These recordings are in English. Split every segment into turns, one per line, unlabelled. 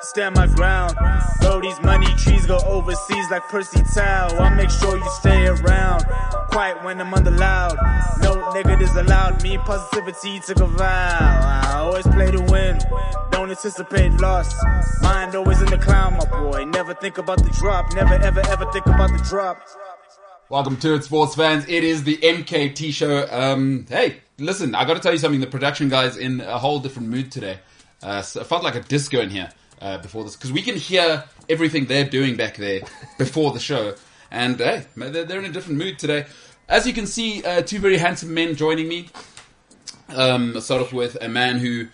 stand my ground. Bro, these money trees go overseas like Percy Tau. I make sure you stay around. Quiet when I'm under loud. No negatives allowed. Me positivity took a vow. I always play to win. Don't anticipate loss. Mind always in the clown, my boy. Never think about the drop. Never ever ever think about the drop.
Welcome to it, sports fans. It is the MKT show. Um, hey, listen, I got to tell you something. The production guy's in a whole different mood today. Uh, so it felt like a disco in here uh, before this because we can hear everything they're doing back there before the show. And hey, man, they're, they're in a different mood today. As you can see, uh, two very handsome men joining me. Um, I'll start off with a man who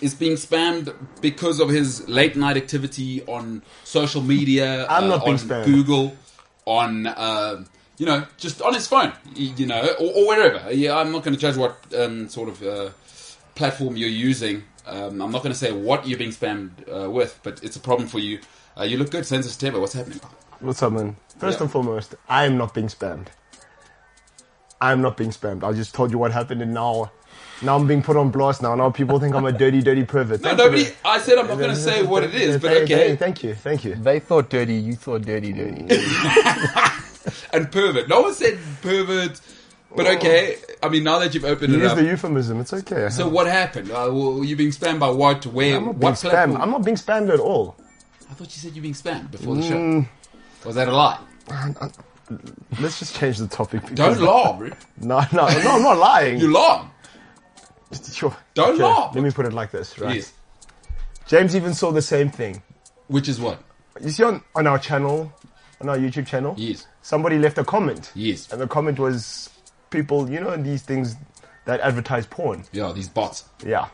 is being spammed because of his late night activity on social media. uh,
I'm not being
on
spammed.
Google, on uh, you know, just on his phone, y- you know, or, or wherever. Yeah, I'm not going to judge what um, sort of uh, platform you're using. Um, I'm not going to say what you're being spammed uh, with, but it's a problem for you. Uh, you look good, Census Tebo. What's happening?
What's up, man? First
Yeah.
and foremost, I am not being spammed. I am not being spammed. I just told you what happened, and now, now I'm being put on blast. Now, now people think I'm a dirty, dirty pervert.
No,
Thanks for
nobody.
that.
I said I'm not going to say what it is, but
Hey,
okay.
hey, Thank you, thank you.
They thought dirty, you thought dirty, dirty.
and pervert. No one said pervert, but okay. I mean, now that you've opened it
Use
up,
Oh. the euphemism. It's okay.
so what happened? Uh, well, you being spammed by what? Where?
I'm not being
what platform?
spammed. I'm not being spammed at all.
I thought you said you were being spammed before the show.
Mm.
Was that a lie?
Let's just change the topic.
Don't
because-
lie, bro.
No, no, no. I'm not lying.
You lie.
Sure.
Don't
Okay,
laugh.
Let me put it like this, right?
Yes.
James even saw the same thing.
Which is what?
You see on, on our channel, on our YouTube channel,
Yes.
somebody left a comment.
Yes.
And the comment was people, you know, these things that advertise porn.
Yeah, these bots.
Yeah.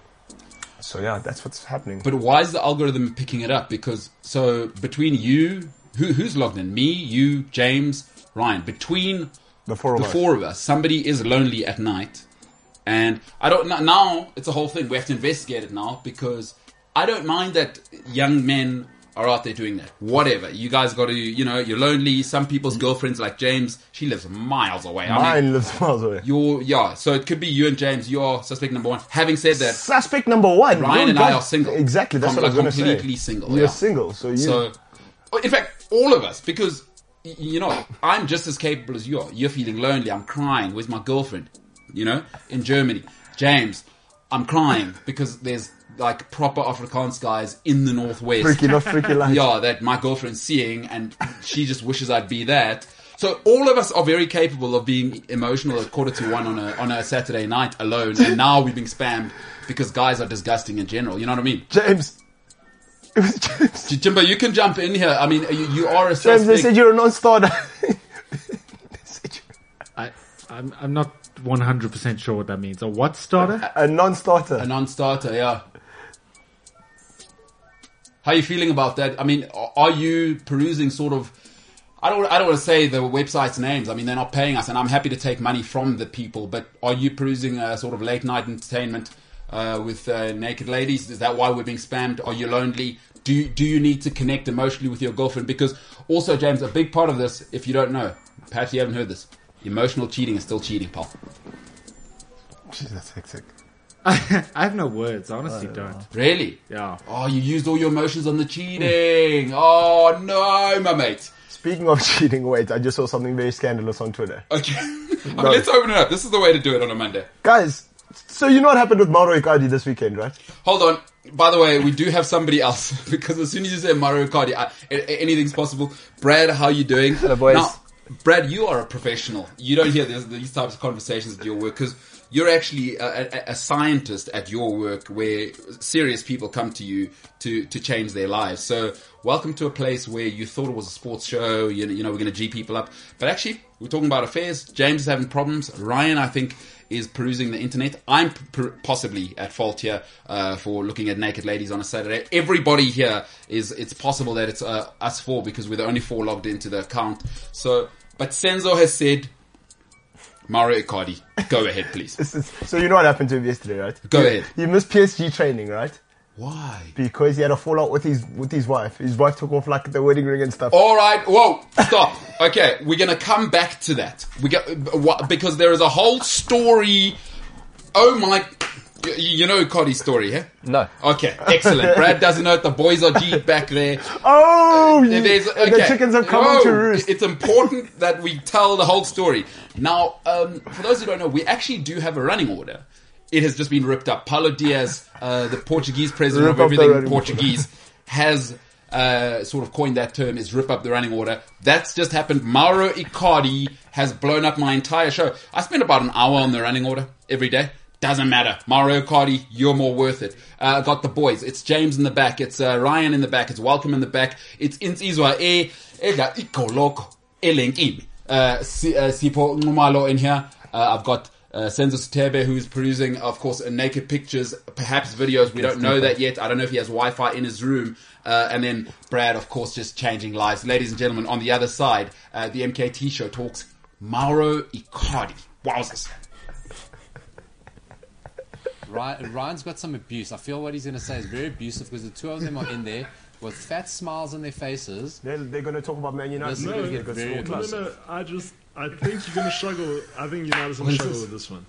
So yeah, that's what's happening.
But why is the algorithm picking it up? Because so between you, who who's logged in? Me, you, James, Ryan. Between
the four of
the
us.
four of us, somebody is lonely at night, and I don't n- now. It's a whole thing. We have to investigate it now because I don't mind that young men are out there doing that. Whatever you guys got to, you know, you're lonely. Some people's girlfriends, like James, she lives miles away. I mean,
Mine lives miles away.
you're yeah. So it could be you and James. You're suspect number one. Having said that,
Suspect number one.
Ryan
You're
and I
not-
are single.
Exactly. That's
Com-
what I was going to say.
completely single,
You're
yeah.
single, so you.
So, oh, in fact, all of us, because y- you know, I'm just as capable as you are. You're feeling lonely. I'm crying. Where's my girlfriend? You know, in Germany, James, I'm crying because there's like proper Afrikaans guys in the northwest.
freaky, not freaky life.
Yeah, that my girlfriend's seeing, and she just wishes I'd be that. So all of us are very capable of being emotional at quarter to one on a on a Saturday night alone, and now we're being spammed because guys are disgusting in general. You know what I mean?
James. It was James.
Jimbo, you can jump in here. I mean, you, you are a
James, they
suspect.
said you're a non-starter. They said you're
I, I'm, I'm not 100% sure what that means. A what starter?
a non-starter.
a non-starter. Yeah. How are you feeling about that? I mean, a- are you perusing sort of? I don't. I don't want to say the website's names. I mean, they're not paying us, and I'm happy to take money from the people. But are you perusing a sort of late night entertainment uh, with uh, naked ladies? Is that why we're being spammed? Are you lonely? Do you, do you need to connect emotionally with your girlfriend? Because also, James, a big part of this, if you don't know, perhaps you haven't heard this, emotional cheating is still cheating, pal.
Jeez, that's hectic.
I have no words. I honestly don't.
Really?
Yeah.
Oh, you used all your emotions on the cheating. Oh no, my mate.
Speaking of cheating, wait, I just saw something very scandalous on Twitter.
Okay, I mean, let's open it up. This is the way to do it on a Monday.
Guys, so you know what happened with Mauro Icardi this weekend, right?
Hold on. By the way, we do have somebody else because as soon as you say Mario Cardi, I, a- a- anything's possible. Brad, how you doing?
Hello, boys.
Now, Brad, you are a professional. You don't hear these, these types of conversations at your work because you're actually a, a, a scientist at your work where serious people come to you to, to change their lives. So welcome to a place where you thought it was a sports show. You know, you know we're going to G people up, but actually we're talking about affairs. James is having problems. Ryan, I think, is perusing the internet. I'm p- per- possibly at fault here uh, for looking at naked ladies on a Saturday. Everybody here is. It's possible that it's uh, us four because we're the only four logged into the account. So, but Senzo has said, Mario Icardi, go ahead, please.
This is- So you know what happened to him yesterday, right?
Go
He-
ahead.
He missed PSG training, right?
Why?
because he had a fallout with his with his wife. His wife took off like the wedding ring and stuff.
All right, whoa, stop. Okay, we're gonna come back to that. We got wha- because there is a whole story. Oh my, you, you know Coddy's story, yeah?
No.
Okay, excellent. Brad doesn't know it. The boys are G back there.
Oh, you-
There's-
the
okay.
chickens have come
No,
to roost.
It's important that we tell the whole story. Now, um, for those who don't know, we actually do have a running order. It has just been ripped up. Paulo Diaz, uh, the Portuguese president
Rip
of
up the
everything
running
Portuguese, has uh, sort of coined that term is rip up the running order. That's just happened. Mauro Icardi has blown up my entire show. I spend about an hour on the running order every day. Doesn't matter. Mario Cardi, you're more worth it. Uh, got the boys. It's James in the back. It's uh, Ryan in the back. It's Welcome in the back. It's Intsizwa E. Ega Iko Loko. Elenkim. Uh, Si- uh, Sipho Nxumalo in here. Uh, I've got uh, Senzo Sitebe, who's producing, of course, uh, naked pictures, perhaps videos. We don't know that yet. I don't know if he has Wi Fi in his room. Uh, and then Brad, of course, just changing lives. Ladies and gentlemen, on the other side, uh, the MKT show talks Mauro Icardi. Wowzers.
Ryan, Ryan's got some abuse. I feel what he's going to say is very abusive because the two of them are in there with fat smiles on their faces.
They're, they're going to talk about Man United.
Listen,
They're gonna get
no,
good
very
score.
No, no, no. I just, I think you're gonna struggle. I think United's gonna struggle with this one.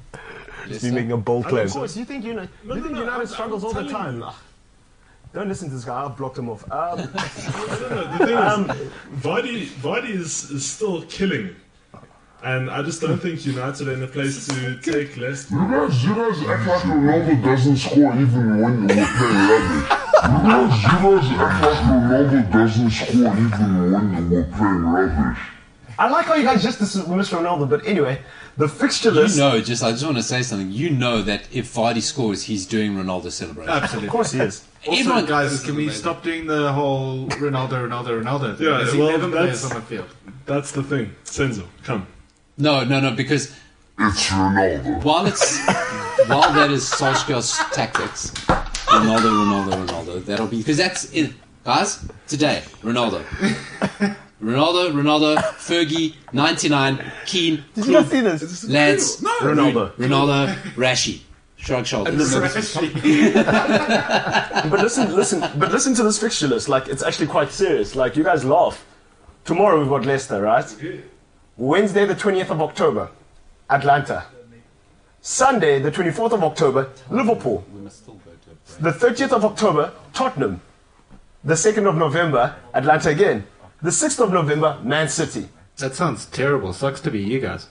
You're making a bold
I
claim.
think so.
you think United,
No, no, no, I'm- I'm telling you.
Nah. Don't listen to this guy. I've blocked him off. Um,
No, no. The thing is, Vardy, Vardy is, is still killing, and I just don't think United are in a place to take less.
You guys, you guys act like Ronaldo doesn't score even when we play rubbish. You guys, you guys act like Ronaldo doesn't score even when we play rubbish.
I like how you guys just dis- miss Ronaldo, but anyway, the fixture
You
list.
know, just I just want to say something. You know that if Vardy scores, he's doing Ronaldo celebration.
Of course he is.
Also,
Everyone-
guys, can we stop doing the whole Ronaldo, Ronaldo, Ronaldo? Thing?
Yeah,
There's
well,
11 players
that's-
on the field.
That's the thing. Senzo, come.
no, no, no, because
It's Ronaldo.
while it's while that is Solskjaer's tactics, Ronaldo, Ronaldo, Ronaldo. That'll be because that's it, guys. Today, Ronaldo, Ronaldo, Ronaldo, Fergie, ninety nine, Keane,
Did you guys
Cruyff,
see this?
Lads,
Ronaldo.
Ronaldo, Rashi, shrug shoulders.
But listen, listen, but listen to this fixture list. Like, it's actually quite serious. Like, you guys laugh. Tomorrow we've got Leicester, right? Wednesday, the 20th of October, Atlanta. Sunday, the 24th of October, Liverpool. The 30th of October, Tottenham. The 2nd of November, Atlanta again. The 6th of November, Man City.
That sounds terrible. Sucks to be you guys.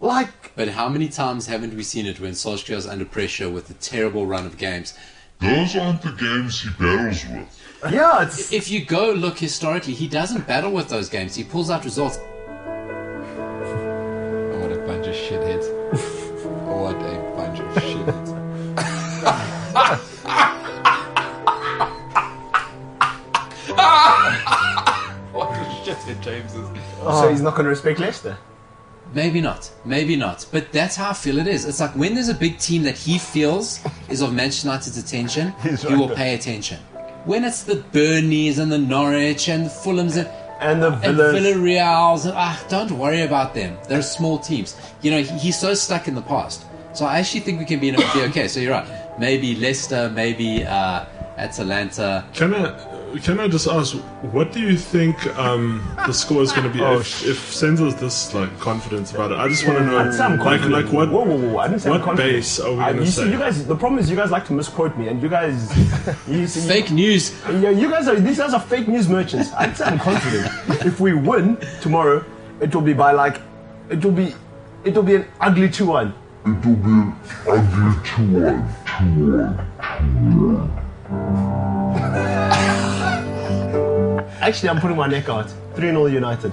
Like,
But how many times haven't we seen it when Solskjaer's under pressure with a terrible run of games?
Those aren't the games he battles with.
yeah, it's.
If you go look historically, he doesn't battle with those games. He pulls out results.
Oh, what a bunch of shitheads. What a bunch of shitheads. what a shithead James is.
So he's not going to respect Leicester.
Maybe not. Maybe not. But that's how I feel it is. It's like when there's a big team that he feels is of Manchester United's attention,
He's
he
right
will
there.
pay attention. When it's the Burnies and the Norwich and the Fulhams and,
And the
and
Villas.
Villarreal's, and, ah, don't worry about them. They're small teams. You know, he, he's so stuck in the past. So I actually think we can be, in a, be okay. So you're right. Maybe Leicester, maybe uh, Atalanta.
Can I, can I just ask, what do you think um, the score is gonna be
Oh,
if, if Senzo's this like confident about it? I just want to know,
I'd say I'm
like,
confident.
like what,
Whoa, whoa, whoa! I didn't say I'm
what
confident.
base are we
Uh,
gonna
you
say?
See, you guys, the problem is you guys like to misquote me, and you guys, you, see,
Fake news.
yeah, you guys are these guys are fake news merchants. I'd say I'm confident. if we win tomorrow, it will be by like, it will be, it will be an ugly two-one.
It will be an ugly 2-1, 2-1.
Actually, I'm putting my neck out. Three 0 United.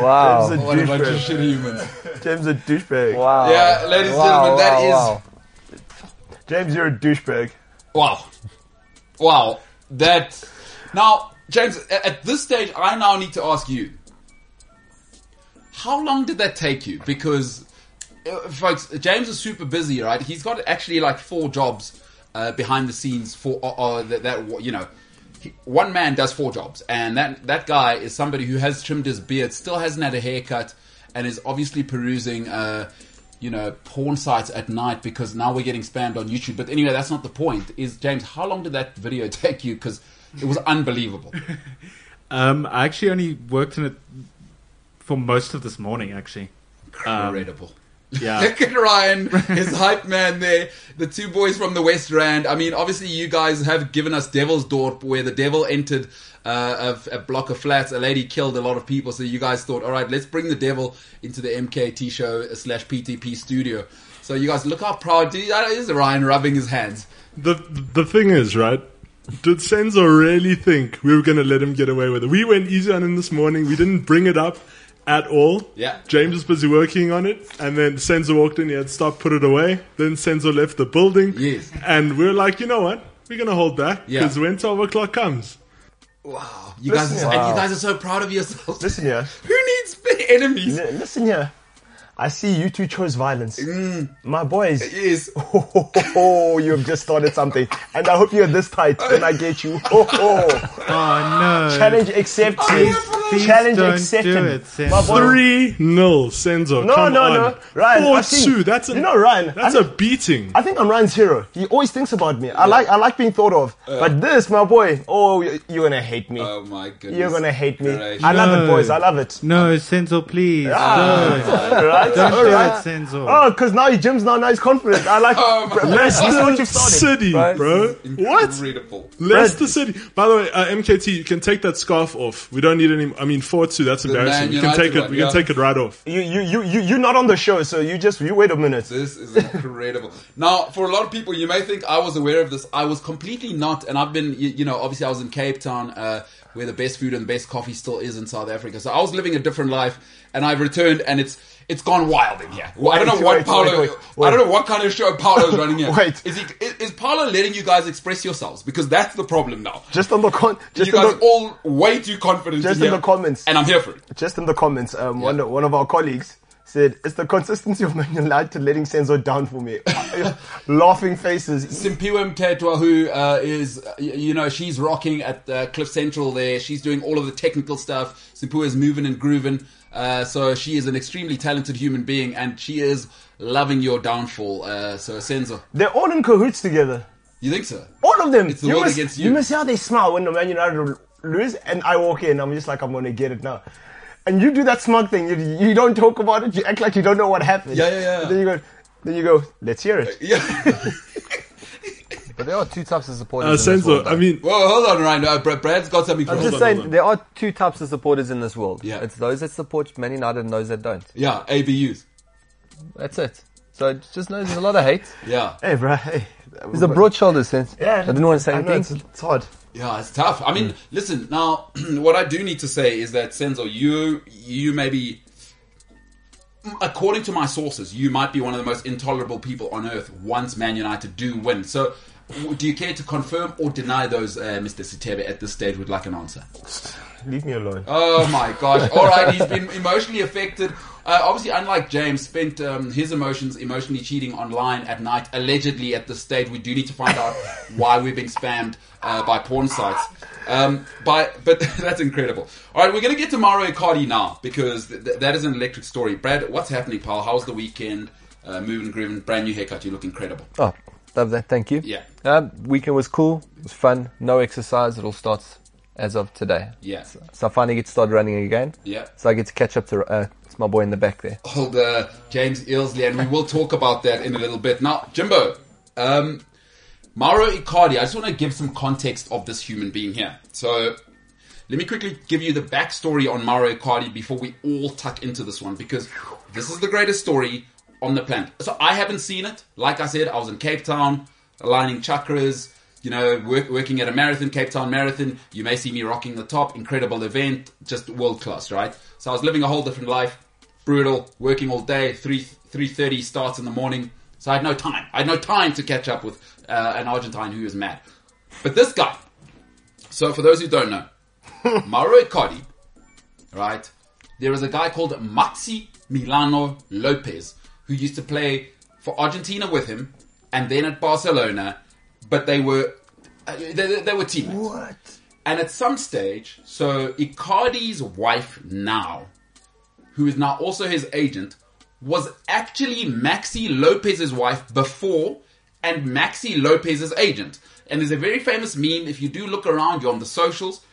Wow.
What a bunch of shit humans.
James a douchebag.
Wow.
Yeah, ladies and gentlemen, that is.
James, you're a douchebag.
Wow. Wow. That. Now, James, a- at this stage, I now need to ask you. How long did that take you? Because, uh, folks, James is super busy, right? He's got actually like four jobs uh, behind the scenes for uh, uh, that, that, you know. he- One man does four jobs, and that, that guy is somebody who has trimmed his beard, still hasn't had a haircut, and is obviously perusing, uh, you know, porn sites at night because now we're getting spammed on YouTube. But anyway, that's not the point. Is James, how long did that video take you? Because it was unbelievable.
Um, I actually only worked on it for most of this morning, actually.
Incredible.
Yeah.
Nick and Ryan, his hype man there, the two boys from the West Rand. I mean, obviously, you guys have given us Devil's Dorp, where the devil entered uh, a, a block of flats. A lady killed a lot of people, so you guys thought, all right, let's bring the devil into the MKT show slash PTP studio. So you guys, look how proud dude, that is Ryan rubbing his hands.
The the thing is, right? Did Senzo really think we were going to let him get away with it? We went easy on him this morning. We didn't bring it up at all.
Yeah.
James was busy working on it, and then Senzo walked in. He had stopped, put it away. Then Senzo left the building.
Yes.
And we were like, you know what? We're going to hold back
Yeah.
because when twelve o'clock comes,
Wow, you guys,
Listen,
and
wow.
you guys are so proud of yourselves.
Listen here.
Who needs big enemies?
L- listen here. I see you two chose violence. My boys.
Yes.
Oh, you've just started something. And I hope you're this tight when I get you. Oh, oh.
Oh, no.
Challenge accepted.
please
Challenge
don't
accepted.
do it, Sam.
My boy-
three nil, Senzo.
No,
come
no,
on.
no. Ryan,
four
I think-
two. That's a
You know, Ryan,
That's
I
a beating.
I think I'm Ryan's hero. He always thinks about me. I like I like being thought of. but this, my boy, oh, you- you're gonna hate me.
Oh my goodness,
you're gonna hate me.
Gracious.
I love it,
No.
boys. I love it.
No, Senzo, please.
Right?
Don't, don't
All
do
right.
it, Senzo.
Oh, because now he Jim's now, now he's confident. I like.
Oh my
Bless you. what you've started.
City,
right?
bro. What?
Incredible.
Leicester City. By the way, uh, MKT, you can take that scarf off. We don't need any. I mean, four two. That's embarrassing.
Man
we can
United
take it.
one,
we
yeah.
can take it right off.
You, you, you, you, you're not on the show, so you just you wait a minute.
This is incredible. now, for a lot of people, you may think I was aware of this. I was completely not, and I've been, you, you know, obviously I was in Cape Town, uh, where the best food and the best coffee still is in South Africa. So I was living a different life, and I've returned, and it's it's gone wild in here. I don't know
Wait,
what
wait,
Paolo.
wait, wait, wait.
I don't know what kind of show Paolo's running here.
Wait.
is, he, is, is Paolo letting you guys express yourselves? Because that's the problem now.
Just on the con, just
you
on
guys
the,
all way too confident.
Just
in
in
here,
the comments.
and I'm here for it.
just in the comments, um, one, one of our colleagues said, It's the consistency of Man United letting Senzo down for me. Laughing faces.
Simpiwe Mtetwa, who uh, is, uh, y- you know, she's rocking at uh, Cliff Central there. She's doing all of the technical stuff. Simpiwe is moving and grooving. Uh, so she is an extremely talented human being and she is loving your downfall. Uh, so, Senzo,
They're all in cahoots together.
you think so?
All of them.
It's the world
must,
against you.
You must see how they smile when the Man United l- lose, and I walk in. I'm just like, I'm gonna get it now. And you do that smug thing. You, you don't talk about it. You act like you don't know what happened.
Yeah, yeah, yeah.
And then you go. Then you go. Let's hear it.
Yeah.
But there are two types of supporters.
Uh,
in this
Senzo,
world,
I mean,
well, hold on, Ryan. Uh, Brad- Brad's got something for
I'm
us.
just
on, hold
saying
on.
there are two types of supporters in this world.
Yeah.
It's those that support Man United and those that don't.
Yeah, ABUs.
That's it. So just know there's a lot of hate.
Yeah,
Hey, bro. Hey.
There's a broad shoulder sense. I didn't want to say
I know,
anything.
it's, it's hard.
yeah, it's tough. I mean, listen. Now, what I do need to say is that Senzo, you, you maybe according to my sources, you might be one of the most intolerable people on earth once Man United do win. So, w- do you care to confirm or deny those, uh, Mr. Sitebe, at this stage? Would like an answer.
Leave me alone.
Oh my gosh! All right, he's been emotionally affected. Uh, obviously, unlike James, spent um, his emotions emotionally cheating online at night, allegedly. At this stage, we do need to find out why we're being spammed uh, by porn sites. Um, by but that's incredible. All right, we're going to get to Mario Cardi now because th- th- that is an electric story. Brad, what's happening, pal? How's the weekend? Uh, moving, grooving, brand new haircut. You look incredible.
Oh, love that. Thank you.
Yeah.
Um, weekend was cool. It was fun. No exercise. It all starts as of today.
Yeah.
So, so I finally get to start running again.
Yeah.
So I get to catch up to uh, it's my boy in the back there.
called uh, James Ilsley, and we will talk about that in a little bit. Now, Jimbo, um, Mauro Icardi, I just want to give some context of this human being here. So, let me quickly give you the backstory on Mauro Icardi before we all tuck into this one, because this is the greatest story on the planet. So, I haven't seen it. Like I said, I was in Cape Town, aligning chakras. You know, work, working at a marathon, Cape Town Marathon, you may see me rocking the top, incredible event, just world class, right? So I was living a whole different life brutal, working all day, 3 3.30 starts in the morning. So I had no time. I had no time to catch up with uh, an Argentine who is mad. But this guy, so for those who don't know, Mauro Icardi, right? There is a guy called Maxi Milano Lopez who used to play for Argentina with him and then at Barcelona, but they were uh, they, they- they were teammates. And at some stage, so Icardi's wife now who is now also his agent, was actually Maxi Lopez's wife before and Maxi Lopez's agent. And there's a very famous meme, if you do look around, you're on the socials,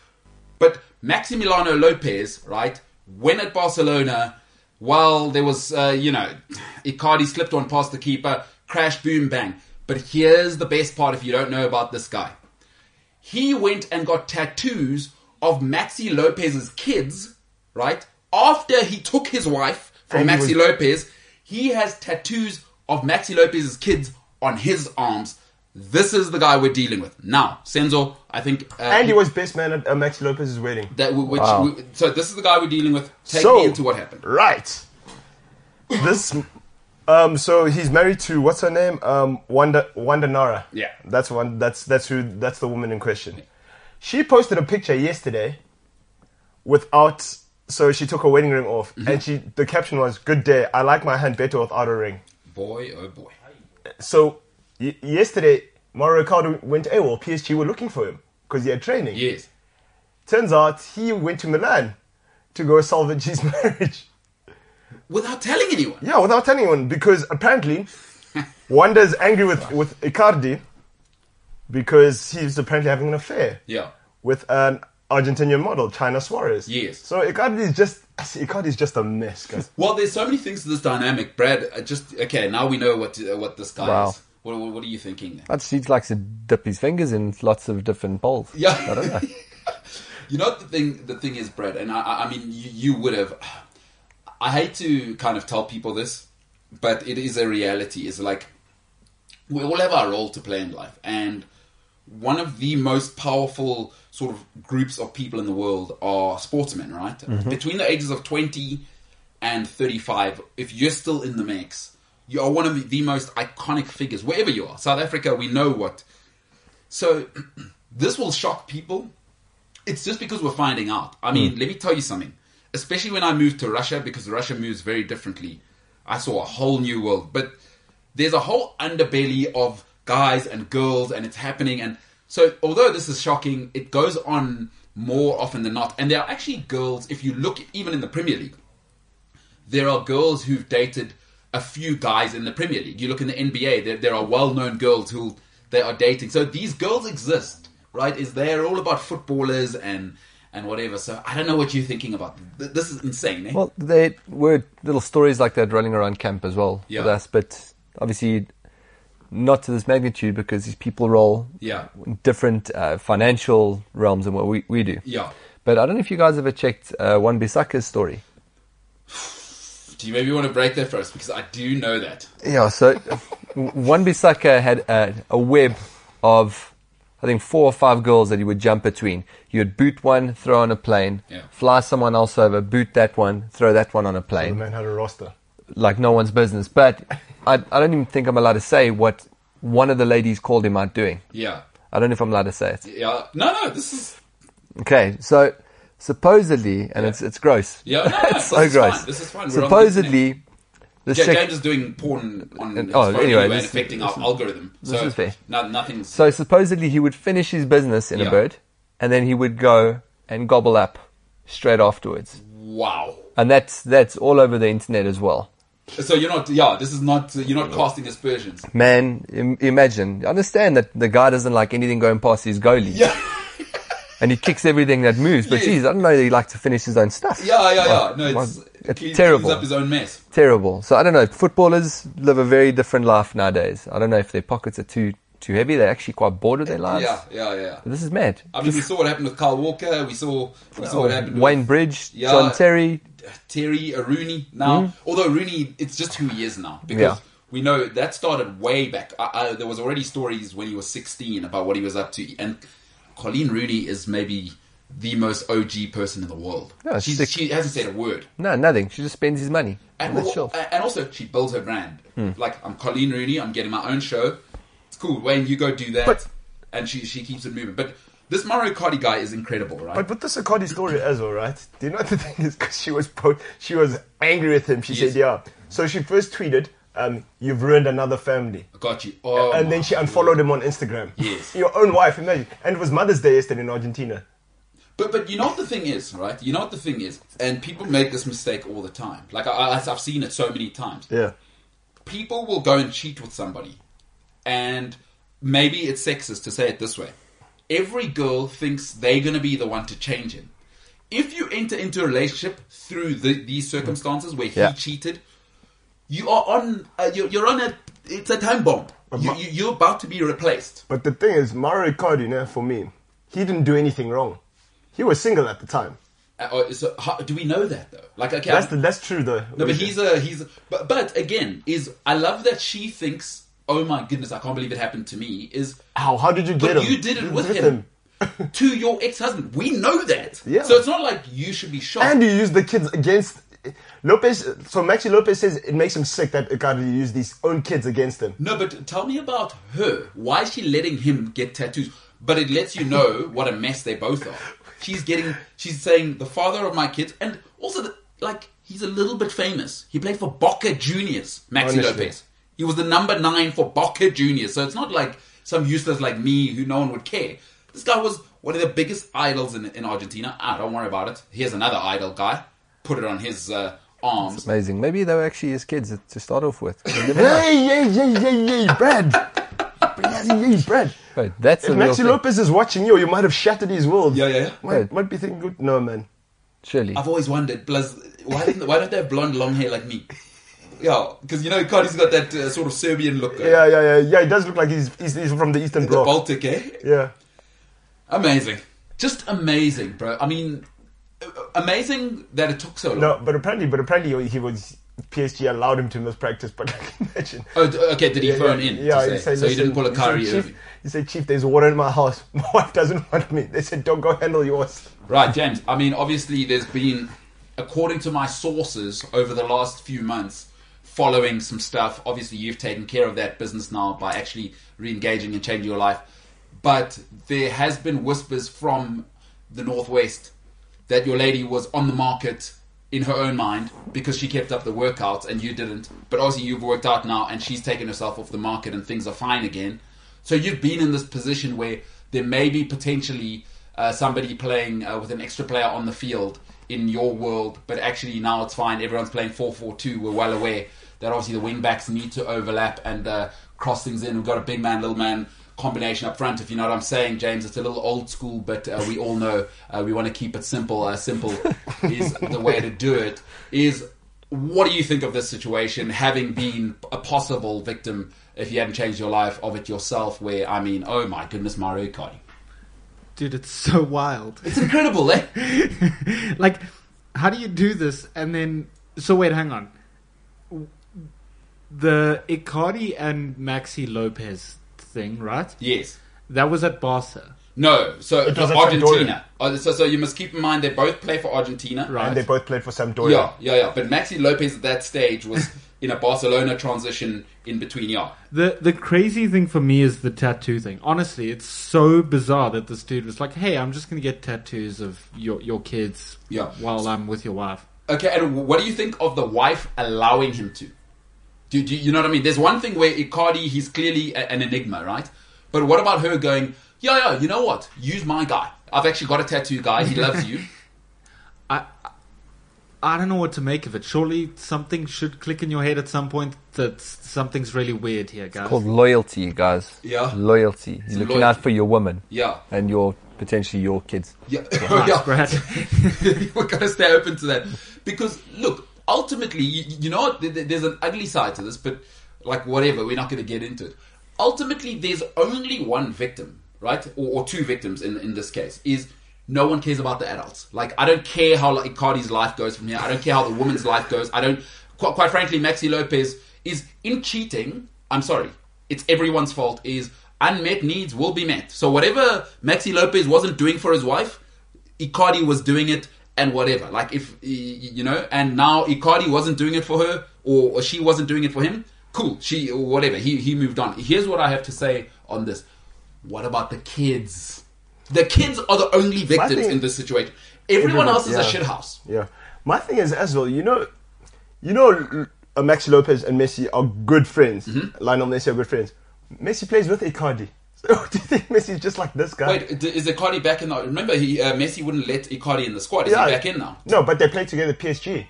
but Maximiliano Lopez, right, when at Barcelona, while there was, uh, you know, Icardi slipped on past the keeper, crash, boom, bang. But here's the best part if you don't know about this guy. He went and got tattoos of Maxi Lopez's kids, right? After he took his wife from Maxi Lopez, he has tattoos of Maxi Lopez's kids on his arms. This is the guy we're dealing with. Now, Senzo, I think. Uh,
And he was best man at uh, Maxi Lopez's wedding.
that w- which w- so this is the guy we're dealing with. Take
So-
me into what happened.
Right. This. Um, so he's married to what's her name? Um, Wanda Wanda Nara.
Yeah.
That's one. That's that's who. That's the woman in question. She posted a picture yesterday, without. So she took her wedding ring off,
Mm-hmm.
and she the caption was "Good day. I like my hand better without a ring."
Boy, oh boy.
So y- yesterday, Mario Ricardo went AWOL. PSG were looking for him because he had training.
Yes.
Turns out he went to Milan to go salvage his marriage.
Without telling anyone.
Yeah, without telling anyone, because apparently Wanda is angry with, with Icardi because he's apparently having an affair
Yeah.
with an Argentinian model, China Suarez.
Yes.
So Icardi is just Icardi is just a mess, guys.
Well, there's so many things to this dynamic, Brad. uh, Just okay. Now we know what uh, what this guy
Wow.
is. What, what, what are you thinking? There?
That she likes to dip his fingers in lots of different bowls.
Yeah.
I don't know.
You know the thing. The thing is, Brad, and I- I, I mean, you, you would have. I hate to kind of tell people this, but it is a reality. It's like we all have our role to play in life, and one of the most powerful sort of groups of people in the world are sportsmen, right?
Mm-hmm.
Between the ages of twenty and thirty-five, if you're still in the mix, you are one of the, the most iconic figures wherever you are. South Africa, we know what. So this will shock people it's just because we're finding out. I mean, let me tell you something. Especially when I moved to Russia, because Russia moves very differently, I saw a whole new world. But there's a whole underbelly of guys and girls, and it's happening. And so, although this is shocking, it goes on more often than not. And there are actually girls, if you look even in the Premier League, there are girls who've dated a few guys in the Premier League. You look in the NBA, there, there are well-known girls who they are dating. So these girls exist, right? Is they're all about footballers and and whatever. So I don't know what you're thinking about. Th- This is insane. Eh?
Well, there were little stories like that running around camp as well
Yeah.
with us, but obviously not to this magnitude because these people roll
Yeah.
in different uh, financial realms than what we, we do.
yeah.
But I don't know if you guys ever checked uh, One Bisaka's story.
Do you maybe want to break there first because I do know that.
Yeah, so Uh, One Bissaka had a, a web of, I think, four or five girls that he would jump between. He would boot one, throw on a plane,
Yeah.
fly someone else over, boot that one, throw that one on a
The
plane,
man had a roster.
like no one's business. But I, I don't even think I'm allowed to say what one of the ladies called him out doing.
Yeah.
I don't know if I'm allowed to say it.
Yeah. No, no. This is
Okay, so supposedly, and it's it's gross.
Yeah, no, no,
it's
this
so
is
gross.
fine, this is fine, we're on the internet.
Supposedly, this
Ja-
chick-
James is doing porn on
And-
his
oh,
phone
anyway,
and
this-
affecting
this
our algorithm.
this
so
is fair.
No, nothing's.
So supposedly he would finish his business in
Yeah.
a bird, and then he would go and gobble up straight afterwards.
wow.
And that's that's all over the internet as well.
So you're not. Yeah. This is not. You're not casting aspersions.
Man, Im- imagine. I Understand that the guy doesn't like anything going past his goalie,
Yeah.
and he kicks everything that moves. But
Yeah.
geez, I don't know that he liked to finish his own stuff.
Yeah, yeah, yeah. No,
Why-
it's,
it's
he
terrible.
Cleans up his own mess.
terrible. So I don't know. Footballers live a very different life nowadays. I don't know if their pockets are too too heavy. They're actually quite bored with their lives.
Yeah, yeah, yeah.
This is mad. Oh,
I mean, we saw what happened with Carl Walker. We saw we saw what happened
Wayne
with
Bridge,
Yeah.
John Terry.
Terry uh, Rooney now. Although Rooney, it's just who he is now because
Hmm? Yeah.
we know that started way back. I, I, there was already stories when he was 16 about what he was up to, and Colleen Rooney is maybe the most OG person in the world.
Yeah,
She's,
sick.
she hasn't said a word.
No, nothing. She just spends his money.
And,
That's
al-
chill.
and also, she builds her brand. Like, I'm Colleen Rooney. I'm getting my own show. It's cool. Wayne, you go do that.
But-
and she, she keeps it moving. But this Mario Cardi guy is incredible, right?
But with the Icardi story as well, right? Do you know what the thing is? Because she was po- she was angry with him. She
Yes.
said, "Yeah." So she first tweeted, um, "You've ruined another family."
Got you. Oh,
and then
my
she unfollowed him on Instagram.
Yes.
Your own wife, imagine. And it was Mother's Day yesterday in Argentina.
But but you know what the thing is, right? You know what the thing is, and people make this mistake all the time. Like I, I, I've seen it so many times.
Yeah.
People will go and cheat with somebody, and maybe it's sexist to say it this way. Every girl thinks they're going to be the one to change him. If you enter into a relationship through the, these circumstances where he
Yeah.
cheated, you are on uh, you're, you're on a it's a time bomb. You, you, you're about to be replaced.
But the thing is, Mario Kart, you know, for me, he didn't do anything wrong. He was single at the time.
Uh, or- so how, do we know that though? Like okay,
That's
I'm-
the, that's true though.
No, but he's a he's. A, but but again, is I love that she thinks. Oh my goodness, I can't believe it happened to me. Is
how how did you get
but
him?
you did it with him, to your ex husband. We know that.
Yeah.
So it's not like you should be shocked.
And you used the kids against Lopez. So Maxi Lopez says it makes him sick that Icardi used these own kids against him.
no, but tell me about her. Why is she letting him get tattoos? But it lets you know what a mess they both are. She's getting. She's saying the father of my kids, and also the, like he's a little bit famous. He played for Boca Juniors, Maxi
Honestly.
Lopez. He was the number nine for Boca Juniors, so it's not like some useless like me who no one would care. This guy was one of the biggest idols in, in Argentina. Ah, don't worry about it. Here's another idol guy. Put it on his uh, arms.
Amazing. Maybe they were actually his kids to start off with. You never know.
Hey, yay, yay, yay, yay, Brad. Bloody yay, Brad.
But that's
If
the real
Maxi
thing.
Lopez is watching you, you might have shattered his world.
Yeah, yeah, yeah.
Might, might be thinking, good. No, man.
Surely.
I've always wondered, plus, why didn't why don't they have blonde long hair like me? Yeah, because you know Cardi's got that uh, sort of Serbian look, uh,
Yeah, yeah, yeah, yeah. He does look like he's he's, he's from the Eastern
the
Bloc.
Baltic, eh?
yeah.
Amazing, just amazing, bro. I mean, uh, amazing that it took so long.
No, but apparently, but apparently he was PSG allowed him to miss practice. But imagine.
Oh, d- okay, did he phone in? to say? so he
"Listen,"
didn't pull a
he
Kyrie
said,
Irving.
Chief, he said, Chief, there's water in my house. My wife doesn't want me. They said, don't go handle yours.
Right, James. I mean, obviously, there's been, according to my sources, over the last few months, following some stuff. Obviously, you've taken care of that business now by actually re-engaging and changing your life. But there has been whispers from the northwest that your lady was on the market in her own mind because she kept up the workouts and you didn't. But obviously, you've worked out now, and she's taken herself off the market, and things are fine again. So you've been in this position where there may be potentially uh, somebody playing uh, with an extra player on the field in your world, but actually now it's fine. Everyone's playing 4 4 2. We're well aware that obviously the wing backs need to overlap and uh, cross things in. We've got a big man, little man combination up front, if you know what I'm saying, James. It's a little old school, but uh, we all know uh, we want to keep it simple. Uh, simple is the way to do it. Is what do you think of this situation, having been a possible victim, if you hadn't changed your life, of it yourself? Where, I mean, oh my goodness, Mario Kart.
Dude, it's so wild.
It's incredible, eh?
like, how do you do this? And then, so wait, hang on. The Icardi and Maxi Lopez thing, right?
yes.
That was at Barca,
No, so it
was a
Argentina. Uh, So, so you must keep in mind they both play for Argentina.
right?
And they both played for Sampdoria.
Yeah, yeah, yeah. But Maxi Lopez at that stage was in a Barcelona transition in between, yeah.
The the crazy thing for me is the tattoo thing. Honestly, it's so bizarre that this dude was like, "Hey, I'm just gonna get tattoos of your your kids
Yeah.
while I'm with your wife."
Okay, and what do you think of the wife allowing him to? Do, do you know what I mean? There's one thing where Icardi, he's clearly a, an enigma, right? But what about her going, yeah, yeah, you know what? Use my guy. I've actually got a tattoo guy. He loves you.
I don't know what to make of it. Surely something should click in your head at some point that s- something's really weird here, guys.
called loyalty, you guys.
Yeah.
Loyalty. You're looking
loyalty.
out for your woman
Yeah.
and your potentially your kids.
Yeah.
Nice,
yeah.
Brad.
We're going to stay open to that. Because, look, ultimately, you, you know what? There- there- There's an ugly side to this, but, like, whatever. We're not going to get into it. Ultimately, there's only one victim, right? Or, or two victims in, in this case, is no one cares about the adults. Like, I don't care how like, Icardi's life goes from here. I don't care how the woman's life goes. I don't... Quite, quite frankly, Maxi Lopez is, in cheating, I'm sorry, it's everyone's fault, is unmet needs will be met. So whatever Maxi Lopez wasn't doing for his wife... Icardi was doing it and whatever. Like if y- y- you know, and now Icardi wasn't doing it for her or, or she wasn't doing it for him. Cool, she or whatever. He he moved on. Here's what I have to say on this. What about the kids? The kids are the only victims
thing-
in this situation. Everyone
Everyone-
else is a
yeah.
shit house.
Yeah. My thing is, as well, you know, you know, L- uh,
Mm-hmm.
Maxi Lopez and Messi are good friends. Lionel Messi are good friends. Messi plays with Icardi. So do you think Messi's just like this guy?
Wait, d- is Icardi back in the? Remember, he uh, Messi wouldn't let Icardi in the squad. Is he back in now?
No, but they played together at PSG.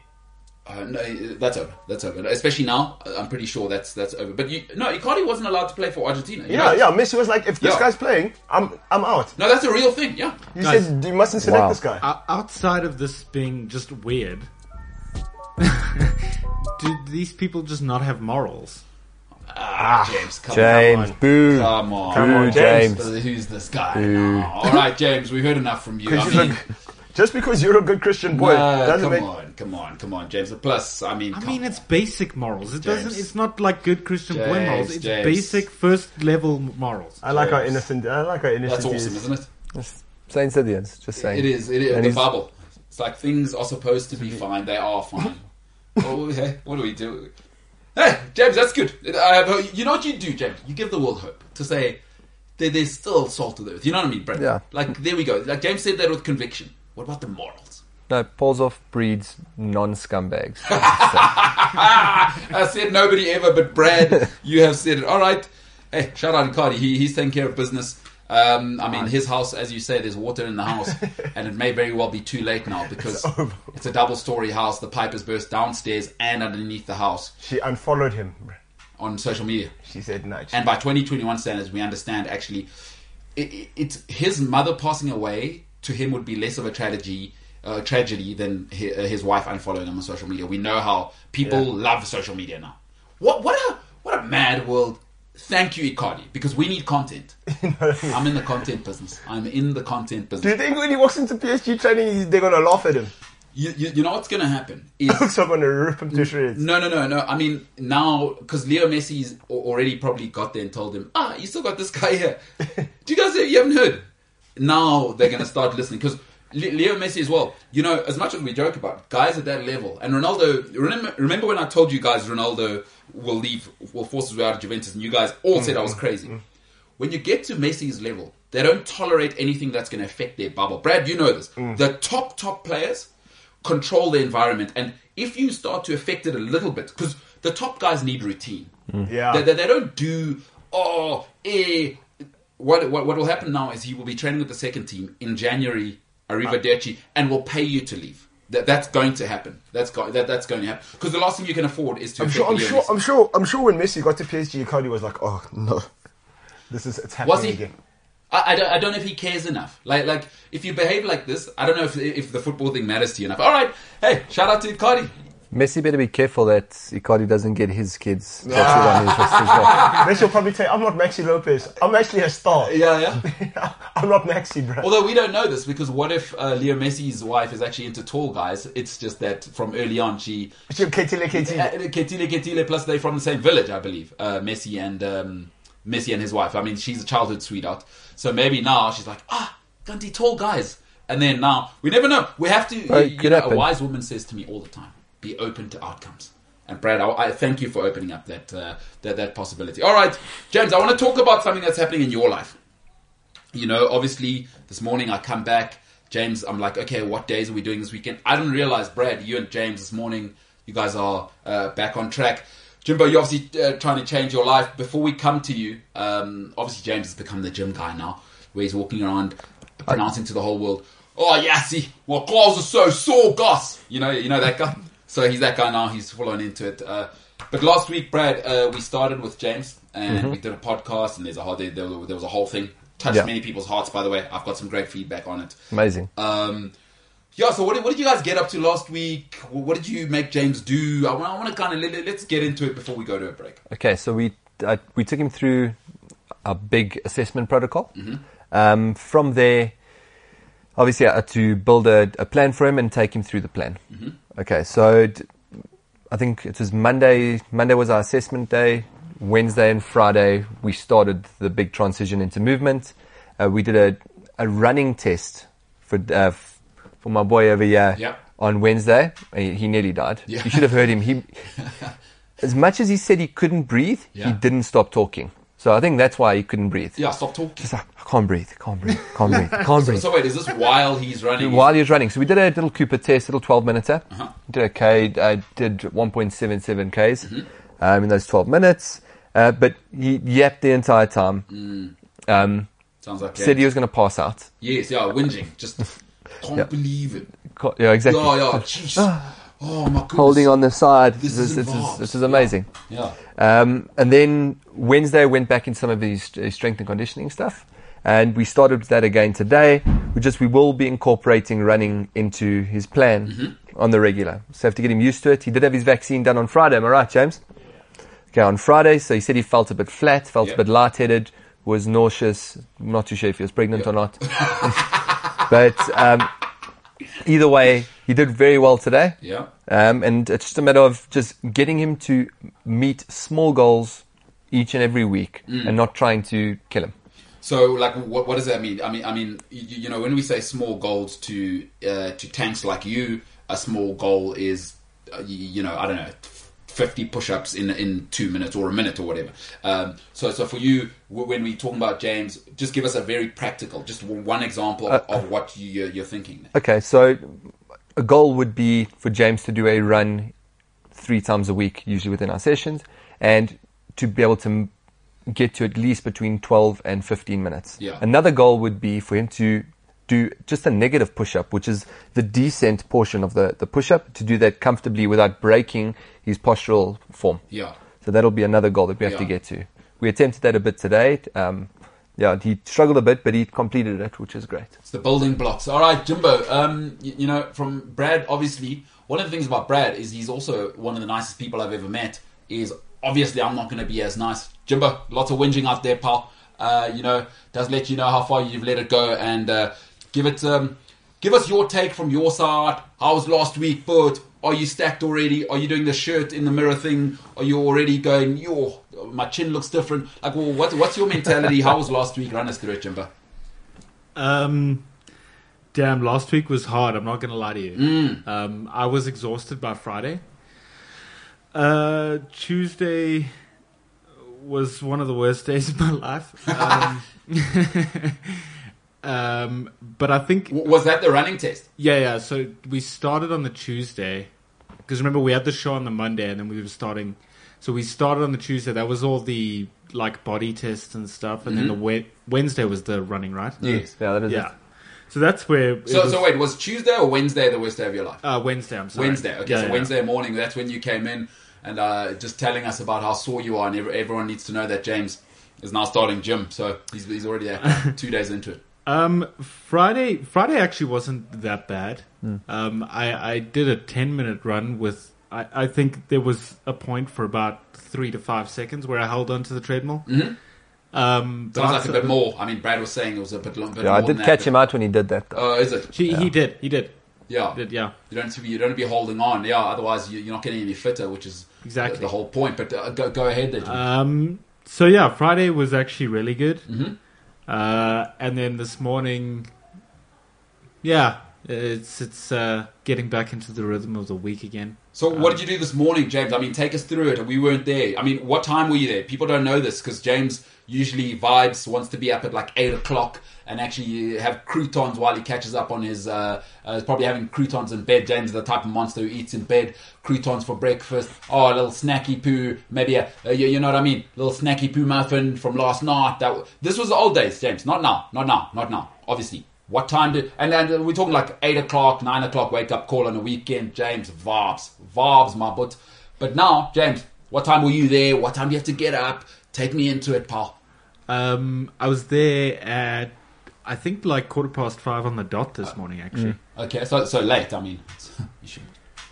Uh, no, uh, that's over. That's over. Especially now, uh, I'm pretty sure that's that's over. But you, no, Icardi wasn't allowed to play for Argentina. You
Yeah,
know?
yeah. Messi was like, if this
Yeah.
guy's playing, I'm I'm out.
No, that's a real thing. Yeah.
You
Guys.
said you mustn't select
Wow.
this guy.
Uh,
O- outside of this being just weird, do these people just not have morals?
Ah, James, come
James, boo.
on. Come on.
Come on,
Boo, James.
So Who's this guy? now? All right, James, we heard enough from you. I
He's
mean,
like, just because you're a good Christian boy
no,
doesn't
come
make.
on, come on, come on, James. Plus, I mean,
I
come
mean, it's
on.
basic morals. It doesn't.
James.
It's not like good Christian boy
James,
morals. It's
James.
basic first level morals.
I like our
Yes.
innocent. I like our innocent.
that's awesome, isn't it?
Saints of the ends, just saying.
It is. It is
And
the
he's-
bubble. It's like things are supposed to be fine. They are fine. oh, hey, what do we do? Hey, James, that's good. Uh, you know what you do, James? You give the world hope to say that there's still salt to the earth. You know what I mean, Brett?
Yeah.
Like there we go. Like James said that with conviction. What about the morals?
No, Paul's off breeds non scumbags.
I said nobody ever, but Brad, you have said it. All right. Hey, shout out to Cardi. He, he's taking care of business. Um, I mean, his house, as you say, there's water in the house, and it may very well be too late now because it's, a double story house. The pipe has burst downstairs and underneath the house
She unfollowed him.
on social media.
She said, "No."
And by 2021 standards, we understand actually it, it, it's his mother passing away to him would be less of a tragedy. Uh, tragedy than his, uh, his wife unfollowing him on social media. We know how people love social media now. What what a what a mad world! Thank you, Icardi, because we need content. I'm in the content business. I'm in the content
Do you
business.
think when he walks into PSG training, he's- they're gonna laugh at him?
You, you, you know what's going to happen is
Looks like gonna rip him to shreds.
No, no, no, no. I mean, now because Leo Messi's al- already probably got there and told him, ah, you still got this guy here. Do you guys you haven't heard? Now they're going to start listening because Leo Messi as well. You know, as much as we joke about guys at that level, and Ronaldo. Remember, remember when I told you guys Ronaldo will leave, will force his way out of Juventus, and you guys all said I was crazy. When you get to Messi's level, they don't tolerate anything that's going to affect their bubble. Brad, you know this.
Mm.
The top top players control the environment. And if you start to affect it a little bit, because the top guys need routine.
Yeah.
They, they, they don't do, oh, eh. What, what, what will happen now is he will be training with the second team in January, Arrivederci, and will pay you to leave. That, that's going to happen. That's, go, that, that's going to happen. Because the last thing you can afford is to
I'm
affect
sure. I'm
the
sure.
Messi.
I'm sure. I'm sure. When Messi got to PSG, Cardi was like, "Oh no, this is it's happening
Was he?
again."
I, I, don't, I don't know if he cares enough. Like, like if you behave like this, I don't know if, if the football thing matters to you enough. All right, hey, shout out to Cardi.
Messi better be careful that Icardi doesn't get his kids tattooed on his wrist as well.
Messi will probably tell, you, "I'm not Maxi Lopez. I'm actually a star.
Yeah, yeah.
I'm not Maxi, bro."
Although we don't know this because what if uh, Leo Messi's wife is actually into tall guys? It's just that from early on she.
It's your Ketile Ketile.
Uh, Ketile Ketile, plus they're from the same village, I believe. Uh, Messi and um, Messi and his wife. I mean, she's a childhood sweetheart. So maybe now she's like, ah, Gunty, tall guys. And then now, we never know. We have to.
Oh, it
you- you
could
know, a
happen.
wise woman says to me all the time be open to outcomes. And Brad, I, I thank you for opening up that, uh, that that possibility. All right, James, I want to talk about something that's happening in your life you know, obviously this morning I come back, James, I'm like, okay, what days are we doing this weekend? I didn't realize, Brad, you and James this morning, you guys are uh, back on track. Jimbo, you're obviously uh, trying to change your life. Before we come to you, um, obviously James has become the gym guy now, where he's walking around pronouncing to the whole world, "Oh, Yassi, my claws are so sore, Gus." You know, you know that guy. So he's that guy now. He's full on into it. Uh, but last week, Brad, uh, we started with James and we did a podcast, and there's a whole there, there was a whole thing touched
Yeah.
many people's hearts. By the way, I've got some great feedback on it.
Amazing.
Um, yeah, so what did, what did you guys get up to last week? Wh- What did you make James do? I, want to kind of let, let's get into it before we go to a break.
Okay, so we uh, we took him through a big assessment protocol.
Mm-hmm.
Um, from there, obviously, I had to build a, a plan for him and take him through the plan.
Mm-hmm.
Okay, so d- I think it was Monday. Monday was our assessment day. Wednesday and Friday, we started the big transition into movement. Uh, we did a, a running test for uh, f- for my boy over here
Yeah.
on Wednesday. He, he nearly died.
Yeah.
You should have heard him. He as much as he said he couldn't breathe,
Yeah.
he didn't stop talking. So I think that's why he couldn't breathe.
Yeah, stop talking.
Just like, I can't breathe, can't breathe, can't breathe, can't breathe.
So wait, is this while he's running?
While he was running, so we did a little Cooper test, little 12 minuter.
Uh-huh.
Did a K, I did 1.77
Mm-hmm. Mm.
Ks um, in those 12 minutes, uh, but he yapped the entire time. um,
Sounds like
said he
that.
was going to pass out.
Yes, yeah, whinging. Just can't believe it.
Co- Yeah, exactly. Ah.
Yeah, yeah, jeez. Oh my goodness.
Holding on the side.
This
This,
is
this is,
involved.
this is amazing.
Yeah.
Um, and then Wednesday went back in some of his uh, strength and conditioning stuff, and we started that again today. We just we will be incorporating running into his plan on the regular. So have to get him used to it. He did have his vaccine done on Friday. Am I right, James? Okay, on Friday. So he said he felt a bit flat, felt
Yeah.
a bit lightheaded, was nauseous. Not too sure if he was pregnant or not, but um, either way, he did very well today.
Yeah.
Um, and it's just a matter of just getting him to meet small goals each and every week and not trying to kill him.
So, like, what, what does that mean? I mean, I mean, you, you know, when we say small goals to uh, to tanks like you, a small goal is, uh, y- you know, I don't know, fifty push-ups in in two minutes or a minute or whatever. Um, so, so for you, w- when we talking about James, just give us a very practical, just w- one example of, of what you, you're, you're thinking.
Okay, so a goal would be for James to do a run three times a week, usually within our sessions, and to be able to m- get to at least between 12 and 15 minutes.
Yeah.
Another goal would be for him to do just a negative push up, which is the descent portion of the, the push up, to do that comfortably without breaking his postural form.
Yeah.
So that'll be another goal that we have to
Yeah.
get to. We attempted that a bit today. Um, yeah, he struggled a bit, but he completed it, which is great.
It's the building blocks. All right, Jimbo. Um, you, you know, from Brad, obviously, one of the things about Brad is he's also one of the nicest people I've ever met. Is obviously I'm not going to be as nice. Jimbo, lots of whinging out there, pal. Uh, you know, does let you know how far you've let it go and uh, give it. Um, give us your take from your side. How was last week, but are you stacked already? Are you doing the shirt in the mirror thing? Are you already going? Yo, my chin looks different. Like, well, what, what's your mentality? how was last week? Run us through it, Jimbo.
Um, damn, last week was hard. I'm not going to lie to you.
Mm.
Um, I was exhausted by Friday. Uh, Tuesday was one of the worst days of my life. Um, um, but I think
W- was that the running test?
yeah, yeah. So we started on the Tuesday because remember we had the show on the Monday, and then we were starting. So we started on the Tuesday. That was all the like body tests and stuff, and
Mm-hmm.
then the Wed- Wednesday was the running, right?
Yes.
Yeah, that is
Yeah. So that's where. it
So,
was-
so wait, was Tuesday or Wednesday the worst day of your life?
Uh, Wednesday, I'm sorry.
Wednesday. Okay,
Yeah,
so
yeah.
Wednesday morning, that's when you came in and uh, just telling us about how sore you are, and ev- everyone needs to know that James is now starting gym, so he's, he's already uh, two days into it.
Um, Friday, Friday actually wasn't that bad.
Hmm.
Um, I, I did a 10 minute run with, I, I think there was a point for about three to five seconds where I held onto the treadmill. Um, but
Mm-hmm. Sounds like a
outside-
bit more. I mean, Brad was saying it was a bit, lo- bit
Yeah,
more
I did
than
catch
that,
him out when he did that.
but- Oh, is it?
He, he did, he did,
Yeah.
did, yeah.
You don't, be, you don't be holding on, yeah. Otherwise, you, you're not getting any fitter, which is
Exactly.
the, the whole point. But uh, go, go ahead, there, Jim.
Um, so yeah, Friday was actually really good. Uh, and then this morning, yeah, it's, it's, uh, getting back into the rhythm of the week again.
So what did you do this morning, James? I mean, take us through it. We weren't there. I mean, what time were you there? People don't know this because James usually vibes wants to be up at like eight o'clock and actually have croutons while he catches up on his. Uh, uh, probably having croutons in bed. James is the type of monster who eats in bed. Croutons for breakfast. Oh, a little snacky poo. Maybe a, uh, you, you know what I mean. Little snacky poo muffin from last night. That w- this was the old days, James. Not now. Not now. Not now. Obviously. What time did and then we're talking like eight o'clock, nine o'clock wake up call on the weekend, James Varbs. Varbs my butt. But now, James, what time were you there? What time do you have to get up? Take me into it, pal.
Um, I was there at I think like quarter past five on the dot this morning. Actually,
Okay, so so late, I mean you should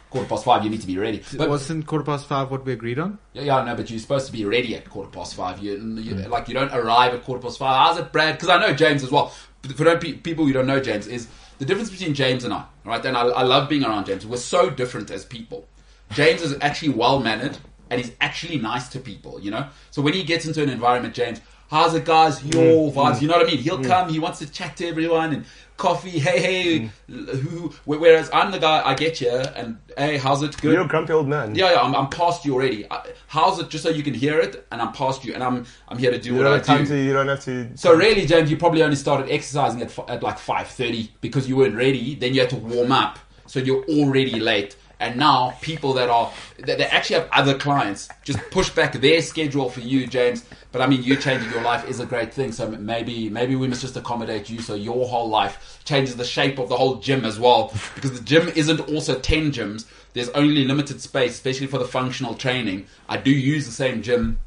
quarter past five you need to be ready. But
wasn't quarter past five what we agreed on?
yeah, yeah, I know, but you're supposed to be ready at quarter past five. You, you like you don't arrive at quarter past five. How's it, Brad? Because I know James as well. But For don't pe- people who don't know James, is the difference between James and I, right? And I, I love being around James. We're so different as people. James is actually well mannered and he's actually nice to people. You know, so when he gets into an environment, James, how's it, guys? Your vibes. You know what I mean? He'll come. He wants to chat to everyone and coffee. Hey, hey. l- Who? Whereas I'm the guy. I get you and hey, how's it? Good.
You're a grumpy old man.
Yeah, yeah, I'm, I'm past you already. I, how's it just so you can hear it? And I'm past you, and I'm I'm here to do
You
what
don't
I
have time
do.
to. You don't have to.
So really, James, you probably only started exercising at, f- at like five thirty because you weren't ready. Then you had to warm up, so you're already late. And now people that are that, that actually have other clients just push back their schedule for you, James. But I mean, you changing your life is a great thing. So maybe maybe we must just accommodate you. So your whole life changes the shape of the whole gym as well, because the gym isn't also ten gyms. There's only limited space, especially for the functional training. I do use the same gym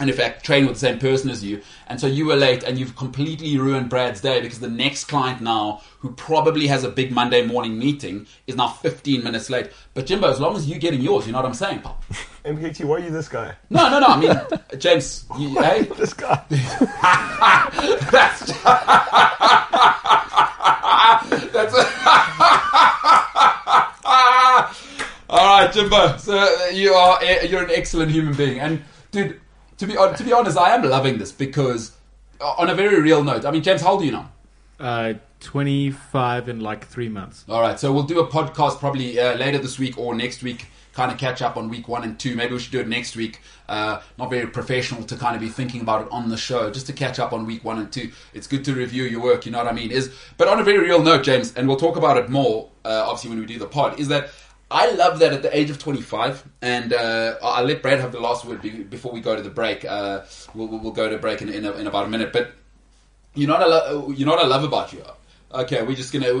and in fact train with the same person as you and so you were late and you've completely ruined brad's day because the next client now who probably has a big monday morning meeting is now 15 minutes late but jimbo as long as you're getting yours you know what i'm saying pal
MKT, why are you this guy?
no no no i mean james you, hey
This guy.
that's that's all right jimbo so uh, you are a- you're an excellent human being and dude to be hon- to be honest i am loving this because uh, on a very real note i mean james how old are you now
Uh, 25 in like three months.
all right, so we'll do a podcast probably uh, later this week or next week, kind of catch up on week one and two. Maybe we should do it next week. Uh, not very professional to kind of be thinking about it on the show, just to catch up on week one and two. It's good to review your work, you know what I mean? Is but on a very real note, James, and we'll talk about it more uh, obviously when we do the pod. Is that I love that at the age of 25, and uh, I- I'll let Brad have the last word be- before we go to the break. Uh, we'll, we'll we'll go to break in, in, a, in about a minute, but you know what I lo- you know what I love about you. Okay, we're just gonna.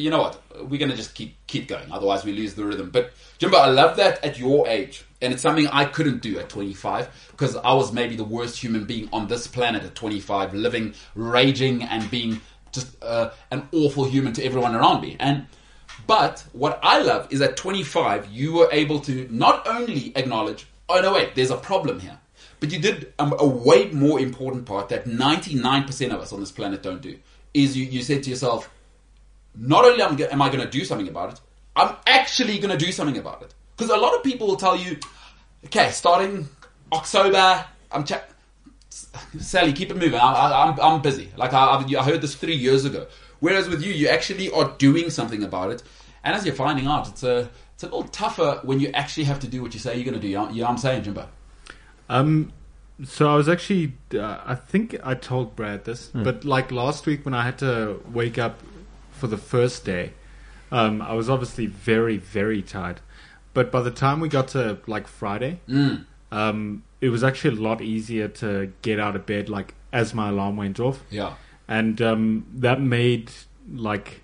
You know what? We're gonna just keep keep going. Otherwise, we lose the rhythm. But Jimbo, I love that at your age, and it's something I couldn't do at 25 because I was maybe the worst human being on this planet at 25, living, raging, and being just uh, an awful human to everyone around me. And but what I love is at 25, you were able to not only acknowledge, oh no, wait, there's a problem here, but you did um, a way more important part that 99% of us on this planet don't do. Is you, you said to yourself, not only am, am I going to do something about it, I'm actually going to do something about it. Because a lot of people will tell you, okay, starting October, I'm cha- Sally, keep it moving. I, I, I'm, I'm busy. Like I, I've, I heard this three years ago. Whereas with you, you actually are doing something about it. And as you're finding out, it's a it's a little tougher when you actually have to do what you say you're going to do. You know, you know what I'm saying, Jimbo?
Um, so I was actually, uh, I think I told Brad this, but like last week when I had to wake up for the first day, um, I was obviously very, very tired. But by the time we got to like Friday, um, it was actually a lot easier to get out of bed, like as my alarm went off.
Yeah.
and um, that made like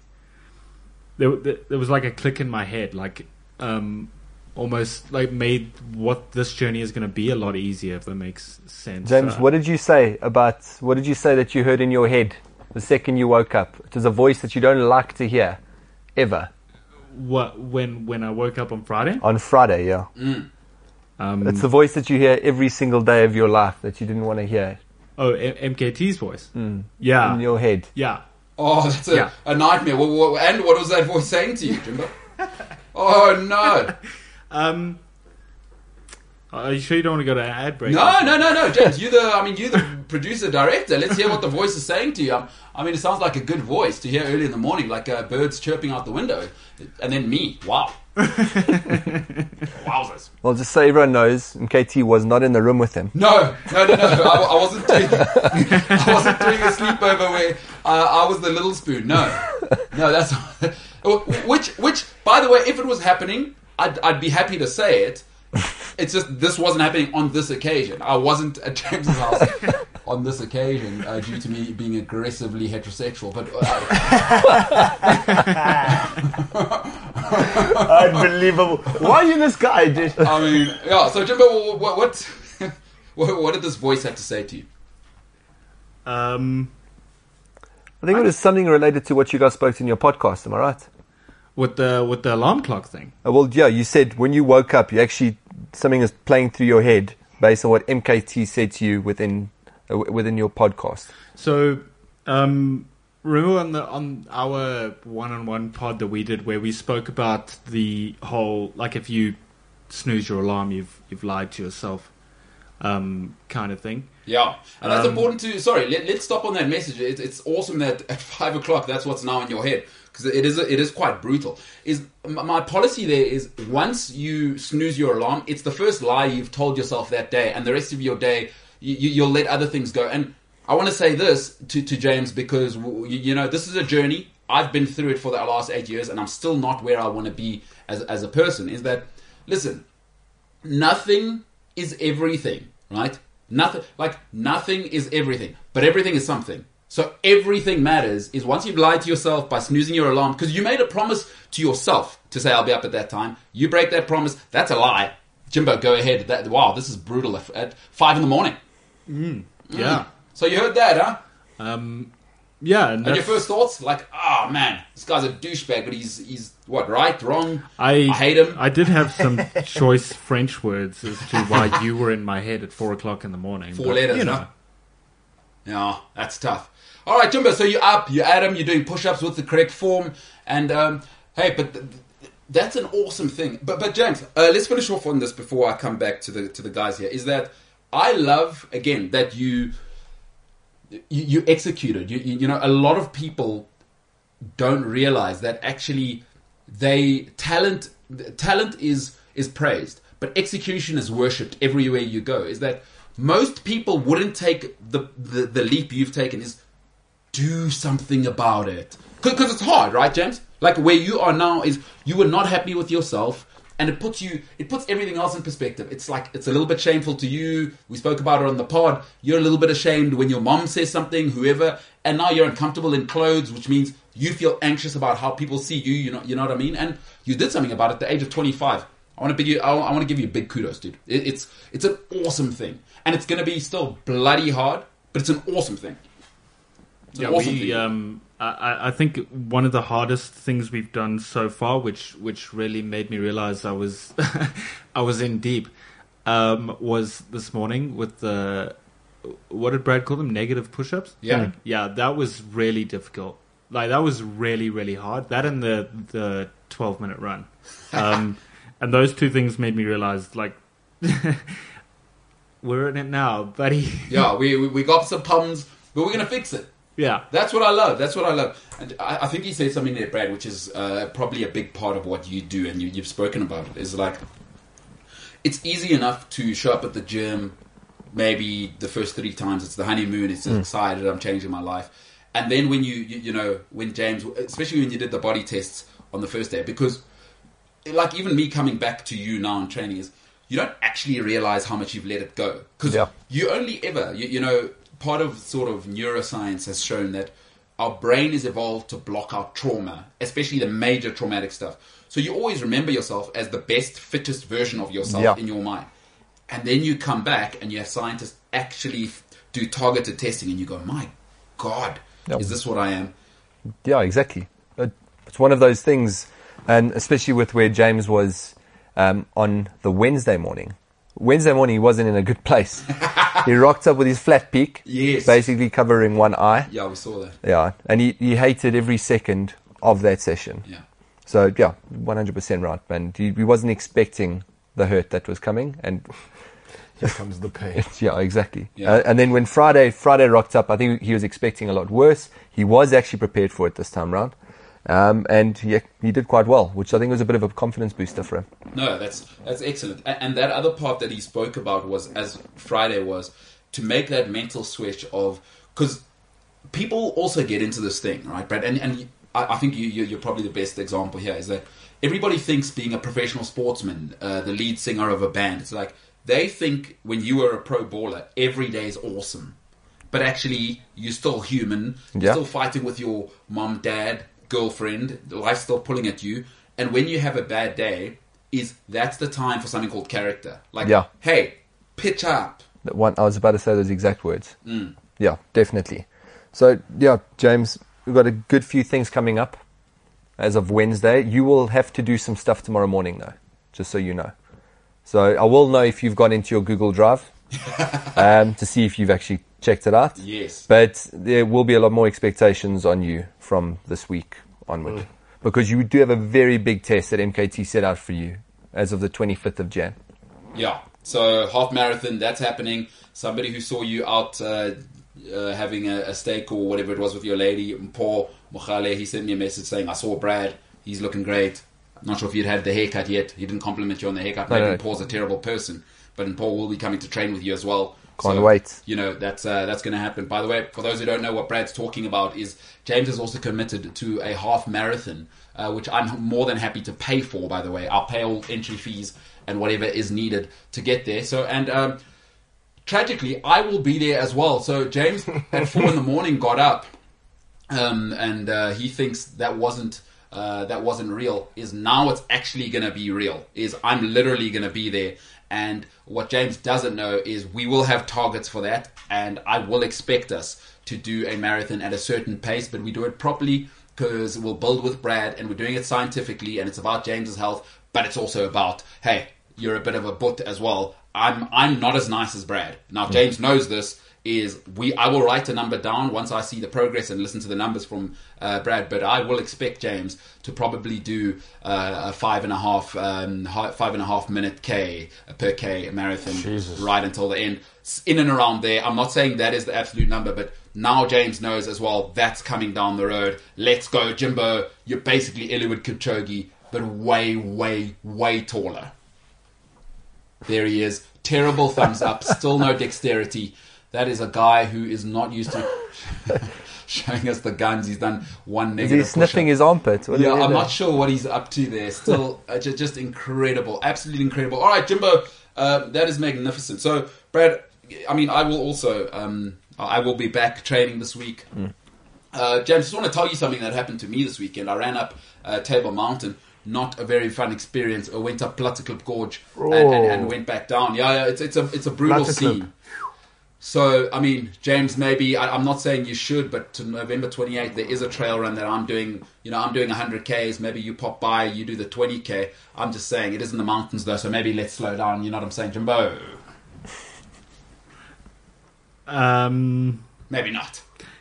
there, there there was like a click in my head like um, almost like made what this journey is going to be a lot easier if that makes sense Uh,
James,
So-
what did you say about what did you say that you heard in your head the second you woke up? It is a voice that you don't like to hear, ever.
what when when i woke up on friday
On Friday, yeah.
Mm.
um,
Oh, It's the voice that you hear every single day of your life that you didn't want to hear
oh M- mkt's voice
Hmm. in
yeah
your head.
yeah
Oh, that's a,
Yeah.
a nightmare. Wha- wha- and what was that voice saying to you, Jimbo? oh no,
um are you sure you don't want to go to an ad break
no, no, no, no, James. You the I mean, you the producer director. Let's hear what the voice is saying to you. Um, I mean, it sounds like a good voice to hear early in the morning, like uh, birds chirping out the window, and then me. Wow. Wowzers.
Well, just so everyone knows, MKT was not in the room with him.
No, no, no, no. I, I wasn't doing. I wasn't doing a sleepover where uh, I was the little spoon. No, no, that's which. Which, by the way, if it was happening, I'd, I'd be happy to say it. It's just this wasn't happening on this occasion. I wasn't at James's house on this occasion uh, due to me being aggressively heterosexual. But uh,
Unbelievable. Why are you this guy, dude?
I mean, yeah. So Jimbo, what, what, what, what did this voice have to say to you?
um
I think it was something related to what you guys spoke to in your podcast. Am I right?
with the with the alarm clock thing
Uh, Well, yeah, you said when you woke up, you actually something is playing through your head based on what MKT said to you within uh, w- within your podcast.
So, um, remember on the on our one-on-one pod that we did, where we spoke about the whole like if you snooze your alarm, you've you've lied to yourself, um, kind of thing.
Yeah, and that's
Um,
important to. Sorry, let, let's stop on that message. It, it's awesome that at five o'clock, that's what's now in your head because it is it is quite brutal. Is my my policy there is once you snooze your alarm, it's the first lie you've told yourself that day, and the rest of your day you, you, you'll let other things go. And I want to say this to to James because w- you, you know this is a journey. I've been through it for the last eight years, and I'm still not where I want to be as as a person. Is that listen? Nothing is everything, right? Nothing like nothing is everything, but everything is something. So everything matters is once you've lied to yourself by snoozing your alarm because you made a promise to yourself to say I'll be up at that time. You break that promise. That's a lie. Jimbo, go ahead. That wow, this is brutal at- at five in the morning.
Yeah.
So you heard that, huh?
Um, yeah. And
And
that's-
your first thoughts, like, ah, man, this guy's a douchebag, but he's he's what, right, wrong?
I,
hate him.
I did have some choice French words as to why you were in my head at four o'clock in the morning.
Four
but,
letters,
You
huh?
know,
yeah, that's tough. All right, Jimbo. So you're up, you're at him, you're doing push-ups with the correct form, and um, hey, but th- th- that's an awesome thing. But but James, uh, let's finish off on this before I come back to the to the guys here. Is that I love again that you you, you executed. You, you you know a lot of people don't realize that actually they talent talent is is praised but execution is worshipped everywhere you go is that most people wouldn't take the the, the leap you've taken is do something about it because it's hard right james like where you are now is you were not happy with yourself and it puts you it puts everything else in perspective it's like it's a little bit shameful to you we spoke about it on the pod you're a little bit ashamed when your mom says something whoever and now you're uncomfortable in clothes which means you feel anxious about how people see you you know you know what i mean and you did something about it at the age of 25 i want to big you i want to give you big kudos dude it, it's it's an awesome thing and it's going to be still bloody hard but it's an awesome thing It's an
yeah,
awesome
we,
thing.
um, I- I, I think one of the hardest things we've done so far, which which really made me realize I was I was in deep, um, was this morning with the what did Brad call them? Negative push-ups.
Yeah.
yeah, that was really difficult. Like that was really really hard. That and the the twelve minute run, um, and those two things made me realize like we're in it now, buddy.
Yeah, we, we, we got some problems, but we're going to fix it.
yeah,
That's what I love. That's what I love. And I, I think you said something there, Brad, which is uh, probably a big part of what you do, and you, you've spoken about it, is like it's easy enough to show up at the gym maybe the first three times it's the honeymoon it's excited i'm changing my life and then when you, you you know when james especially when you did the body tests on the first day because like even me coming back to you now in training is you don't actually realize how much you've let it go because
Yeah.
you only ever you, you know part of sort of neuroscience has shown that our brain is evolved to block out trauma especially the major traumatic stuff so you always remember yourself as the best fittest version of yourself
Yeah.
in your mind and then you come back and you have scientists actually f- do targeted testing and you go my god
Yep.
is this what i am
Yeah, exactly. Uh, It's one of those things, and especially with where James was um, on the Wednesday morning. Wednesday morning, he wasn't in a good place. he rocked up with his flat peak,
Yes.
basically covering one eye.
yeah we saw that
Yeah, and he, he hated every second of that session.
yeah
So yeah, one hundred percent right, man. He, he wasn't expecting the hurt that was coming, and
Here comes the pain.
it's- yeah, exactly.
Yeah.
Uh, and then when Friday Friday rocked up, I think he was expecting a lot worse. He was actually prepared for it this time round, um, and he ac- he did quite well, which I think was a bit of a confidence booster for him.
No, that's that's excellent. A- And that other part that he spoke about was as Friday was to make that mental switch of because people also get into this thing, right, Brad? And and I, I think you, you you're probably the best example here is that everybody thinks being a professional sportsman, uh, the lead singer of a band, it's like they think when you are a pro baller, every day is awesome, but actually you're still human, you're
Yeah.
still fighting with your mom, dad, girlfriend, life's still pulling at you. And when you have a bad day, is that's the time for something called character. Like,
Yeah.
hey, pitch up.
That one I was about to say those exact words.
Mm.
Yeah, definitely. So yeah, James, we've got a good few things coming up as of Wednesday. You will have to do some stuff tomorrow morning though, just so you know. So I will know if you've gone into your Google Drive um, to see if you've actually checked it out.
Yes.
But there will be a lot more expectations on you from this week onward.
Mm.
Because you do have a very big test that MKT set out for you as of the 25th of Jan.
Yeah. So half marathon, that's happening. Somebody who saw you out uh, uh, having a, a steak or whatever it was with your lady, Paul Mochale, he sent me a message saying, "I saw Brad. He's looking great. Not sure if you'd had the haircut yet. He didn't compliment you on the haircut. Maybe
no.
Paul's a terrible person, but Paul will be coming to train with you as well.
Can't wait.
You know that's uh, that's going to happen. By the way, for those who don't know what Brad's talking about, is James is also committed to a half marathon, uh, which I'm more than happy to pay for. By the way, I'll pay all entry fees and whatever is needed to get there. So and. Um, Tragically, I will be there as well. So James at four in the morning got up um, and uh, he thinks that wasn't uh, that wasn't real. Is now it's actually going to be real. Is I'm literally going to be there. And what James doesn't know is we will have targets for that, and I will expect us to do a marathon at a certain pace, but we do it properly because we'll build with Brad, and we're doing it scientifically, and it's about James's health, but it's also about hey, you're a bit of a butt as well. I'm I'm not as nice as Brad. Now James knows this. Is we I will write a number down once I see the progress and listen to the numbers from uh, Brad. But I will expect James to probably do uh, a five and a half um, hi- five and a half minute k per k marathon right until the end, S- in and around there. I'm not saying that is the absolute number, but now James knows as well that's coming down the road. Let's go, Jimbo. You're basically Eliud Kipchoge, but way, way, way taller. There he is. Terrible thumbs up. Still no dexterity. That is a guy who is not used to showing us the guns. He's done one
Is
negative.
he sniffing
push-up.
his armpit? What
Yeah,
is he
I'm
doing?
not sure what he's up to there. Still, uh, ju- just incredible, absolutely incredible. All right, Jimbo, uh, that is magnificent. So, Brad, I mean, I will also, um, I will be back training this week. Uh, James, just want to tell you something that happened to me this weekend. I ran up uh, Table Mountain. Not a very fun experience. I went up Plutterclip Gorge and, and, and went back down. Yeah, yeah, it's, it's a it's a brutal
Plutterclip.
scene. So, I mean, James, maybe I, I'm not saying you should, but to November 28th, there is a trail run that I'm doing. You know, I'm doing 100 Ks. Maybe you pop by, you do the 20 K. I'm just saying it is in the mountains though, so maybe let's slow down. You know what I'm saying, Jimbo?
Um,
Maybe not.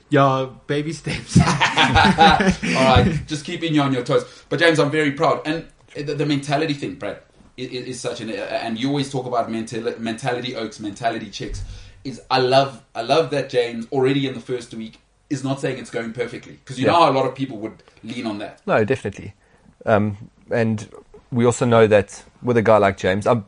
yeah, baby steps.
All right, just keeping you on your toes. But James, I'm very proud, and the, the mentality thing, Brad, is, is such an. uh, And you always talk about mental, mentality oaks, mentality chicks. Is I love, I love that James already in the first week is not saying it's going perfectly because you
Yeah.
know how a lot of people would lean on that.
No, definitely. Um, and we also know that with a guy like James, um,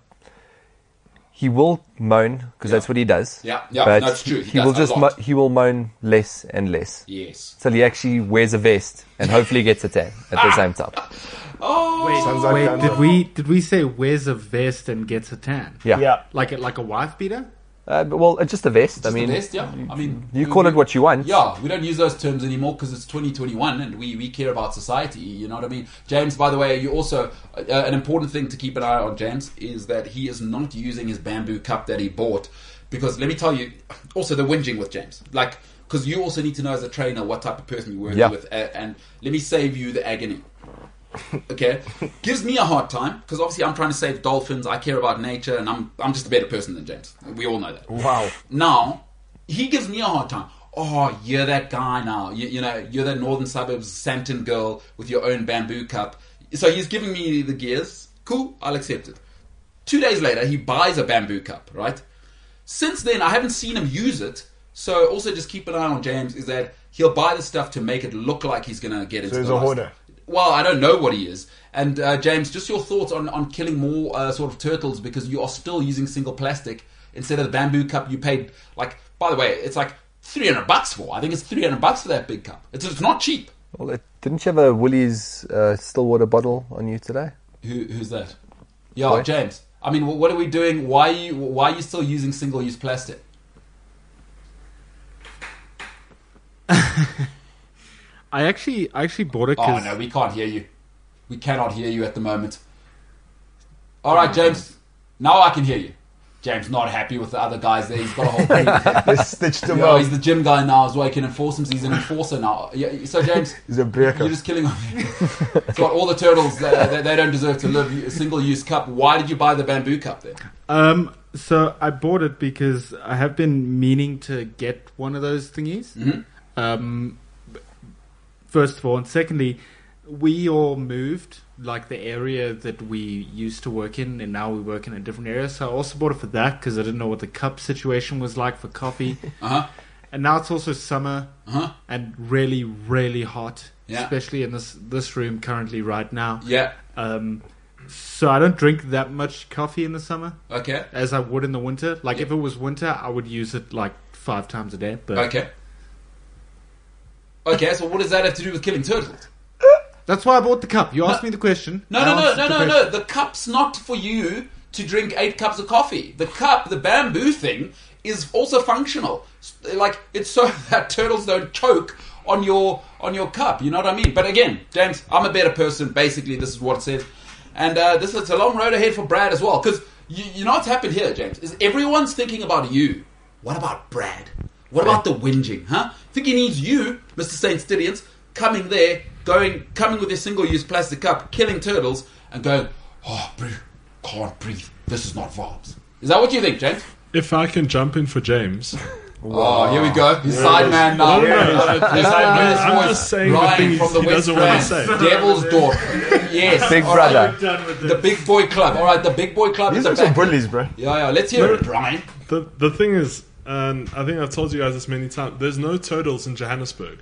he will moan because that's what he does.
Yeah, yeah,
but
that's true. He
He,
does
will
a
just mo-
lot.
he will moan less and less.
Yes. Ah!
So he actually wears a vest and hopefully gets a tan at the same time.
Sounds like
Wait,
guns
did
are-
we did we say wears a vest and gets a tan?
Yeah.
Yeah.
Like a, like a wife beater?
Uh, but, well, it's just a vest. I
Just the
mean,
best, yeah. I mean,
you
we-
call
we-
it what you want.
Yeah, we don't use those terms anymore because it's 2021 and we, we care about society, you know what I mean? James, by the way, you also, uh, an important thing to keep an eye on, James, is that he is not using his bamboo cup that he bought because let me tell you, also the whinging with James. Like, because you also need to know as a trainer what type of person you're working
Yeah.
with. a- And let me save you the agony okay, gives me a hard time because obviously I'm trying to save dolphins. I care about nature, and I'm I'm just a better person than James. We all know that. Wow. Now he gives me a hard time. Oh, you're that guy now. You, you know, you're that northern suburbs Santon girl with your own bamboo cup. So he's giving me the gears. Cool, I'll accept it. Two days later, he buys a bamboo cup, right? Since then, I haven't seen him use it. So also just keep an eye on James. Is that he'll buy the stuff to make it look like he's gonna get into
he's
the
a
lifestyle.
hoarder.
Well, I don't know what he is. And uh, James, just your thoughts on, on killing more uh, sort of turtles because you are still using single plastic instead of the bamboo cup you paid. Like, by the way, it's like three hundred bucks for. I think it's three hundred bucks for that big cup. It's, it's not cheap.
Well, it, didn't you have a Woolies uh, Stillwater bottle on you today?
Who, who's that? Yeah,
Sorry?
James. I mean, wh- what are we doing? Why are you why are you still using single use plastic?
I actually I actually bought it
Oh
because
no, we can't hear you. We cannot hear you at the moment. All right, James. Now I can hear you. James not happy with the other guys there. He's got a whole. team.
They stitched him
Yeah,
up.
he's the gym guy now as well. He can enforce him. He's an enforcer now. Yeah, so James,
He's a breaker.
you're just killing him. it's got all the turtles. Uh, they, they don't deserve to live. A single-use cup. Why did you buy the bamboo cup then?
Um, so I bought it because I have been meaning to get one of those thingies.
Mm-hmm.
Um, b- first of all, and secondly, we all moved like the area that we used to work in, and now we work in a different area. So I also bought it for that because I didn't know what the cup situation was like for coffee.
Uh huh.
and now it's also summer
Uh huh.
and really, really hot,
Yeah.
especially in this this room currently right now.
Yeah.
Um, So I don't drink that much coffee in the summer
Okay.
as I would in the winter. Like if it was winter, I would use it like five times a day. But
Okay. Okay, so what does that have to do with killing turtles?
that's why I bought the cup. You asked me the question.
No,
I
no, no,
answered
no,
the
no,
question.
no. The cup's not for you to drink eight cups of coffee. The cup, the bamboo thing, is also functional. S- Like it's so that turtles don't choke on your on your cup. You know what I mean? But again, James, I'm a better person. Basically, this is what it says, and uh, this is a long road ahead for Brad as well. Because you, you know what's happened here, James, is everyone's thinking about you. What about Brad? What about the whinging, huh? Think he needs you, Mr. St. Stidians, coming there, going, coming with your single-use plastic cup, killing turtles, and going, oh, breathe, can't breathe. This is not vibes. Is that what you think, James?
If I can jump in for James,
Oh, here we go. He's side man now.
no, no, no,
His side man
I'm
voice
just saying the
Ryan
things
from the
he
West
doesn't wanna
Rand,
say.
Devil's Daughter. Yes.
Big
all right.
brother.
Done with
The
it.
Big Boy Club. All right, the Big Boy Club is
These
the
are some
back.
bullies, bro.
Yeah, yeah. Let's hear it, Brian.
the the thing is, and I think I've told you guys this many times. There's no turtles in Johannesburg,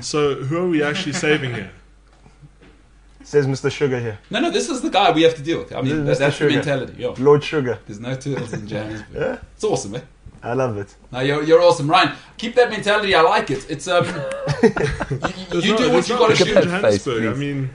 so who are we actually saving here?
Says Mr. Sugar here.
No, no. This is the guy we have to deal with. I mean, that's,
This is
that's
Mr.
the
Sugar.
mentality. Yeah.
Lord Sugar.
There's no turtles in Johannesburg. It's awesome, eh?
I love it.
No, you're, you're awesome, Ryan. Keep that mentality. I like it. It's um, you- you,
There's
you
no-
do what
there's
you
no
got to
turtles
Look
do.
at
in
that face,
Johannesburg. I
please.
mean,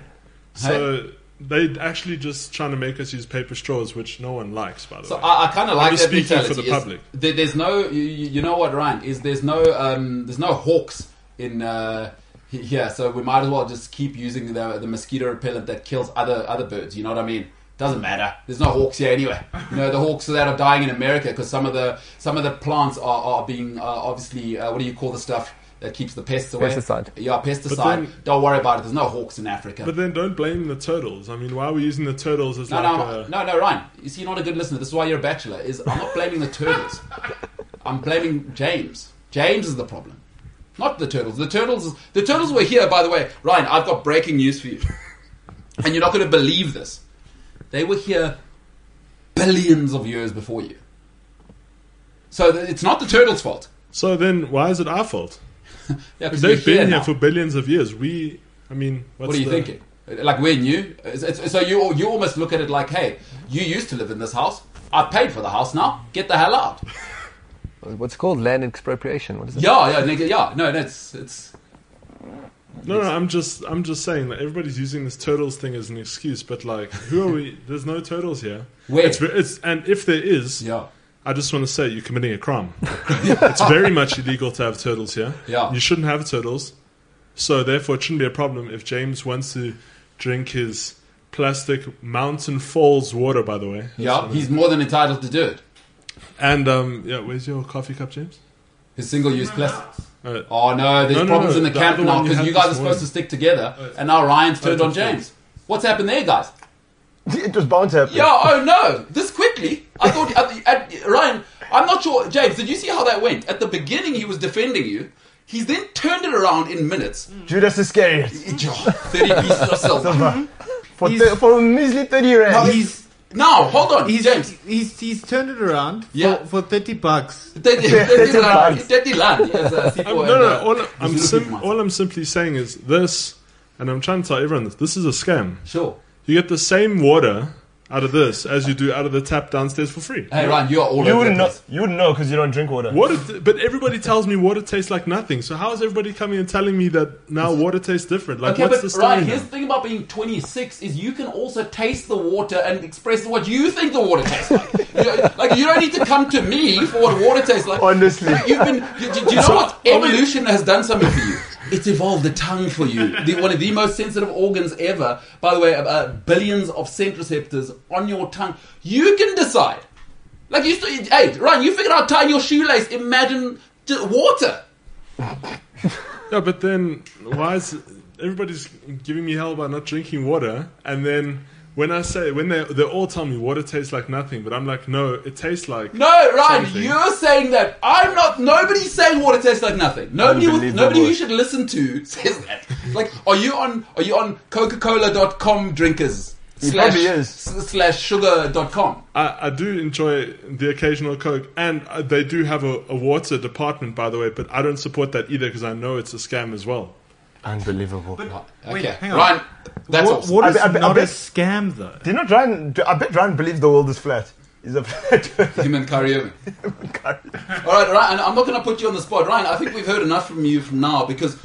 so they actually just trying to make us use paper straws, which no one likes, by the
So
way.
I, I kind of like
just
that
speaking
mentality.
for the
is
public.
there- there's no, you, you you know what, Ryan? Is there's no, um, there's no hawks in uh, he- here, so we might as well just keep using the the mosquito repellent that kills other other birds. You know what I mean? Doesn't matter. There's no hawks here anyway. You know the hawks that are dying in America because some of the some of the plants are are being uh, obviously uh, what do you call the stuff that keeps the pests away?
Pesticide.
Yeah, pesticide.
then-
Don't worry about it. There's no hawks in Africa.
but then don't blame the turtles. I mean, why are we using the turtles as
No,
like
no,
a...
no, no, Ryan. You see, you're not a good listener. This is why you're a bachelor. Is I'm not blaming the turtles. I'm blaming James. James is the problem, not the turtles. The turtles, the turtles were here, by the way. Ryan, I've got breaking news for you, and you're not going to believe this. They were here billions of years before you. So th- it's not the turtles' fault.
So then, why is it our fault?
Yeah, 'cause
They've
you're
been here
now.
for billions of years. We, I mean, what's
What are you
the-
thinking? Like we're new, It's- it's- so you you almost look at it like, hey, you used to live in this house. I paid for the house now. Get the hell out.
What's it called land expropriation? What is it?
Yeah, yeah, nigga, yeah. No, no, it's it's
No, no, I'm just, I'm just saying that everybody's using this turtles thing as an excuse. But like, who are we? There's no turtles here.
Where?
It's, ve- it's and if there is,
yeah,
I just want to say you're committing a crime. it's very much illegal to have turtles here.
Yeah.
You shouldn't have turtles. So therefore it shouldn't be a problem if James wants to drink his plastic mountain falls water, by the way.
yeah. He's more than entitled to do it.
And um yeah, where's your coffee cup, James?
His single-use plastic.
Uh,
Oh no, there's
No, no,
problems
no,
in the,
the
camp
other
now
one you
because you,
had
guys
this
are
morning.
supposed
Uh,
to stick together, and now Ryan's turned on
it's okay.
James. What's happened there, guys?
It was bound to happen.
Yeah. Oh no! This quickly. I thought at, at, Ryan. I'm not sure. James, did you see how that went? At the beginning, he was defending you. He's then turned it around in minutes.
Judas Iscariot.
Thirty pieces of silver.
For, th- for a measly 30 rand.
He's
Now, hold on,
he's
James.
he's he's turned it around
Yeah.
for, for thirty bucks.
Dirty, dirty land. Dirty land. Yes,
I'm,
uh, Sipho
no,
and,
no,
uh,
all, I'm
Zulu
sim-
people.
all I'm simply saying is this, and I'm trying to tell everyone this, this is a scam.
Sure.
You get the same water out of this as you do out of the tap downstairs for free.
Hey, Ryan, you are all
You
over
wouldn't
the
know.
place.
You wouldn't know because you don't drink water.
Water, t- but everybody tells me water tastes like nothing. So how is everybody coming and telling me that now water tastes different? Like,
Okay,
what's
but
the story?
Ryan,
now?
here's the thing about being 26 is you can also taste the water and express what you think the water tastes like. you know, like, you don't need to come to me for what water tastes like.
Honestly.
You've been, you, do you know what? Evolution has done something for you. It's evolved the tongue for you, the, one of the most sensitive organs ever. By the way, uh, billions of centroceptors on your tongue. You can decide. Like you, st- hey Ryan, you figured out tie your shoelace. Imagine j- water.
Yeah, but then why is everybody's giving me hell about not drinking water? And then when I say when they they all tell me water tastes like nothing, but I'm like, no, it tastes like
No, Ryan,
something.
you're saying that. I'm not. Nobody's saying water tastes like nothing. Nobody, with,
Unbelievable.
nobody you should listen to says that. Like, are you on? Are you on Coca-Cola.com drinkers? Slash,
probably is.
s- slash sugar.com.
I, I do enjoy the occasional Coke, and uh, they do have a, a water department, by the way. But I don't support that either because I know it's a scam as well.
Unbelievable.
Okay,
Wait, hang on.
Ryan, that's
What,
awesome.
what is
I bet- I
not a
bet-
scam though?
Do you not Ryan? Do, I bet Ryan believes the world is flat. He's a flat earther.
Him and Kyrie Irving. All right, Ryan, I'm not going to put you on the spot. Ryan, I think we've heard enough from you from now because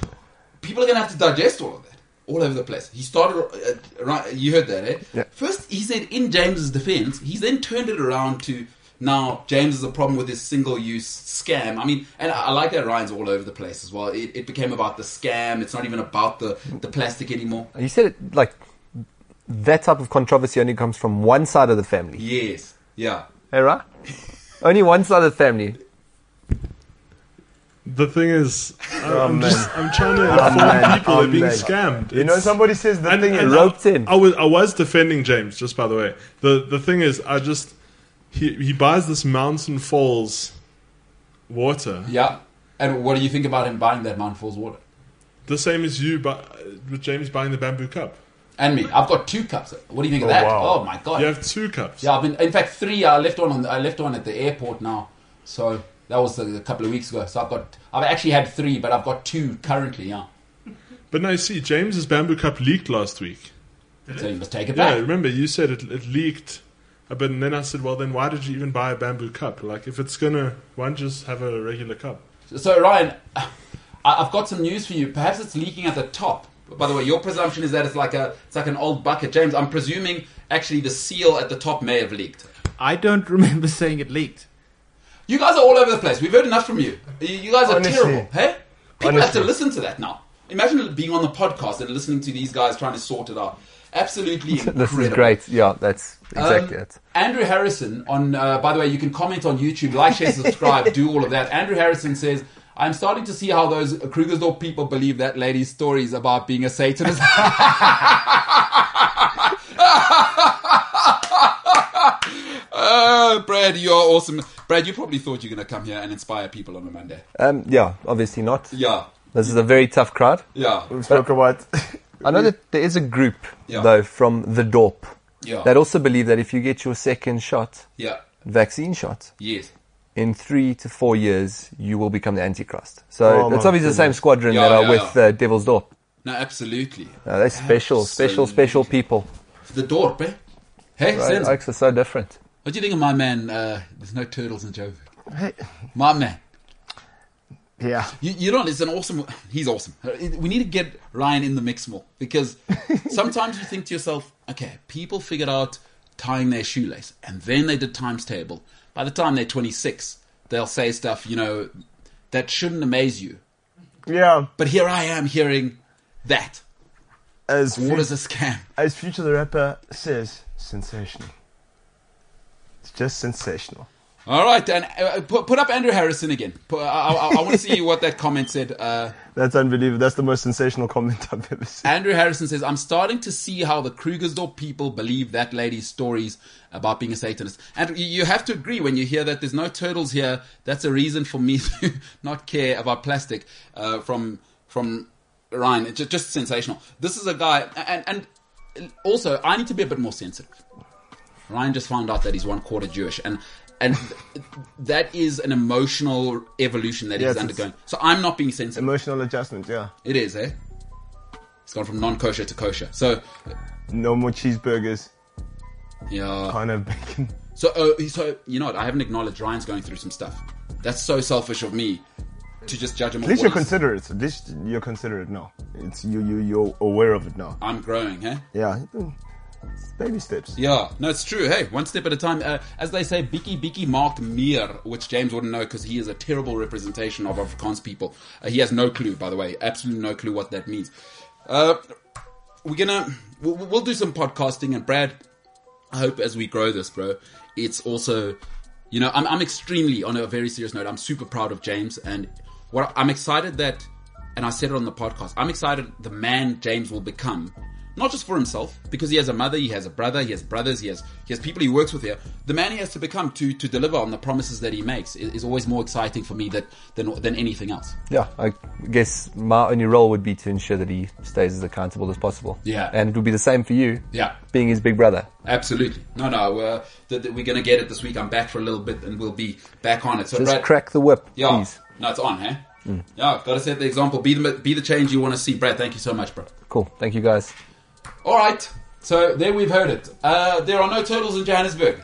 people are going to have to digest all of that all over the place. He started, uh, right, you heard that, eh?
Yeah.
First, he said in James's defense, he's then turned it around to now James is a problem with this single use scam. I mean, and I, I like that Ryan's all over the place as well. It, it became about the scam, it's not even about the, the plastic anymore.
You said it like that type of controversy only comes from one side of the family.
Yes, yeah.
Hey, right? only one side of the family.
The thing is, I-
Oh,
I'm
man.
just I'm trying to
Oh,
inform
man.
people
Oh,
they're being
man.
scammed.
You know,
It's-
somebody says the
and-
thing
and
is.
Ro- roped in.
I was I was defending James, just by the way. The the thing is, I just he he buys this Mountain Falls water,
Yeah. And what do you think about him buying that Mount Falls water?
the same as you, but uh, with James buying the bamboo cup.
And me. I've got two cups. What do you think of
Oh,
that?
wow.
Oh, my God.
You have two cups.
Yeah, I've been. In fact, three. I left one. On, I left one at the airport now. So that was a, a couple of weeks ago. So I've got. I've actually had three, but I've got two currently. Yeah.
But now you see, James's bamboo cup leaked last week.
So you must take it
Yeah,
back.
remember you said it, it leaked. uh, But then I said, well, then why did you even buy a bamboo cup? Like, if it's gonna, why not just have a regular cup?
So Ryan, I, I've got some news for you. Perhaps it's leaking at the top. By the way, your presumption is that it's like a. It's like an old bucket, James. I'm presuming actually the seal at the top may have leaked.
I don't remember saying it leaked.
You guys are all over the place. We've heard enough from you. You you guys are
Honestly.
terrible. Hey? People have to
Honestly.
listen to that now. Imagine being on the podcast and listening to these guys trying to sort it out. Absolutely incredible.
This is great. Yeah, that's exactly
Um,
it.
Andrew Harrison on. Uh, by the way, you can comment on YouTube, like, share, subscribe, do all of that. Andrew Harrison says, "I'm starting to see how those Krugersdorp people believe that lady's stories about being a Satanist." Oh, Brad, you are awesome. Brad, you probably thought you're going to come here and inspire people on a Monday.
Um, yeah, obviously not.
Yeah,
This is a very tough crowd.
yeah,
We spoke about.
I know that there is a group,
Yeah.
though, from the DORP
Yeah.
that also believe that if you get your second shot,
yeah,
vaccine shot,
yes.
in three to four years, you will become the Antichrist. So
Oh,
it's
my
obviously the same squadron
Yeah,
that are
yeah,
with
yeah.
Uh, Devil's Dorp.
No, absolutely.
Uh, they're special, special, special people.
The Dorp, eh? Hey,
Right?
Sins,
Oaks are so different.
what do you think of my man? Uh, there's no turtles in Joburg. My man.
Yeah.
You, you don't. It's an awesome. He's awesome. Uh, We need to get Ryan in the mix more because sometimes you think to yourself, okay, people figured out tying their shoelace, and then they did times table. By the time they're 26, they'll say stuff you know that shouldn't amaze you.
Yeah.
But here I am hearing that
As,
what
Fu-
is a scam.
as Future the Rapper says, sensational. It's just sensational.
All right, and uh, put, put up Andrew Harrison again. Put, I, I, I want to see what that comment said. Uh,
That's unbelievable. That's the most sensational comment I've ever seen.
Andrew Harrison says, I'm starting to see how the Krugersdorp people believe that lady's stories about being a Satanist. And you- you have to agree when you hear that there's no turtles here. That's a reason for me to not care about plastic uh, from from Ryan. It's ju- just sensational. This is a guy, and, and also, I need to be a bit more sensitive. Ryan just found out that he's one quarter Jewish, and and that is an emotional evolution that he's
Yes, it's-
undergoing. So I'm not being sensitive.
Emotional adjustment, yeah.
It is, eh? It's gone from non-kosher to kosher. So,
No more cheeseburgers,
yeah.
can't have bacon.
So, uh, so you know what? I haven't acknowledged Ryan's going through some stuff. That's so selfish of me to just judge him.
At least you're considerate. At least you're considerate now. It's you, you, you're aware of it now.
I'm growing, eh?
Yeah, it's baby steps.
Yeah, no, it's true. Hey, one step at a time. Uh, as they say, Biki Biki marked Mir, which James wouldn't know because he is a terrible representation of Afrikaans people. Uh, he has no clue, by the way, absolutely no clue what that means. Uh, we're gonna we'll, we'll do some podcasting, and Brad, I hope as we grow this, bro, it's also you know I'm I'm extremely on a very serious note. I'm super proud of James, and what I'm excited that, and I said it on the podcast. I'm excited the man James will become. Not just for himself, because he has a mother, he has a brother, he has brothers, he has he has people he works with here. The man he has to become to to deliver on the promises that he makes is, is always more exciting for me that, than than anything else.
Yeah, I guess my only role would be to ensure that he stays as accountable as possible.
Yeah.
And it would be the same for you.
Yeah.
Being his big brother.
Absolutely. No, no, uh, th- th- we're going to get it this week. I'm back for a little bit and we'll be back on it. So,
Just
Brad-
crack Mm. the whip,
yeah.
please.
No, it's on, eh? Yeah, gotta set the example. Be the be the change you want to see, Brad. Thank you so much, bro.
Cool. Thank you guys.
All right. So there we've heard it. Uh, there are no turtles in Johannesburg.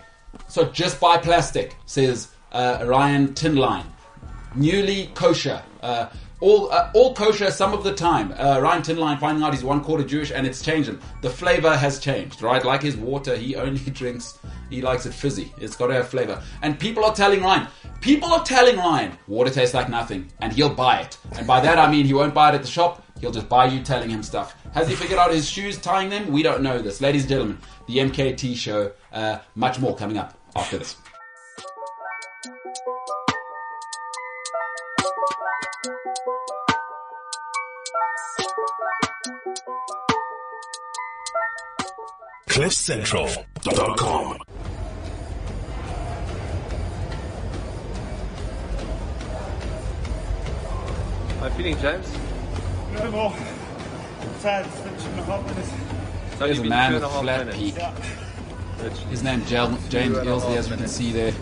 So just buy plastic, says uh, Ryan Tinline. Newly kosher. Uh, all, uh, all kosher some of the time. Uh, Ryan Tinline finding out he's one quarter Jewish and it's changing. The flavor has changed, right? Like his water, he only drinks, he likes it fizzy. It's got to have flavor. And people are telling Ryan, people are telling Ryan, water tastes like nothing, and he'll buy it. And by that I mean he won't buy it at the shop, He'll just buy you telling him stuff. Has he figured out his shoes tying them? We don't know this. Ladies and gentlemen, the MKT show, uh, much more coming up after this.
CliffCentral.com.
How are you feeling, James?
No more. Tired, it's been two and a half minutes.
It's only
There's a
been
man
two
with
and a half
flat
minutes.
peak.
Literally.
His name Jel- James Ilsley, as we can see there,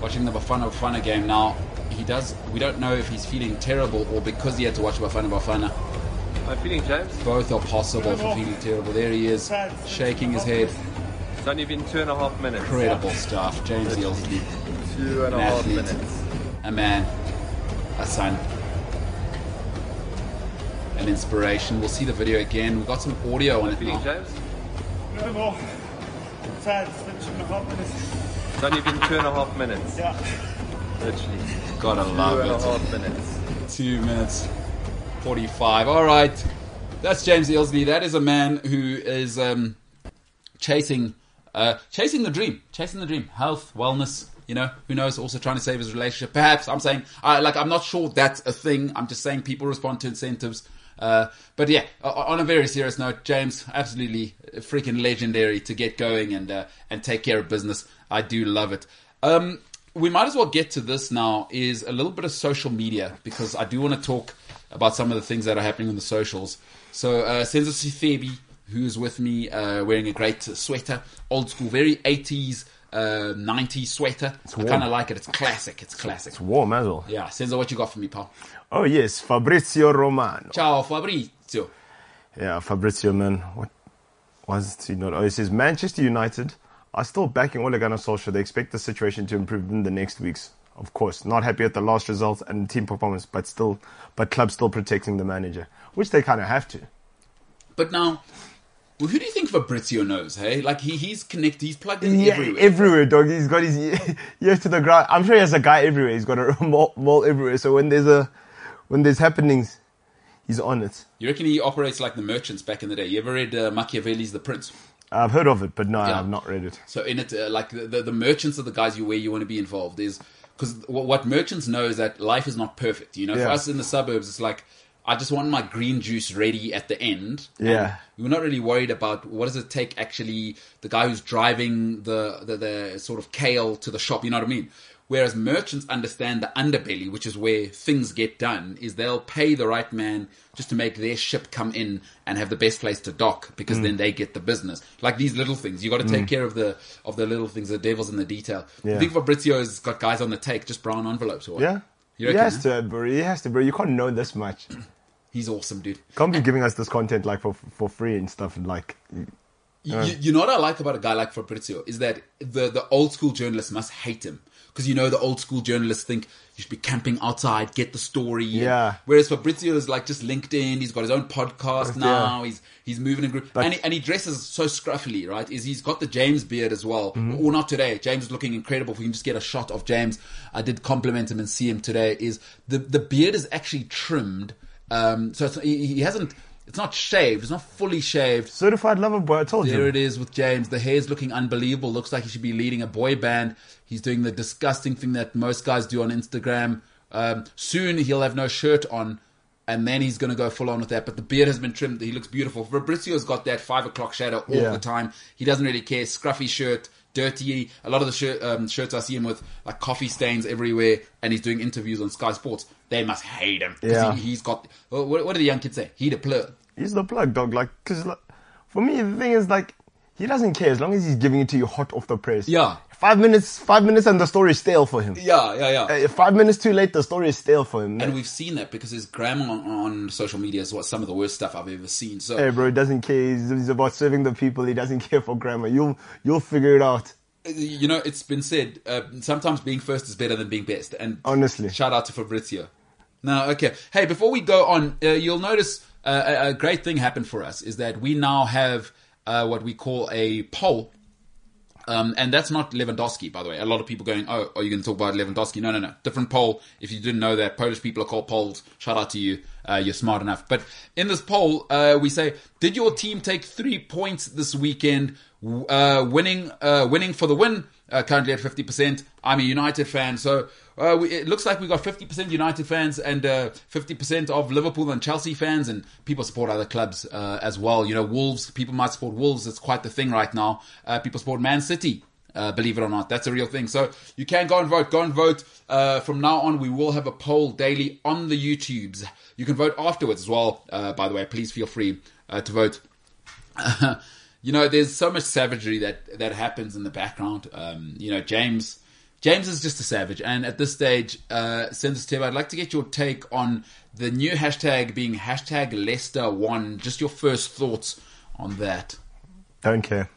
watching the Bafana Bafana game now. He does. We don't know if he's feeling terrible or because he had to watch Bafana Bafana.
How are you feeling, James?
Both are possible for feeling terrible. There he is, shaking his head.
It's only been two and a half minutes.
Incredible stuff, James Ilsley.
Two and
an
a half
athlete,
minutes.
a man, a son, an inspiration. We'll see the video again. We've got some audio on it
Feeling,
now.
James?
No more. Tired, it's been two and a half minutes.
It's only been two and a half minutes. Literally.
Gotta
Two and a
love
half minutes.
it. Two minutes, forty-five. All right, that's James Ilsley. That is a man who is um, chasing, uh, chasing the dream, chasing the dream. Health, wellness. You know, who knows? Also trying to save his relationship. Perhaps I'm saying, I like, I'm not sure that's a thing. I'm just saying people respond to incentives. Uh, but yeah, o- on a very serious note, James, absolutely freaking legendary to get going and uh, and take care of business. I do love it. Um, we might as well get to this now. Is a little bit of social media because I do want to talk about some of the things that are happening on the socials. So uh, Senzo Sifebi, who is with me, uh, wearing a great sweater, old school, very 80s, uh, 90s sweater. I
warm.
kind of like it. It's classic. It's classic.
Warm as well.
Yeah, Senzo, what you got for me, pal?
Oh, yes, Fabrizio Romano.
Ciao, Fabrizio.
Yeah, Fabrizio, man. What was he not? Oh, he says Manchester United are still backing Ole Gunnar Solskjaer. They expect the situation to improve in the next weeks. Of course, not happy at the last results and team performance, but still, but club still protecting the manager, which they kind of have to.
But now, well, who do you think Fabrizio knows? Hey, like he, he's connected. He's plugged in everywhere.
everywhere, dog. He's got his ear- ear to the ground. I'm sure he has a guy everywhere. He's got a mole, mole everywhere. So when there's a, when there's happenings, he's on it.
you reckon he operates like the merchants back in the day? You ever read uh, Machiavelli's The Prince?
I've heard of it, but no,
Yeah.
I've not read it.
So in it, uh, like the, the, the merchants are the guys you where you want to be involved is because what, what merchants know is that life is not perfect. You know, for
Yeah.
us in the suburbs, it's like I just want my green juice ready at the end. And
Yeah.
we're not really worried about what does it take actually the guy who's driving the, the the sort of kale to the shop. You know what I mean? Whereas merchants understand the underbelly, which is where things get done, is they'll pay the right man just to make their ship come in and have the best place to dock
Mm.
because then they get the business. Like these little things, you got to take care of the of the little things. The devil's in the detail.
Yeah.
I think Fabrizio's got guys on the take, just brown envelopes or what?
Yeah.
You
he
reckon,
has to, bro. He has to, bro. You can't know this much.
He's awesome, dude.
Can't be giving us this content like for for free and stuff. And like,
You, you- you know what I like about a guy like Fabrizio is that the, the old school journalists must hate him because you know the old school journalists think you should be camping outside, get the story.
Yeah.
Whereas Fabrizio is like just LinkedIn. He's got his own podcast now. He's he's moving in group
But-
and he, and he dresses so scruffily, right? Is he's got the James beard as well?
Mm-hmm.
Or not today. James is looking incredible. If we can just get a shot of James, I did compliment him and see him today. Is the the beard is actually trimmed? Um, so it's, he, he hasn't. It's not shaved. It's not fully shaved.
certified lover boy. I told
There
you.
it is with James. The hair's looking unbelievable. Looks like he should be leading a boy band. He's doing the disgusting thing that most guys do on Instagram. Um, soon he'll have no shirt on, and then he's going to go full on with that. But the beard has been trimmed. He looks beautiful. Fabrizio's got that five o'clock shadow all
Yeah.
the time. He doesn't really care. Scruffy shirt, dirty. A lot of the shirt, um, shirts I see him with, like coffee stains everywhere, and he's doing interviews on Sky Sports. They must hate him. 'Cause
Yeah.
He, has got. What, what do the young kids say? He the plug.
He's the plug, dog. Like, cause like, for me the thing is like, He doesn't care as long as he's giving it to you hot off the press.
Yeah.
Five minutes, five minutes, and the story's stale for him.
Yeah, yeah, yeah.
Uh, five minutes too late, the story is stale for him.
and we've seen that because his grammar on, on social media is what some of the worst stuff I've ever seen. So
Hey, bro, he doesn't care. He's, he's about serving the people. He doesn't care for grammar. You'll you'll figure it out.
uh, you know, it's been said uh, sometimes being first is better than being best. And
Honestly.
shout out to Fabrizio. No, okay. Hey, before we go on, uh, you'll notice uh, a, a great thing happened for us is that we now have uh, what we call a poll. Um, and that's not Lewandowski, by the way. A lot of people going, oh, are you going to talk about Lewandowski? No, no, no. Different poll. If you didn't know that, Polish people are called Poles. Shout out to you. Uh, you're smart enough. But in this poll, uh, we say, did your team take three points this weekend? W- Uh, winning, uh, winning for the win. Uh, currently at 50%. I'm a United fan, so uh, we, it looks like we got 50% United fans and uh, 50% of Liverpool and Chelsea fans, and people support other clubs uh, as well. You know, Wolves, people might support Wolves. It's quite the thing right now. Uh, people support Man City. Uh, believe it or not, that's a real thing. So you can go and vote. Go and vote. Uh, from now on, we will have a poll daily on the YouTubes. You can vote afterwards as well. Uh, by the way, please feel free uh, to vote. you know, there's so much savagery that that happens in the background. Um, you know, James. James is just a savage, and at this stage, uh, sensitive. I'd like to get your take on the new hashtag being hashtag Leicester One. Just your first thoughts on that.
Don't care.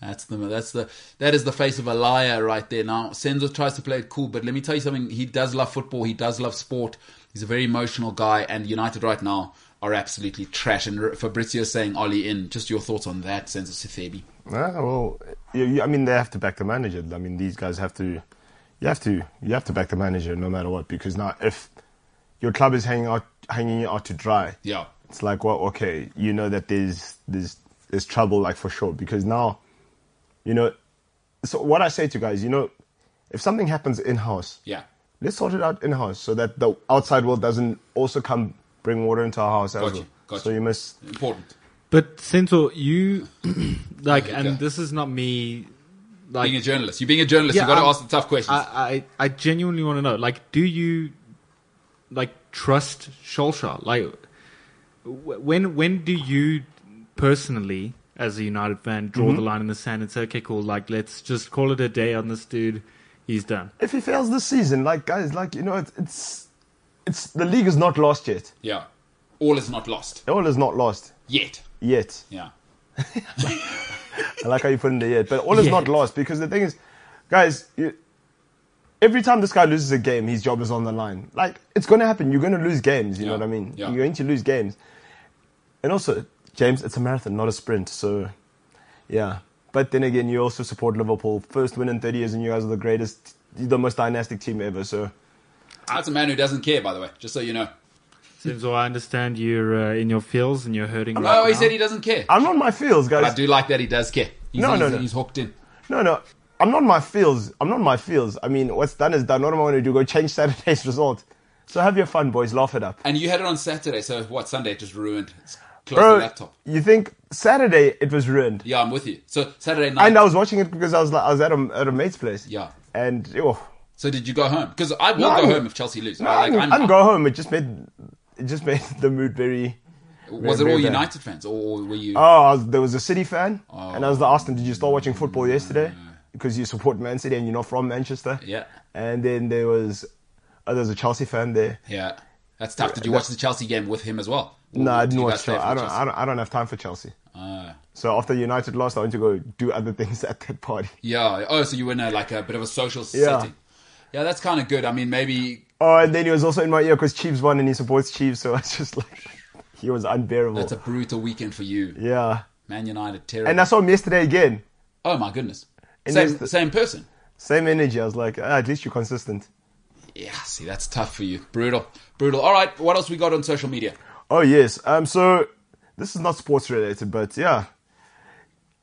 That's the that's the that is the face of a liar right there. Now Senzo tries to play it cool, but let me tell you something. He does love football. He does love sport. He's a very emotional guy, and United right now are absolutely trash. And Fabrizio saying Ollie in. Just your thoughts on that, Senzo Sithebi.
Ah, well, you, you, I mean, they have to back the manager. I mean, these guys have to. You have to. You have to back the manager no matter what, because now if your club is hanging out, hanging out to dry,
Yeah,
it's like, well, okay, you know that there's there's there's trouble, like for sure, because now, you know, so what I say to guys, you know, if something happens in house,
yeah,
let's sort it out in house so that the outside world doesn't also come bring water into our house as
Gotcha,
well.
gotcha.
So you must
important.
But Senzo, you like,
Okay.
and this is not me. Like,
Being a journalist, you being a journalist,
Yeah,
you got to
I'm-
ask the tough questions.
I, I I genuinely want to know. Like, do you like trust Solskjaer? Like, wh- when when do you personally, as a United fan, draw
Mm-hmm.
the line in the sand and say, okay, cool, like let's just call it a day on this dude. He's done.
if he fails this season, like guys, like you know, it's it's, it's the league is not lost yet.
yeah, all is not lost
All is not lost
yet.
yet.
Yeah,
I like how you put in the yet, but all is not
Yet.
lost because the thing is, guys, you, every time this guy loses a game, his job is on the line. Like it's going to happen. You're going to lose games. You
Yeah.
know what I mean?
Yeah.
You're going to lose games. And also, James, it's a marathon, not a sprint. So, yeah. But then again, you also support Liverpool. First win in 30 years, and you guys are the greatest, the most dynastic team ever. So,
that's a man who doesn't care. By the way, just so you know.
Senzo, I understand you're uh, in your feels and you're hurting.
Oh, No,
right
he
now.
said he doesn't care.
I'm not in my feels, guys.
But I do like that he does care. He's,
No,
he's,
no, no.
he's hooked in.
No, no. I'm not in my feels. I'm not in my feels. I mean, what's done is done. What am I going to do? Go change Saturday's result. So have your fun, boys. Laugh it up.
And you had it on Saturday, so what? Sunday it just ruined. It's close to the
Bro,
laptop.
you think Saturday it was ruined?
Yeah, I'm with you. So Saturday night.
And I was watching it because I was like, I was at a, at a mate's place.
Yeah.
And oh,
so did you go home? Because I will
No,
go
I'm-
home if Chelsea lose.
no,
Like,
I, didn't,
I'm-
I didn't go home. It just made it just made the mood very.
was it
very
all
bad.
United fans or were you?
Oh, I was, there was a City fan,
Oh.
and I was like, Austin, did you start watching football yesterday? Because you support Man City and you're not from Manchester.
Yeah.
And then there was, oh, there was a Chelsea fan there.
yeah, that's tough. Did you watch the Chelsea game with him as well? Or
No, I
did
didn't
you
watch
guys stay
Chelsea.
for
I don't,
Chelsea?
I don't. I don't have time for Chelsea.
Ah.
So after United lost, I went to go do other things at that party.
yeah. Oh, so you were in a, like a bit of a social
Yeah.
setting. Yeah, that's kind of good. I mean, maybe
Oh, and then he was also in my ear because Chiefs won and he supports Chiefs, so I was just like, he was unbearable.
that's a brutal weekend for you.
yeah.
Man United, terrible.
And I saw him yesterday again.
oh my goodness, same
And there's the-
same person.
Same energy. I was like, ah, at least you're consistent.
Yeah, see, that's tough for you. Brutal, brutal. All right, what else we got on social media?
Oh yes. Um. So this is not sports related, but yeah,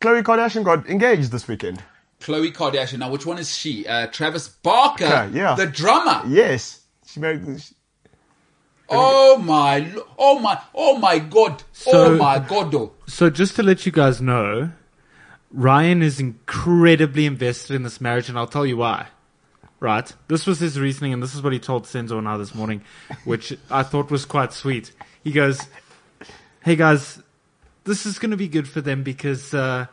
Chloe Kardashian got engaged this weekend.
Chloe Kardashian. Now, which one is she? Uh, Travis Barker,
Okay, yeah.
the drummer.
Yes, she married. She,
Oh my! lo- Oh my! Oh my God! oh
So-
my God! Oh.
So just to let you guys know, Ryan is incredibly invested in this marriage, and I'll tell you why. Right? This was his reasoning, and this is what he told Senzo and I this morning, which I thought was quite sweet. He goes, "Hey guys, this is going to be good for them because uh,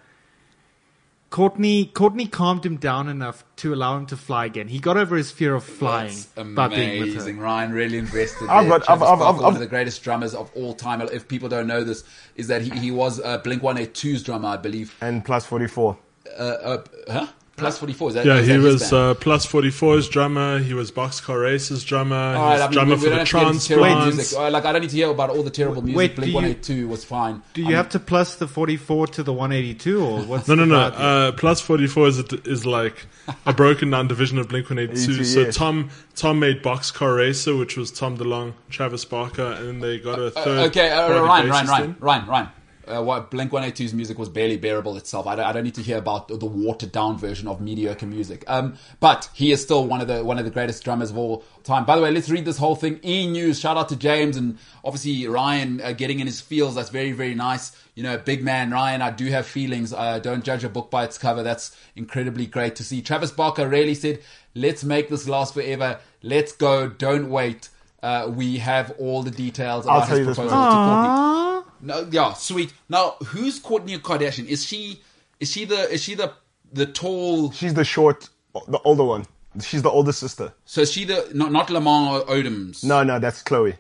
Courtney Courtney calmed him down enough to allow him to fly again. He got over his fear of flying
That's
by being with
amazing.
her.
Ryan really invested.
I've
there.
got-
Travis
I've- I've-
Barker,
I've-
one of the greatest drummers of all time. If people don't know this, is that he, he was uh, Blink 182's drummer, I believe.
And plus 44.
Uh, uh, huh? Plus 44. Is that,
Yeah,
is
he
that his
was
band?
uh, Plus 44's drummer. He was Boxcar Race's drummer.
All right,
he
I
was
mean,
uh, drummer
we- we
for the
don't have to get into terrible music.
Transplants.
Uh, Like I don't need to hear about all the terrible music.
Wait, do
Blink
you-
182 was fine.
Do you have to plus the 44 to the 182 or what's
No, no,
the
no.
vibe here?
Uh, plus 44 is, a, is like a broken down division of Blink 182. So
yes.
Tom Tom made Boxcar Racer, which was Tom DeLonge, Travis Barker, and then they got a third.
okay, uh,
Friday
Ryan, Ryan,
bassist
Ryan,
in.
Ryan, Ryan. Uh, what Blink 182's music was barely bearable itself. I don't, I don't need to hear about the watered down version of mediocre music. Um, but he is still one of the one of the greatest drummers of all time. By the way, let's read this whole thing. E News. Shout out to James and obviously Ryan uh, getting in his feels. That's very very nice. You know, big man Ryan. I do have feelings. Uh, don't judge a book by its cover. That's incredibly great to see. Travis Barker really said, "Let's make this last forever. Let's go. Don't wait." Uh, we have all the details about
tell
his
you this
proposal
much.
to Courtney. No, yeah, sweet. Now, who's Courtney Kardashian? Is she is she the is she the the tall?
She's the short, the older one. She's the older sister.
So is she the not not Lamar Odoms?
No, no, that's Chloe.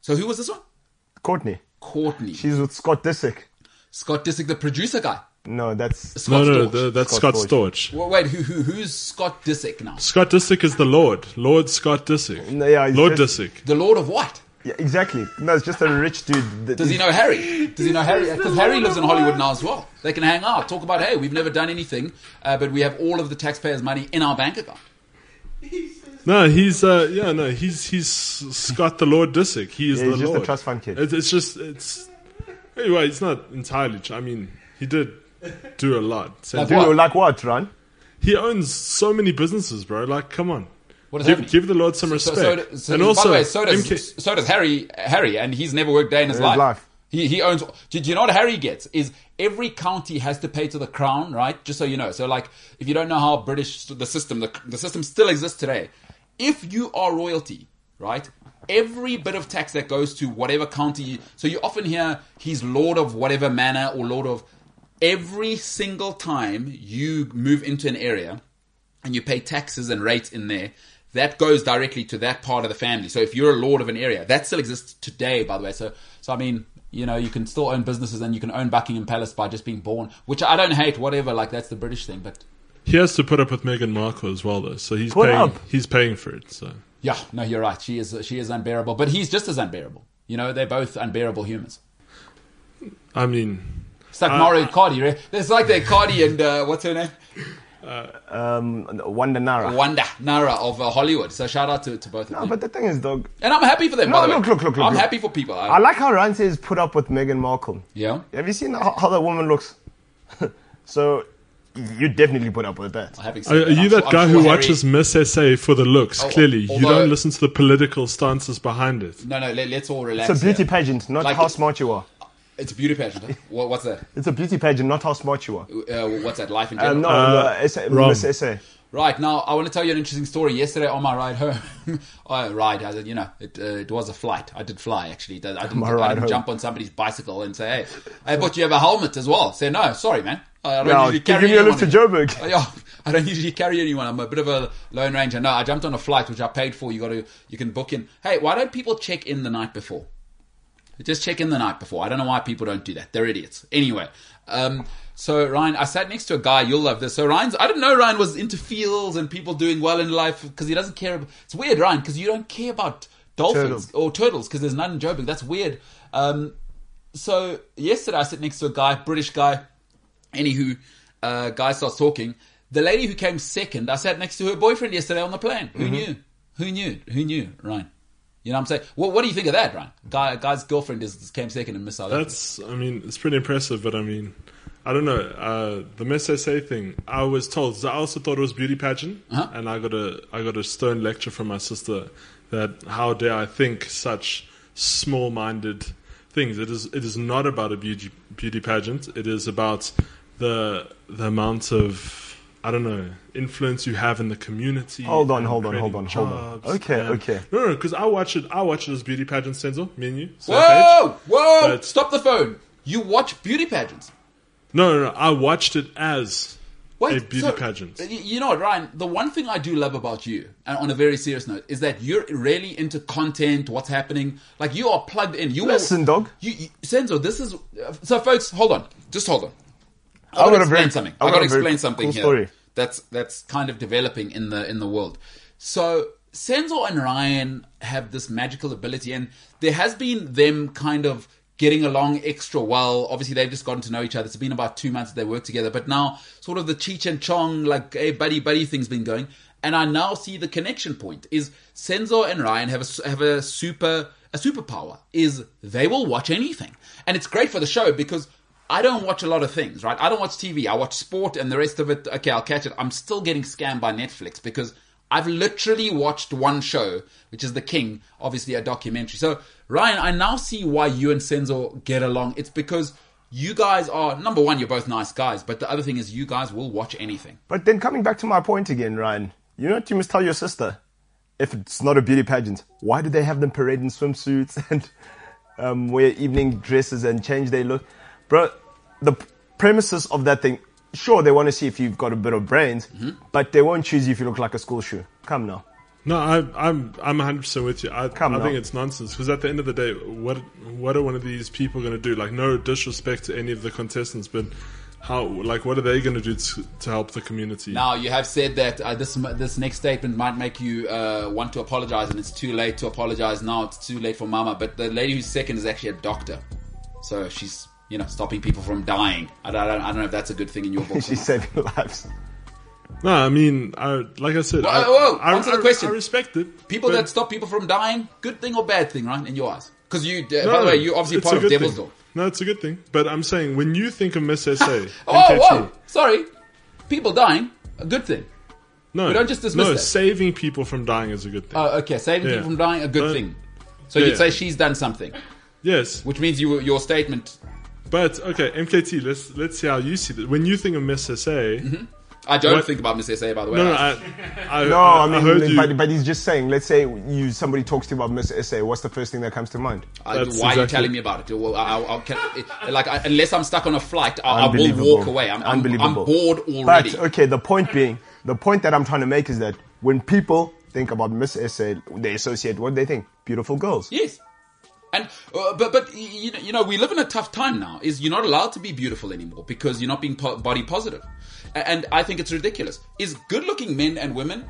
So who was this one?
Courtney.
Courtney.
She's with Scott Disick.
Scott Disick, the producer guy.
No, that's
Scott
no, no,
Storch.
the, that's
Scott
Scott, Storch.
Well, wait, who who who's Scott Disick now?
Scott Disick is the Lord. Lord Scott Disick.
No, yeah, he's
Lord
just-
Disick.
The Lord of what?
yeah, exactly. No, it's just a rich dude. that-
Does he know Harry? Does he know Harry? Because Harry lives in Hollywood now as well. They can hang out, talk about hey, we've never done anything, uh, but we have all of the taxpayers' money in our bank account.
No, he's uh, yeah, no, he's he's Scott the Lord Disick. He is
Yeah,
the
he's just a
Lord.
trust fund kid.
It's, it's just it's anyway. It's not entirely. tr- I mean, he did do a lot. So
Like
Do
what?
you like what, Ron?
he owns so many businesses, bro. Like, come on,
What does that
give,
mean?
give the Lord some
So-
respect.
So, so,
and
by
also,
the way, so does,
MK
so does Harry. Harry, and he's never worked a day in his
In his
life.
life.
He, he owns. Do do you know what Harry gets? Is every county has to pay to the crown, right? Just so you know. So, like, if you don't know how British the system, the, the system still exists today. If you are royalty, right? Every bit of tax that goes to whatever county. you- So you often hear he's lord of whatever manor or lord of. Every single time you move into an area, and you pay taxes and rates in there, that goes directly to that part of the family. So if you're a lord of an area, that still exists today, by the way. So, so I mean, you know, you can still own businesses and you can own Buckingham Palace by just being born, which I don't hate. Whatever, like that's the British thing, but
he has to put up with Meghan Markle as well, though. So he's
Put
paying.
up.
He's paying for it. So
yeah, no, you're right. She is she is unbearable, but he's just as unbearable. You know, they're both unbearable humans.
I mean,
It's
Uh,
like Mario Cardi, right? It's like the Cardi and uh, what's her name,
Um, Wanda Nara.
Wanda Nara of uh, Hollywood. So shout out to, to both of
No,
them,
Ah, but the thing is, dog,
and I'm happy for them. by
No,
the way.
look, look, look, look,
I'm
look.
happy for people. I,
I like how Ryan says put up with Meghan Markle.
yeah,
Have you seen how, how that woman looks? so you definitely put up with that.
having
are,
said
are you
I'm
that
sure-
guy
I'm
who
sure Harry-
watches Miss SA for the looks? Clearly, you
although-
don't listen to the political stances behind it.
No, no, let, let's all relax.
It's a beauty
here.
pageant, not
Like
how
it's-
smart you are.
It's a beauty pageant. huh? What, what's that?
It's a beauty pageant, not how smart you are.
Uh, what's that? Life in general.
Um, no,
Uh,
no, SA,
wrong.
Miss SA.
Right now, I want to tell you an interesting story. Yesterday on my ride home, I ride, I, you know, it, uh, it was a flight. I did fly actually. I didn't,
My
I
ride
didn't
home.
jump on somebody's bicycle and say, "Hey, hey, but you have a helmet as well." Say, "No, sorry, man. I don't
Now,
usually
give
carry
me a
anyone
lift to
in."
Joburg.
Oh, yeah, I don't usually carry anyone. I'm a bit of a lone ranger. No, I jumped on a flight which I paid for. You got to, you can book in. Hey, why don't people check in the night before? Just check in the night before. I don't know why people don't do that. They're idiots. Anyway, um, so Ryan, I sat next to a guy. You'll love this. So Ryan's, I didn't know Ryan was into fields and people doing well in life because he doesn't care. ab- It's weird, Ryan, because you don't care about dolphins
Turtles.
or turtles because there's none in Joburg. That's weird. Um, so yesterday I sit next to a guy, British guy. Anywho, uh, guy starts talking. The lady who came second, I sat next to her boyfriend yesterday on the plane. Who
Mm-hmm.
knew? Who knew? Who knew? Ryan. You know what I'm saying? What, what do you think of that, Ryan? Guy, guy's girlfriend is, came second in Miss South Africa.
That's, I mean, it's pretty impressive, but I mean, I don't know. Uh, the Miss SA thing, I was told, so I also thought it was beauty pageant,
Uh-huh.
and I got a, I got a stern lecture from my sister that how dare I think such small-minded things. It is, it is not about a beauty beauty pageant. It is about the the amount of I don't know influence you have in the community.
Hold on,
and
hold on,
creating
hold on, hold on.
jobs
Okay,
and-
okay.
No, no, because I watch it. I watch it as beauty pageant, Senzo, me and you. same page.
Whoa! Whoa!
But-
Stop the phone. You watch beauty pageants.
No, no, no. I watched it as
Wait,
a beauty pageant.
y- You know what, Ryan? The one thing I do love about you, and on a very serious note, is that you're really into content, what's happening. Like you are plugged in. You
Listen,
are,
dog.
You, you, Senzo, this is uh, so, folks. Hold on, just hold on. I
I've
got to
got a
explain
very-
something.
I've
I
got
got to
a very
explain something
cool
here.
story.
That's that's kind of developing in the in the world. So Senzo and Ryan have this magical ability, and there has been them kind of getting along extra well. Obviously, they've just gotten to know each other. It's been about two months that they work together, but now sort of the Cheech and Chong like hey buddy buddy thing's been going, and I now see the connection point is Senzo and Ryan have a s- have a super a superpower is they will watch anything, and it's great for the show because I don't watch a lot of things, right? I don't watch TV. I watch sport and the rest of it. Okay, I'll catch it. I'm still getting scammed by Netflix because I've literally watched one show, which is The King, obviously a documentary. So, Ryan, I now see why you and Senzo get along. It's because you guys are, number one, you're both nice guys, but the other thing is you guys will watch anything.
But then coming back to my point again, Ryan, you know what you must tell your sister? If it's not a beauty pageant, why do they have them parade in swimsuits and um, wear evening dresses and change their look? Bro, the p- premises of that thing, sure, they want to see if you've got a bit of brains,
Mm-hmm.
but they won't choose you if you look like a school shoe. Come now.
No, I, I'm I'm 100 percent with you. I,
Come
I
now.
think it's nonsense because at the end of the day, what what are one of these people going to do? Like, no disrespect to any of the contestants, but how? Like, what are they going to do to to help the community?
Now, you have said that uh, this, this next statement might make you uh, want to apologize, and it's too late to apologize now. It's too late for Mama, but the lady who's second is actually a doctor. So she's, you know, stopping people from dying. I don't, I don't, I don't know if that's a good thing in your book.
She's saving lives.
No, I mean, I, like I said, I,
whoa,
I,
answer the
I-
question.
I respect it.
People
but
that stop people from dying, good thing or bad thing, right? In your eyes, because you, uh, by
no,
the way, you're obviously
it's
part
a
of
good
Devil's
thing.
Door.
No, it's a good thing. But I'm saying when you think of Miss SA, and
Oh,
Catchy,
whoa, sorry, people dying, a good thing.
no,
don't just dismiss
no,
that.
saving people from dying is a good thing.
Oh, okay, saving
Yeah.
people from dying, a good
But-
thing. So
yeah.
you'd say she's done something,
yes,
which means you, your statement.
but okay, MKT. Let's let's see how you see that. When you think of Miss SA,
I don't
What?
think about Miss SA, by the way.
no, no,
I-
I, I,
Mm-hmm. No,
I,
Oh, I mean,
heard you.
but, but he's just saying, let's say you somebody talks to you about Miss SA, what's the first thing that comes to mind?
I- why
That's
are you
exactly-
telling me about it? Well, I, I, I can, it- like, I, unless I'm stuck on a flight, I, I will
Unbelievable.
walk away. I'm, I'm, I'm
Unbelievable.
bored already.
But okay, the point being, the point that I'm trying to make is that when people think about Miss SA, they associate what they think beautiful girls.
Yes. And uh, but but y- you know, you know we live in a tough time now. Is you're not allowed to be beautiful anymore because you're not being po- body positive, A- and I think it's ridiculous. Is good-looking men and women,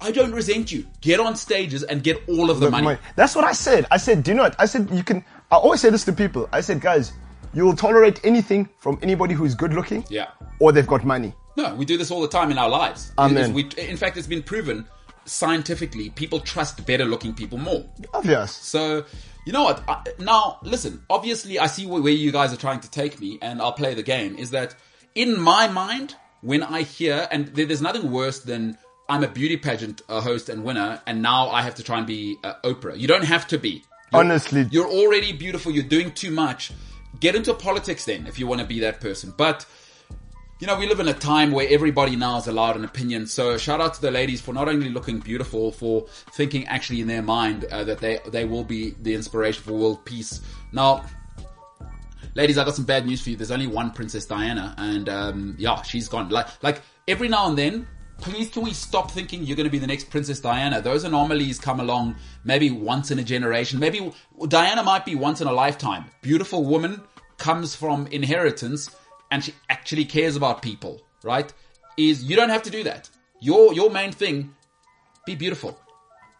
I don't resent you. Get on stages and get all of the, money.
My- That's what I said. I said, do you know what? I said you can. I always say this to people. I said, guys, you will tolerate anything from anybody who's good looking,
Yeah.
or they've got money.
No, we do this all the time in our lives.
Amen.
It is- we- in fact, it's been proven scientifically. People trust better-looking people more.
Obvious.
So, you know what? I, now, listen, obviously, I see where, where you guys are trying to take me, and I'll play the game. Is that in my mind, when I hear, and there, there's nothing worse than I'm a beauty pageant uh, host and winner, and now I have to try and be uh, Oprah. You don't have to be. You're-
Honestly.
You're already beautiful, you're doing too much. Get into politics then if you want to be that person. But you know, we live in a time where everybody now is allowed an opinion. So shout out to the ladies for not only looking beautiful, for thinking actually in their mind uh, that they they will be the inspiration for world peace. Now, ladies, I got some bad news for you. There's only one Princess Diana, and um, yeah, she's gone. Like like every now and then. Please, can we stop thinking you're going to be the next Princess Diana? Those anomalies come along maybe once in a generation. Maybe Diana might be once in a lifetime. Beautiful woman comes from inheritance and she actually cares about people, right? Is you don't have to do that. Your your main thing, be beautiful.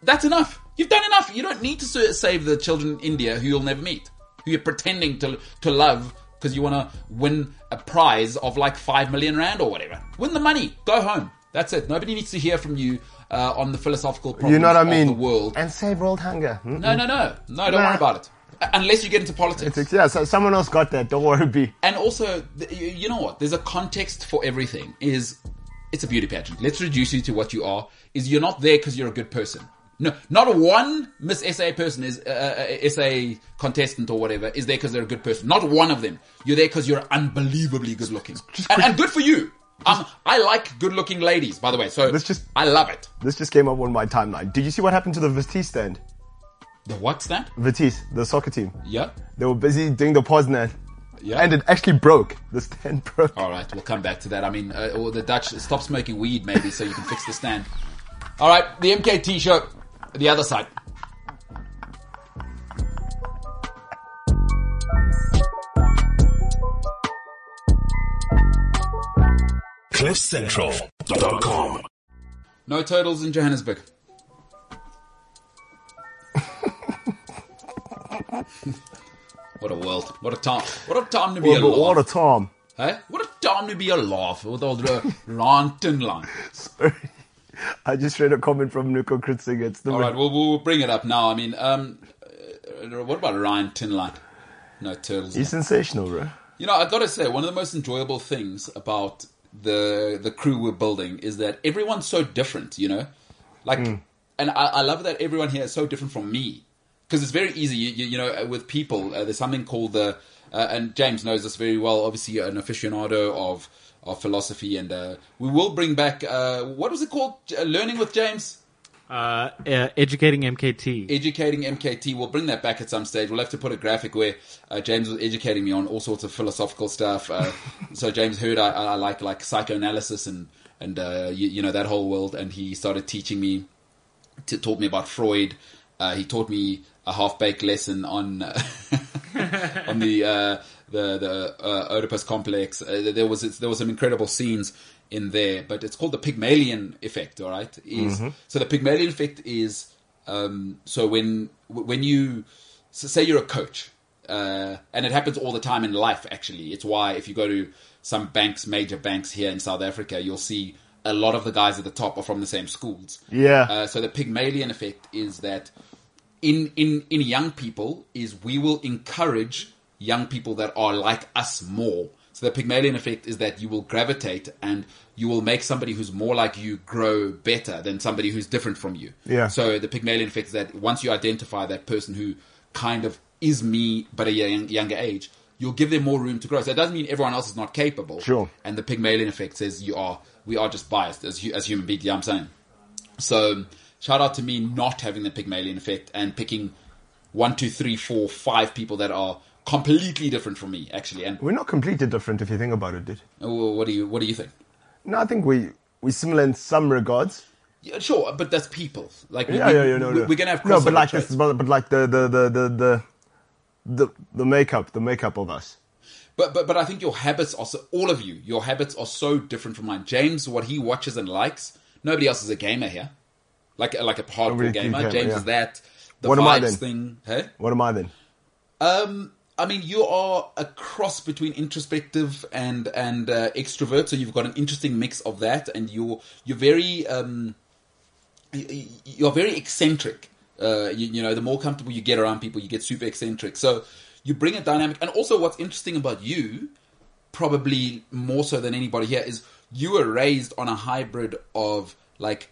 That's enough. You've done enough. You don't need to sa- save the children in India who you'll never meet, who you're pretending to to love because you want to win a prize of like five million rand or whatever. Win the money. Go home. That's it. Nobody needs to hear from you uh, on the philosophical problems
You know what I
of
mean?
the world.
And save world hunger. Hmm?
No, no, no, no. Don't
Nah.
worry about it. Uh, Unless you get into politics.
Yeah, so someone else got that. Don't worry, B.
and also th- you you know what there's a context for everything is it's a beauty pageant let's reduce you to what you are is you're not there because you're a good person no not one miss sa person is uh, uh, sa contestant or whatever is there because they're a good person not one of them you're there because you're unbelievably good looking and, and good for you um, I like good-looking ladies, by the way. So
Let's just-
I love it.
This just came up on my timeline. Did you see what happened to the Vitesse stand?
The what's that?
Vitesse, the soccer team.
Yeah,
They were busy doing the Poznan.
Yeah.
and it actually broke. The stand broke.
All right, we'll come back to that. I mean, uh, or the Dutch stop smoking weed maybe so you can fix the stand. All right, the MKT show, the other side.
CliffCentral.com.
No turtles in Johannesburg. what a world! What a time! What a time to be
Well,
alive!
all the time.
Hey, what a time to be alive with all the rant and line.
I just read a comment from Nuko Kritzinger. It's the
All right, well, we'll bring it up now. I mean, um, uh, what about Ryan Tinline? No turtles.
He's sensational, bro.
You know, I gotta say, one of the most enjoyable things about the the crew we're building is that everyone's so different. You know, like, and I, I love that everyone here is so different from me because it's very easy. You, you, you know, uh, with people, uh, there's something called the uh, and James knows this very well. Obviously, an aficionado of of philosophy, and uh, we will bring back uh, what was it called? Uh, Learning with James.
Uh, uh, educating MKT.
educating MKT. We'll bring that back at some stage. We'll have to put a graphic where uh, James was educating me on all sorts of philosophical stuff. Uh, so James heard I, I like like psychoanalysis and and uh, you, you know that whole world, and he started teaching me to, taught me about Freud. Uh, he taught me a half baked lesson on uh, on the uh, the the uh, Oedipus complex. Uh, there was there was some incredible scenes in there, but it's called the Pygmalion effect. All right, is so the Pygmalion effect is um, so when when you so say you're a coach, uh, and it happens all the time in life. Actually, it's why if you go to some banks, major banks here in South Africa, you'll see a lot of the guys at the top are from the same schools.
Yeah.
Uh, so the Pygmalion effect is that in in in young people is we will encourage young people that are like us more. So the Pygmalion effect is that you will gravitate and you will make somebody who's more like you grow better than somebody who's different from you.
Yeah.
So the Pygmalion effect is that once you identify that person who kind of is me but at a young, younger age, you'll give them more room to grow. So it doesn't mean everyone else is not capable.
Sure.
And the Pygmalion effect says you are we are just biased as hu- as human beings. Yeah, I'm saying. So shout out to me not having the Pygmalion effect and picking one, two, three, four, five people that are completely different from me actually. And
We're not completely different if you think about it, dude.
oh, what do you what do you think?
No, I think we we similar in some regards.
Yeah, sure, but that's people. Like we,
Yeah,
we,
yeah, yeah, no,
we,
no.
are gonna have
no, but
crossover
like
traits.
this, but, but like the the the the the the, the makeup, the makeup of us.
But but but I think your habits are so, all of you. Your habits are so different from mine. James, what he watches and likes, nobody else is a gamer here. Like like a hardcore
Nobody can
gamer.
gamer,
James
yeah.
is that. The
What
vibes
am I then?
thing. Hey?
What am I then?
Um, I mean, you are a cross between introspective and and uh, extrovert, so you've got an interesting mix of that, and you're you're very um, y- y- you're very eccentric. Uh, you, you know, the more comfortable you get around people, you get super eccentric. So you bring a dynamic, and also what's interesting about you, probably more so than anybody here, is you were raised on a hybrid of like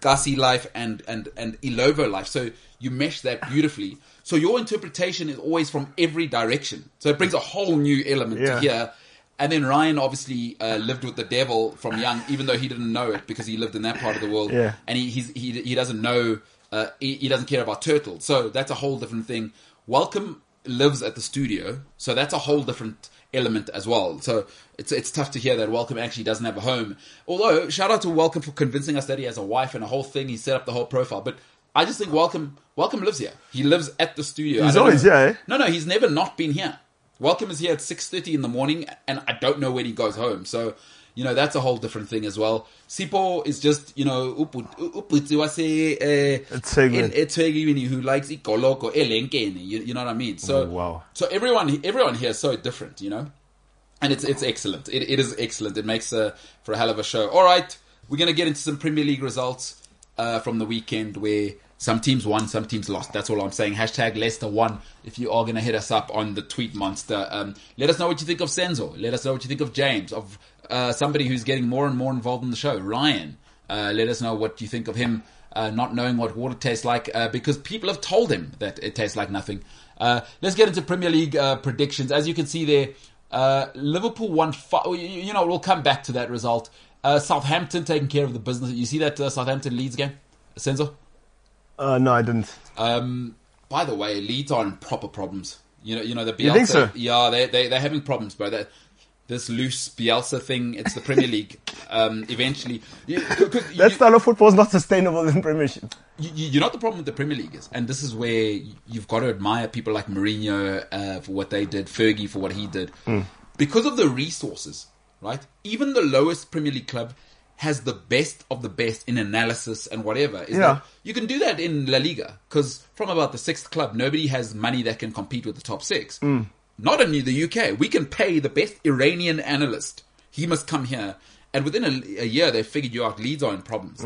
Gussie life and and and Ilovo life. So you mesh that beautifully. So your interpretation is always from every direction. So it brings a whole new element
Yeah.
to here. And then Ryan obviously uh, lived with the devil from young, even though he didn't know it because he lived in that part of the world.
Yeah.
And he he's, he he doesn't know uh, he, he doesn't care about turtles. So that's a whole different thing. Welcome lives at the studio, so that's a whole different element as well. So it's it's tough to hear that Welcome actually doesn't have a home. Although shout out to Welcome for convincing us that he has a wife and a whole thing. He set up the whole profile, but I just think Welcome Welcome lives here. He lives at the studio. I
He's
don't
always
know-
here, eh?
No, no, he's never not been here. Welcome is here at six thirty in the morning, and I don't know when he goes home. So. You know that's a whole different thing as well. Sipo is just you know upu- uputiwa se, eh,
segment.
in eThekwini who likes igoloko elenkeni. You, you know what I mean? So
Oh, wow.
So everyone everyone here is so different, you know. And it's it's excellent. It it is excellent. It makes a for a hell of a show. All right, we're gonna get into some Premier League results uh, from the weekend where some teams won, some teams lost. That's all I'm saying. Hashtag Leicester won. If you are gonna hit us up on the tweet monster, um, let us know what you think of Senzo. Let us know what you think of James, of uh, somebody who's getting more and more involved in the show. Ryan, uh, let us know what you think of him uh, not knowing what water tastes like uh, because people have told him that it tastes like nothing. Uh, let's get into Premier League uh, predictions. As you can see there, uh, Liverpool won. Fi- oh, you, you know, we'll come back to that result. Uh, Southampton taking care of the business. You see that uh, Southampton Leeds game, Senzo?
Uh, no, I didn't.
Um, by the way, Leeds are in proper problems. You know, you know the Bielsa.
You think so?
Yeah, they they they're having problems, bro. That this loose Bielsa thing. It's the Premier League. Um, eventually, you, 'cause you-
That style of football is not sustainable in Premiership.
you, you- you know what the problem with the Premier League is, and this is where you've got to admire people like Mourinho uh, for what they did, Fergie for what he did, because of the resources, right? Even the lowest Premier League club has the best of the best in analysis and whatever. Is
Yeah.
that you can do that in La Liga because from about the sixth club, nobody has money that can compete with the top six. Not in the UK, we can pay the best Iranian analyst. He must come here, and within a, a year, they figured you out. Leeds are in problems.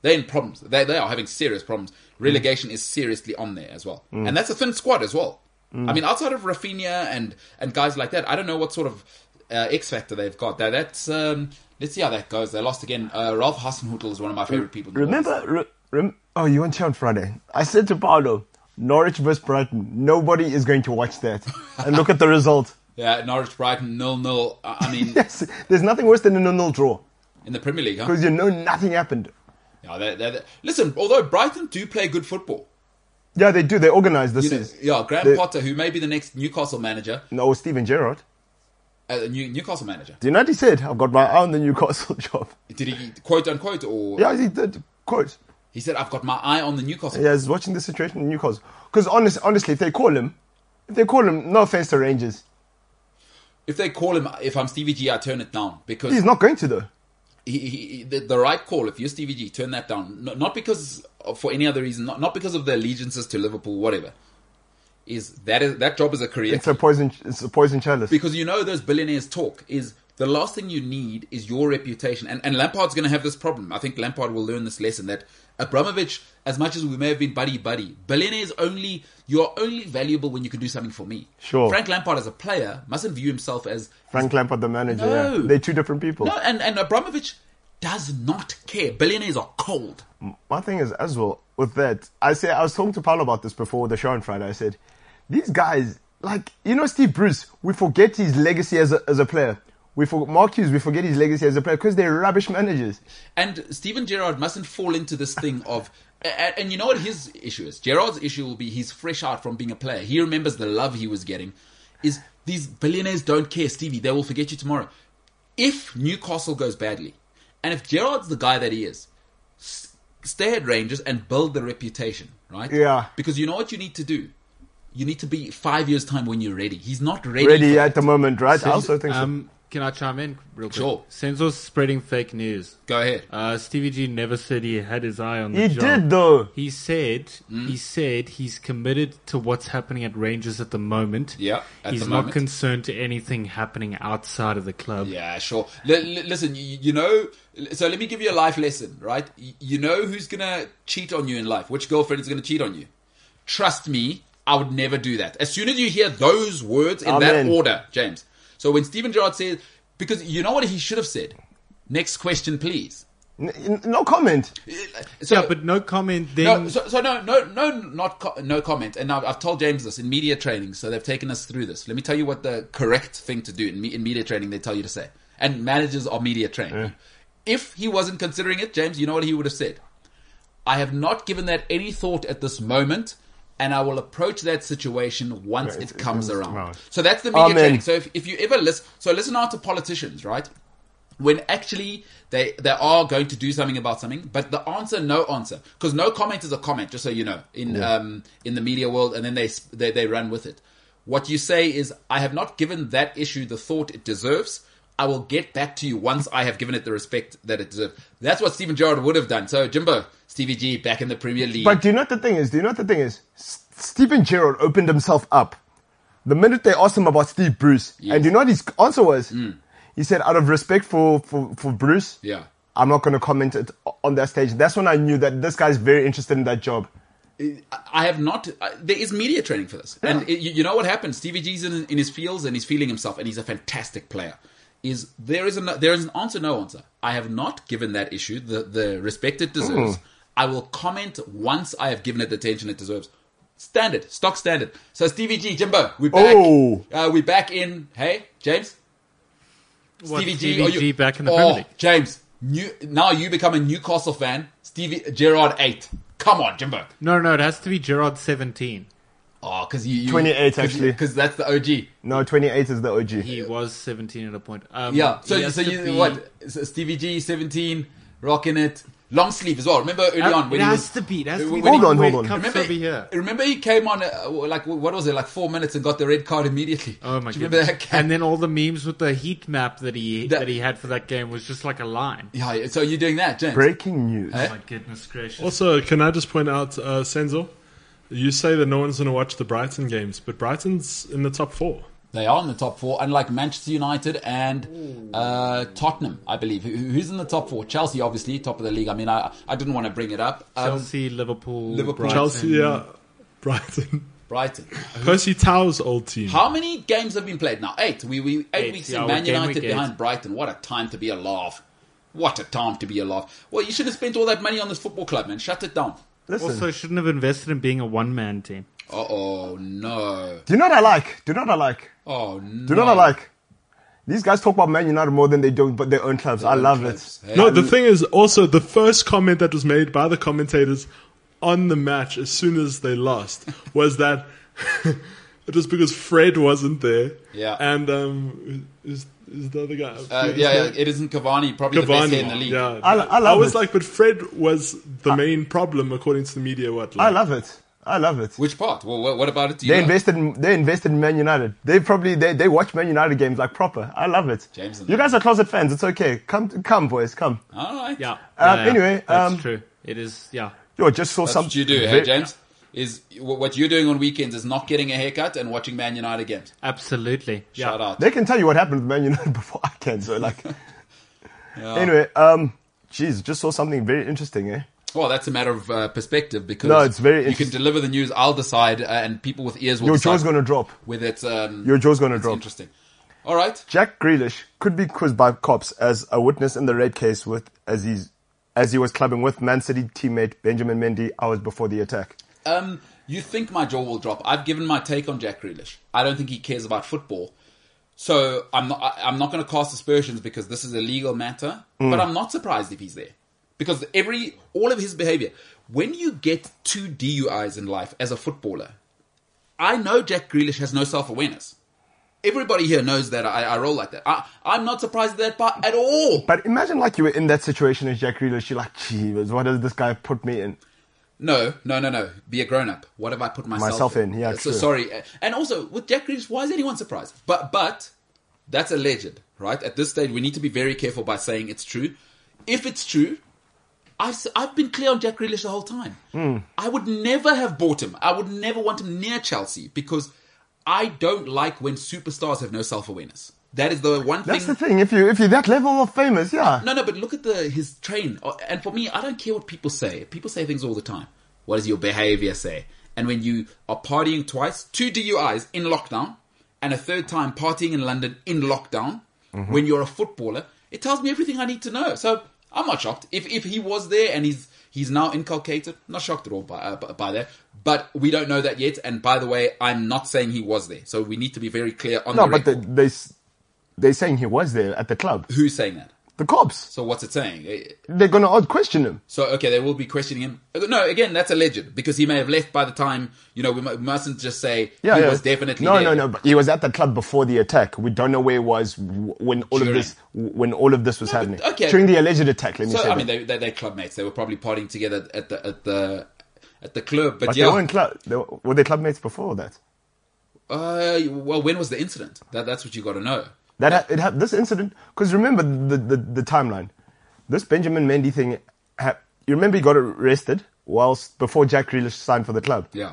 They're in problems. They, they are having serious problems. Relegation is seriously on there as well. And that's a thin squad as well. I mean, outside of Rafinha and, and guys like that, I don't know what sort of uh, X factor they've got. That, that's um, Let's see how that goes. They lost again. Uh, Ralph Hasenhutl is one of my favorite people. in the world.
Remember, re, rem, oh, you weren't here on Friday. I said to Paolo, Norwich versus Brighton. Nobody is going to watch that. And look at the result.
Yeah, Norwich Brighton, nil nil. I I mean,
Yes, there's nothing worse than a nil-nil draw
in the Premier League, huh?
because you know nothing happened.
Yeah, they're, they're, they're- Listen, although Brighton do play good football.
Yeah, they do. They organise this
You know,
is.
yeah, Graham
They-
Potter, who may be the next Newcastle manager,
No, Steven Gerrard.
uh, New, Newcastle manager.
Do you know what he said? I've got my eye on the Newcastle job.
Did he quote unquote or
Yeah, he did. Quote.
he said, "I've got my eye on the Newcastle."
Yeah, he's watching the situation in Newcastle. Because honest, honestly, if they call him, if they call him, no offense to Rangers,
If they call him, if I'm Stevie G, I turn it down because
he's not going to though.
he, he, he- the, the right call. If you're Stevie G, turn that down. No, not because of, for any other reason, not, not because of the allegiances to Liverpool, whatever. Is that is that job is a career
It's a poison. It's a poison chalice.
because you know those billionaires talk is the last thing you need is your reputation and, and lampard's going to have this problem i think lampard will learn this lesson that abramovich as much as we may have been buddy buddy billionaires only you're only valuable when you can do something for me
Sure.
frank lampard as a player mustn't view himself as
Frank Lampard, the manager.
No.
Yeah. They're two different people.
no and, and abramovich does not care billionaires are cold
My thing is as well with that. I say I was talking to Paolo about this before the show on Friday. I said, these guys, like you know, Steve Bruce. We forget his legacy as a, as a player. We for Mark Hughes. We forget his legacy as a player because they're rubbish managers.
And Steven Gerrard mustn't fall into this thing of. And, and you know what his issue is? Gerrard's issue will be he's fresh out from being a player. He remembers the love he was getting. Is these billionaires don't care, Stevie. They will forget you tomorrow. If Newcastle goes badly, and if Gerrard's the guy that he is, s- stay at Rangers and build the reputation, right?
Yeah.
Because you know what you need to do? You need to be five years' time when you're ready. He's not ready.
Ready
for-
at the moment, right? I also think so.
Um, can I chime in real quick?
Sure.
Senzo's spreading fake news.
Go ahead.
Uh, Stevie G never said he had his eye on the
He
job.
did though.
He said
Hmm?
he said he's committed to what's happening at Rangers at the moment.
Yeah, at
he's
the
not
moment.
concerned to anything happening outside of the club.
Yeah, sure. L- l- listen, you, you know, so let me give you a life lesson, right? You, you know who's going to cheat on you in life, which girlfriend is going to cheat on you. Trust me, I would never do that. As soon as you hear those words in
Amen.
that order, James. So when Stephen Gerrard says, because you know what he should have said? Next question, please.
N- n- no comment.
So,
Yeah, but no comment then.
no, so, so no, no, no, not co- no comment. And I've, I've told James this in media training, so they've taken us through this. Let me tell you what the correct thing to do in, me, in media training. They tell you to say, and managers are media trained. If he wasn't considering it, James, you know what he would have said. I have not given that any thought at this moment, and I will approach that situation once it comes around. So that's the media
Amen.
training. So if, if you ever listen, so listen out to politicians, right? When actually they they are going to do something about something, but the answer, no answer, because no comment is a comment. Just so you know, in um in the media world, and then they s- they they run with it. What you say is, I have not given that issue the thought it deserves. I will get back to you once I have given it the respect that it deserves. That's what Stephen Gerrard would have done. So Jimbo, Stevie G, back in the Premier League.
But do you know what the thing is? Do you know what the thing is? S- Stephen Gerrard opened himself up. The minute they asked him about Steve Bruce, and do you know what his answer was? He said, out of respect for, for, for Bruce,
Yeah.
I'm not going to comment it on that stage. That's when I knew that this guy's very interested in that job.
I have not. I, there is media training for this, and it, you, you know what happens. Stevie G's in, in his fields, and he's feeling himself, and he's a fantastic player. Is there is an there is an answer, no answer. I have not given that issue the the respect it deserves. I will comment once I have given it the attention it deserves. Standard stock standard. So Stevie G, Jimbo, we're back.
Oh.
Uh, we're back in. Hey, James.
What,
Stevie G,
Stevie
are
G
you
back in the
oh,
Premier League?
James, new, now you become a Newcastle fan. Stevie Gerard eight. Come on, Jimbo.
No, no, it has to be Gerard seventeen.
Oh, because you, you
28 actually.
because that's the OG.
No, 28 is the OG.
He was 17 at a point. Um,
Yeah. So,
he has
so
to
you
be-
what? So Stevie G, seventeen, rocking it, long sleeve as well. Remember early
Uh,
on when
it
he
has
was.
to be. It has to
when
be.
he-
Hold on,
when
hold
it
on.
comes over here.
remember he came on uh, like what was it like four minutes and got the red card immediately.
Oh my
Do you remember
goodness!
that cat?
And then all the memes with the heat map that he
That-
that, he had for that game was just like a line.
yeah, yeah, so you're doing that, James?
Breaking news.
Eh?
Oh my goodness gracious!
Also, can I just point out, uh, Senzo, you say that no one's going to watch the Brighton games, but Brighton's in the top four.
They are in the top four, unlike Manchester United and uh, Tottenham, I believe. Who, who's in the top four? Chelsea, obviously, top of the league. I mean, I, I didn't want to bring it up. Um,
Chelsea, Liverpool,
Liverpool.
Brighton.
Chelsea, yeah, Brighton.
Brighton.
Percy Tau's old team.
How many games have been played now? Eight. We we eight,
Eight,
weeks
yeah,
in
we're
Man
game
United
week eight.
behind Brighton. What a time to be alive! What a time to be alive! Well, you should have spent all that money on this football club, man. Shut it down.
Listen,
Also, shouldn't have invested in being a one man team.
Uh oh no.
do you know what I like? Do you know what I like?
Oh no.
Do you know what I like? These guys talk about Man United more than they do but their own clubs. I love it.
No, the thing is also the first comment that was made by the commentators on the match as soon as they lost was that it was because Fred wasn't there.
Yeah.
And um is, is the other guy?
Uh, yeah, yeah, it isn't Cavani. Probably the best
Cavani.
player in the league.
Yeah.
I- I love
was
it.
like, but Fred was the main problem according to the media. What?
I
Like,
love it. I love it.
Which part? Well, what, what about it? Do you
They
know?
invested. In, they invested in Man United. They probably they, they watch Man United games like proper. I love it.
James and
you guys are closet fans. It's okay. Come come boys, come.
All right.
Yeah.
Uh,
Yeah, yeah.
anyway,
that's
um,
true. It is. Yeah.
Yo, just saw
That's
some.
what you do, hey
very-
James. Is wh- what you're doing on weekends is not getting a haircut and watching Man United games.
Absolutely. Yeah.
Shout out.
They can tell you what happened with Man United before I can. So like. Anyway, um, jeez, just saw something very interesting, eh?
Well, that's a matter of uh, perspective because
No, it's very
you can
interest-
deliver the news. I'll decide, uh, and people with ears will
Your
decide
jaw's gonna drop.
whether it's um,
Your jaw's gonna
it's
drop.
Interesting. All right.
Jack Grealish could be quizzed by cops as a witness in the rape case with as he's as he was clubbing with Man City teammate Benjamin Mendy hours before the attack.
Um, you think my jaw will drop? I've given my take on Jack Grealish. I don't think he cares about football. So I'm not. I- I'm not going to cast aspersions because this is a legal matter. But I'm not surprised if he's there because every all of his behavior. When you get two DUIs in life as a footballer, I know Jack Grealish has no self awareness. Everybody here knows that I, I roll like that. I, I'm not surprised at that part at all.
But imagine like you were in that situation as Jack Grealish, you're like, jeez, what does this guy put me in?
No, no, no, no. Be a grown up. What have I put myself,
Myself in, yeah,
so
true.
sorry. Uh, And also with Jack Grealish, why is anyone surprised? But but that's alleged, right? At this stage, we need to be very careful by saying it's true. If it's true, I've s- I've been clear on Jack Grealish the whole time.
Hmm.
I would never have bought him. I would never want him near Chelsea because I don't like when superstars have no self awareness. That is the one
That's
thing.
the thing. If you if you're that level of famous, yeah.
No, no, but look at the his train. Oh, And for me, I don't care what people say. People say things all the time. What does your behavior say? And when you are partying twice, two DUIs in lockdown, and a third time partying in London in lockdown,
Mm-hmm.
when you're a footballer, it tells me everything I need to know. So I'm not shocked. If if he was there and he's he's now inculcated, not shocked at all by uh, by- by that. But we don't know that yet. And by the way, I'm not saying he was there. So we need to be very clear on
No,
the
but they
record.
they s- they saying he was there at the club.
who's saying that.
The cops.
So what's it saying? Eh,
They're gonna odd question him.
So okay, they will be questioning him. Uh, No, again, that's alleged because he may have left by the time you know. We mu- mustn't just say
Yeah,
he
yeah.
was definitely
no,
there.
no, no. But he was at the club before the attack. We don't know where he was w- when all
During.
of this when all of this was
but-
happening
okay.
during the alleged attack. Let me say
So I
that.
mean, they, they they're clubmates. They were probably partying together at the at the at the club. But,
but
yeah,
they weren't club. They were, were they clubmates before that?
uh, well, when was the incident? That that's what you got to know.
That ha- it ha- this incident because remember the, the, the timeline. This Benjamin Mendy thing. Ha- you remember he got arrested whilst before Jack Grealish signed for the club.
Yeah.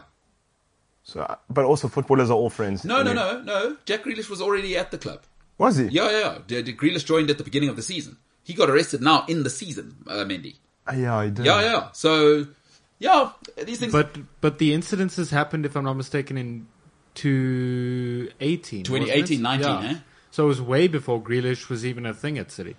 So, uh, but also footballers are all friends.
No, no,
Yeah.
no, no. Jack Grealish was already at the club.
Was he?
Yeah, yeah. yeah. The, the Grealish joined at the beginning of the season. He got arrested now in the season, uh, Mendy.
Ah, yeah, he did.
Yeah, yeah. So yeah, these things.
But but the incidences happened, if I'm not mistaken, in 2018. wasn't it?
2018, 19, eh?
So it was way before Grealish was even a thing at City.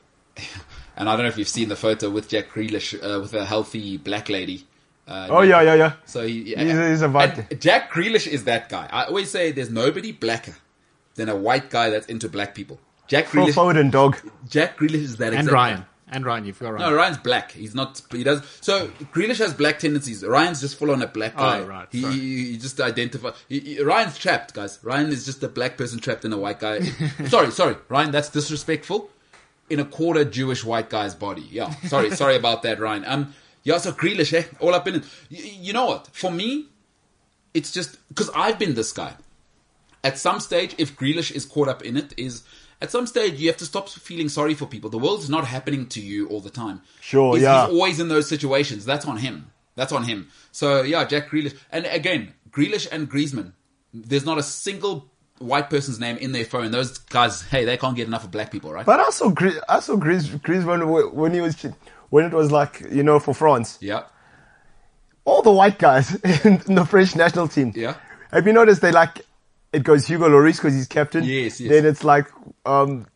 And I don't know if you've seen the photo with Jack Grealish uh, with a healthy black lady. Uh,
Oh yeah, yeah, yeah.
So he,
He's a- he's a white-
and Jack Grealish is that guy. I always say there's nobody blacker than a white guy that's into black people. Jack
Full
Grealish,
forward and dog.
Jack Grealish is that
And
exact
Ryan.
guy.
And Ryan, you forgot Ryan.
No, Ryan's black. He's not. He does. So Grealish has black tendencies. Ryan's just full on a black guy.
Oh, right,
He,
sorry.
he, he just identifies. He, he- Ryan's trapped, guys. Ryan is just a black person trapped in a white guy. sorry, sorry, Ryan. That's disrespectful. In a quarter Jewish white guy's body. Yeah. Sorry, sorry about that, Ryan. Um. Yeah. So Grealish, eh? All up in it. You, you know what? For me, it's just because I've been this guy. At some stage, if Grealish is caught up in it, is at some stage you have to stop feeling sorry for people. The world's not happening to you all the time.
Sure,
he's,
yeah.
He's always in those situations. That's on him. That's on him. So yeah, Jack Grealish, and again, Grealish and Griezmann. There's not a single white person's name in their phone. Those guys, hey, they can't get enough of black people, right?
But I saw Gre- I saw Grizz, Griezmann wh- when he was when it was like you know for France,
yeah,
all the white guys in the French national team.
Yeah.
Have you noticed they like it goes Hugo Lloris because he's captain.
Yes, yes.
Then it's like um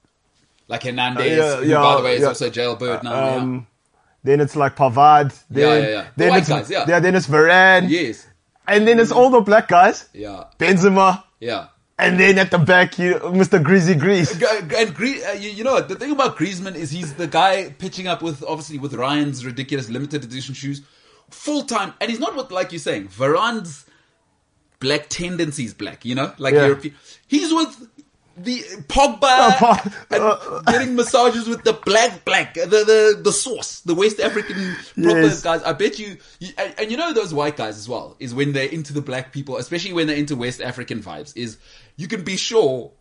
like Hernandez, who
Uh, yeah,
by the
yeah,
way is
yeah.
also jailbird now. Oh, yeah.
um. Then it's like Pavard. Then,
Yeah, yeah, yeah. The
Then
white
it's,
guys, yeah.
Then it's Varane.
Yes,
And then it's all the black guys.
yeah,
Benzema.
yeah.
And then at the back, you Mr. Greasy Grease.
G- and Gre- uh, you, you know what? the thing about Griezmann is he's the guy pitching up with obviously with Ryan's ridiculous limited edition shoes, full time, and he's not what like you're saying Varane's black tendencies black, you know, like
Yeah.
European. He's with the Pogba
Pog-
and getting massages with the black black uh, the the the sauce, the West African proper
Yes.
guys. I bet you, you and, and you know those white guys as well is when they're into the black people, especially when they're into West African vibes. Is you can be sure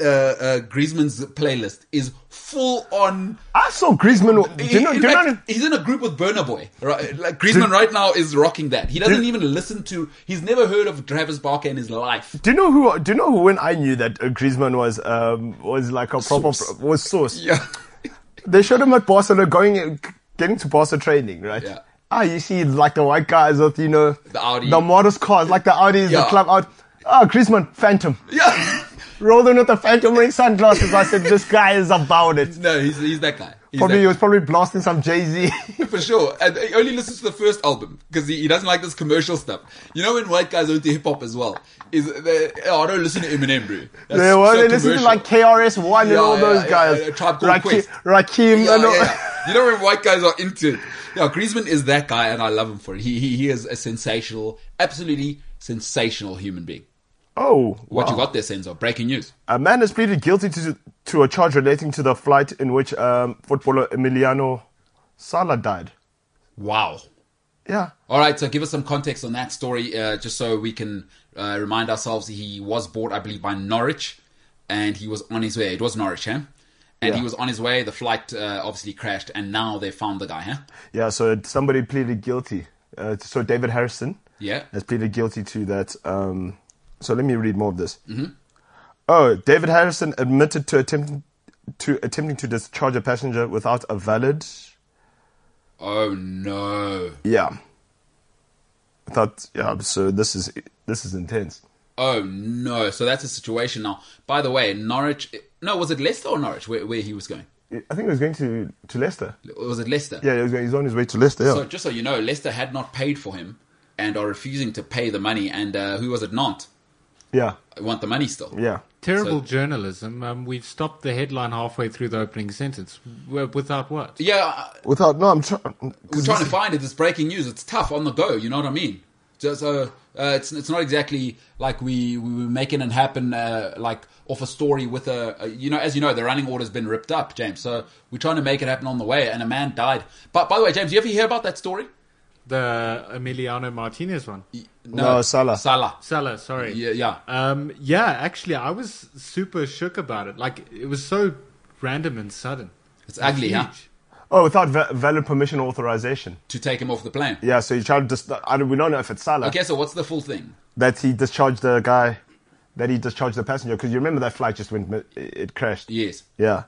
uh, uh, Griezmann's playlist is full on.
I saw Griezmann. Do you know? Do
in
you know?
fact, he's in a group with Burner Boy. Right? Like Griezmann right now is rocking that. He doesn't even listen to. He's never heard of Travis Barker in his life.
Do you know who? Do you know who? When I knew that uh, Griezmann was um, was like a proper
Source.
was source.
Yeah,
They showed him at Barcelona going uh, getting to Barca training, right?
Yeah.
Ah, you see, like the white guys with you know
The Audi.
the modest cars, like the Audis, the
Yeah.
club out. Ah, Griezmann, Phantom,
yeah.
rolling with the Phantom wearing sunglasses. I said, this guy is about it.
No, he's he's that guy. He's
Probably
that
he was probably blasting some Jay Z.
for sure. And he only listens to the first album because he, he doesn't like this commercial stuff. You know when white guys are into hip hop as well? Is they, oh, I don't listen to Eminem, bro. That's
They were
so
they listened to
commercial.
like KRS One
Yeah,
and all
yeah,
those
yeah,
guys.
yeah, Tribe Called Quest.
Rakim,
Yeah,
and all.
yeah, yeah. You know when white guys are into it. Yeah, Griezmann is that guy, and I love him for it. He he, he is a sensational, absolutely sensational human being.
Oh,
What you got there, Senzo? Breaking news.
A man has pleaded guilty to, to a charge relating to the flight in which um, footballer Emiliano Sala died.
Wow.
Yeah.
All right, so give us some context on that story, uh, just so we can uh, remind ourselves. He was bought, I believe, by Norwich, and he was on his way. It was Norwich, huh? And he
Yeah.
was on his way. The flight uh, obviously crashed, and now they found the guy, huh?
Yeah, so somebody pleaded guilty. Uh, so David Harrison
Yeah.
has pleaded guilty to that. Um, so let me read more of this. Mm-hmm. Oh, David Harrison admitted to attempting to attempting to discharge a passenger without a valid.
Oh no!
Yeah. Without yeah. So this is this is intense.
Oh no! So that's the situation now. By the way, Norwich. No, was it Leicester or Norwich where, where he was going?
I think he was going to to Leicester.
Was it Leicester?
Yeah, he was going, he's on his way to Leicester. Yeah.
So just so you know, Leicester had not paid for him, and are refusing to pay the money. And uh, who was it? Nantes
yeah.
want the money still.
Yeah.
Terrible
So-
journalism. Um, we've stopped the headline halfway through the opening sentence. W- Without what?
Yeah,
Without no, I'm trying.
we're trying to find it. It's breaking news. It's tough on the go. You know what I mean? So, so uh, it's it's not exactly like we we were making it happen uh, like off a story with a, a you know as you know the running order's been ripped up, James. So we're trying to make it happen on the way, and a man died. But by the way, James, you ever hear about that story?
The Emiliano Martinez one.
No, Salah.
Salah.
Salah, sorry.
Yeah, yeah.
Um, yeah, actually, I was super shook about it. Like, it was so random and sudden.
It's ugly, huh?
Huge.
Oh, without va- valid permission or authorization.
To take him off the plane.
Yeah, so you tried to. Dis- I don't, we don't know if it's Salah
Okay, so what's the full thing?
that he discharged the guy, that he discharged the passenger because you remember that flight just went, mi- it it crashed.
Yes.
Yeah.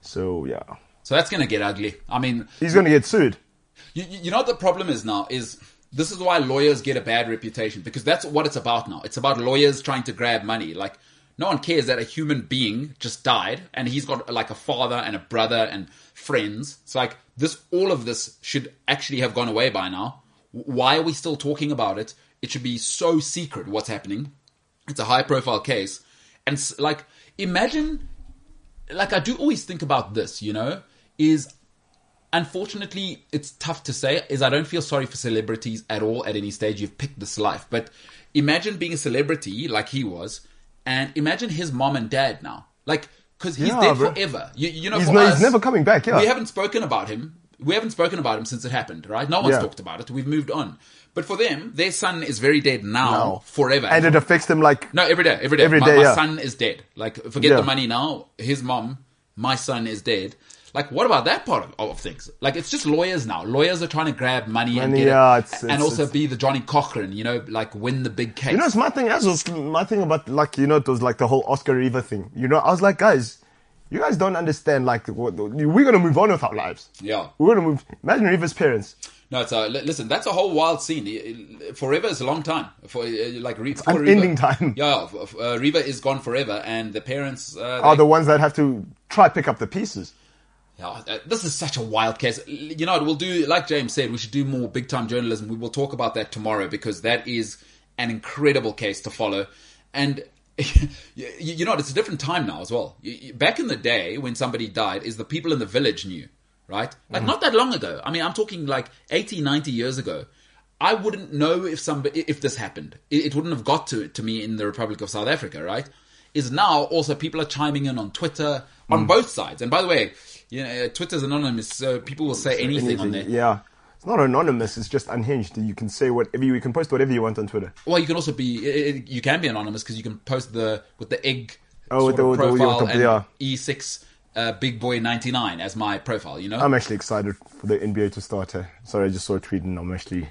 So yeah,
So that's gonna get ugly. I mean,
he's gonna get sued.
You, you you know what the problem is now is this is why lawyers get a bad reputation because that's what it's about now. It's about lawyers trying to grab money. Like no one cares that a human being just died and he's got like a father and a brother and friends. It's like this all of this should actually have gone away by now. W- Why are we still talking about it? It should be so secret what's happening. It's a high profile case and s- like imagine like I do always think about this, you know, is unfortunately, it's tough to say. Is I don't feel sorry for celebrities at all at any stage. You've picked this life, but imagine being a celebrity like he was, and imagine his mom and dad now, like because he's
Yeah,
dead
bro.
forever. You, you know,
He's,
for
no,
us-
he's never coming back. Yeah.
we haven't spoken about him. We haven't spoken about him since it happened, right? No one's
Yeah.
talked about it. We've moved on. But for them, their son is very dead now,
Now.
forever.
and it affects them like
no, every day, every day.
Every
my,
day,
my
yeah.
son is dead. Like, forget
Yeah.
the money now. His mom, my son is dead. Like, what about that part of, of things? Like, it's just lawyers now. Lawyers are trying to grab money, and
Money,
get it-
yeah, it's-
and
it's-
also
it's-
be the Johnny Cochran, you know, like win the big case.
You know, it's my thing as was my thing about like you know it was like the whole Oscar Eva thing. You know, I was like, guys, you guys don't understand. Like, what, we're gonna move on with our lives.
Yeah.
we're gonna move. Imagine Eva's parents.
no, it's a, li- listen. That's a whole wild scene. I- I- Forever is a long time. For uh, like, re- for Reba-
unending time.
Yeah, f- f- uh, Reba is gone forever, and the parents uh,
Are
they-
Oh, the ones that have to try pick up the pieces.
Oh, uh, this is such a wild case. L- You know, we'll do, like James said, we should do more big time journalism. We will talk about that tomorrow because that is an incredible case to follow. And you, you know, what, it's a different time now as well. You, you- back in the day when somebody died, is the people in the village knew, right? Like not that long ago. I mean, I'm talking like 80, 90 years ago. I wouldn't know if somebody if this happened. It, it wouldn't have got to to me in the Republic of South Africa, right? Is now also people are chiming in on Twitter
Hmm.
on both sides. And by the way, you know, Twitter's anonymous, so people will say anything, on there.
Yeah, it's not anonymous. It's just unhinged. You can say whatever you, you can post whatever you want on Twitter.
Well, you can also be i- i- you can be anonymous because you can post the with the egg
Oh, with
sort of
the- with the-
profile
with the- yeah.
and E6 uh, Big Boy 99 as my profile. You know,
I'm actually excited for the NBA to start. eh? Sorry, I just saw a tweet and I'm actually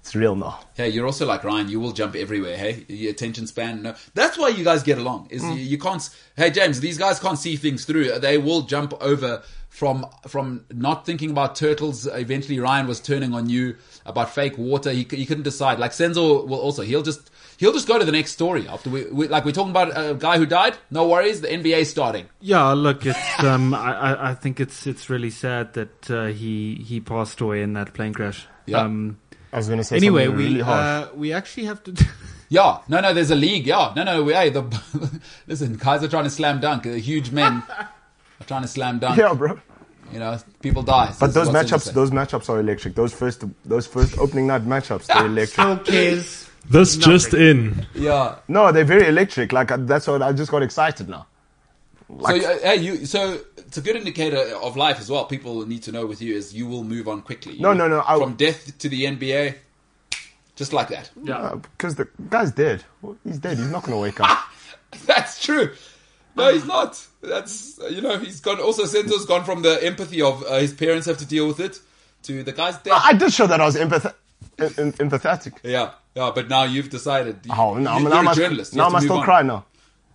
it's real now.
Hey, you're also like Ryan. You will jump everywhere. Hey, your attention span. No, that's why you guys get along. Is
Mm.
you, you can't. s- Hey, James, these guys can't see things through. They will jump over from from not thinking about turtles. Eventually, Ryan was turning on you about fake water. He, c- he couldn't decide. Like Senzo will also. He'll just he'll just go to the next story after we, we like we're talking about a guy who died. No worries. The NBA starting.
Yeah, look, it's um, I, I, I think it's it's really sad that uh, he he passed away in that plane crash.
Yeah.
Um,
I was gonna say
anyway,
something
we
really harsh.
uh, we actually have to.
Yeah, no, no. There's a league. Yeah, no, no. We, hey, the listen. Guys are trying to slam dunk. The huge men are trying to slam dunk.
yeah, bro.
You know, people die.
But
This is
those
what's
matchups,
interesting.
those matchups are electric. Those first, those first opening night matchups, they're electric.
Who cares?
This just in.
yeah.
No, they're very electric. Like I- that's what I just got excited now.
So uh, hey, you. So it's a good indicator of life as well. People need to know with you is you will move on quickly.
No, no, no, I-
From death to the NBA, just like that.
Yeah.
Because Uh, the guy's dead. Well, He's dead. He's not going to wake up.
That's true. No, he's not. That's you know he's gone. Also, Senzo's gone from the empathy of uh, his parents have to deal with it to the guy's death.
I did show that I was empath- em- em- empathetic.
yeah, yeah. But now you've decided. You,
Oh, no,
you-
I'm,
you're
now
a
I must,
journalist. You
now I
have to
must
move
still
on.
cry now.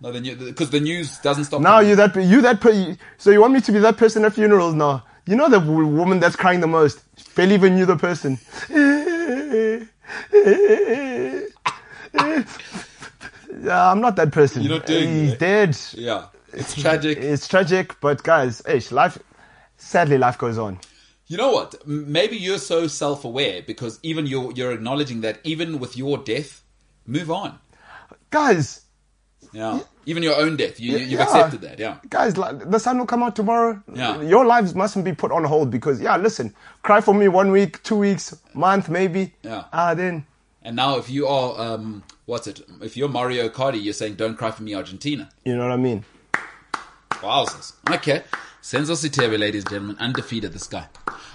No, then because the news doesn't stop.
Now
coming.
you that, you that, per- so you want me to be that person at funerals now? You know the w- woman that's crying the most? Barely even knew the person. yeah, I'm not that person.
You're not doing
He's
it.
dead.
Yeah, it's tragic.
It's tragic, but guys, ish, life, sadly, life goes on.
You know what? M- Maybe you're so self-aware because even you're you're acknowledging that even with your death, move on.
Guys,
Yeah, even your own death, you, you you've
Yeah.
accepted that. Yeah,
guys, like, the sun will come out tomorrow.
Yeah.
Your lives mustn't be put on hold because, yeah, listen, cry for me one week, two weeks, month, maybe.
Yeah.
Ah, then.
and now if you are um, what's it? If you're Mario Cardi, you're saying "Don't cry for me, Argentina."
You know what I mean?
Wowzers. Okay, Senzo Sitebe, ladies and gentlemen, undefeated. This guy.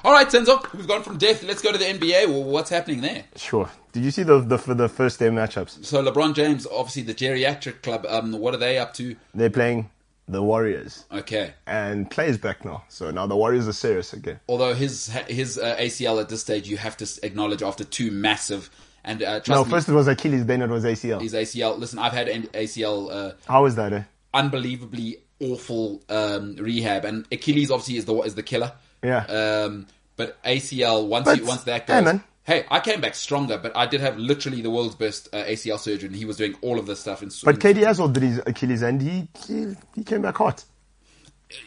All right, Senzo, we've gone from death. Let's go to the NBA. Well, what's happening there?
Sure. Did you see the the, for the first day matchups?
So LeBron James, obviously the geriatric club. Um, what are they up to?
They're playing the Warriors,
Okay.
and plays back now. So now the Warriors are serious again.
Although his his uh, ACL at this stage, you have to s- acknowledge after two massive and uh, trust
No,
me,
first it was Achilles, then it was ACL.
his ACL. Listen, I've had an ACL uh,
How was that? Eh?
unbelievably awful um, rehab, and Achilles obviously is the is the killer.
Yeah.
Um, but ACL once
But-
you, once that
hey,
goes.
man.
Hey, I came back stronger, but I did have literally the world's best uh, ACL surgeon. He was doing all of this stuff. In,
But
in-
KD has all did his Achilles, and he, he he came back hot.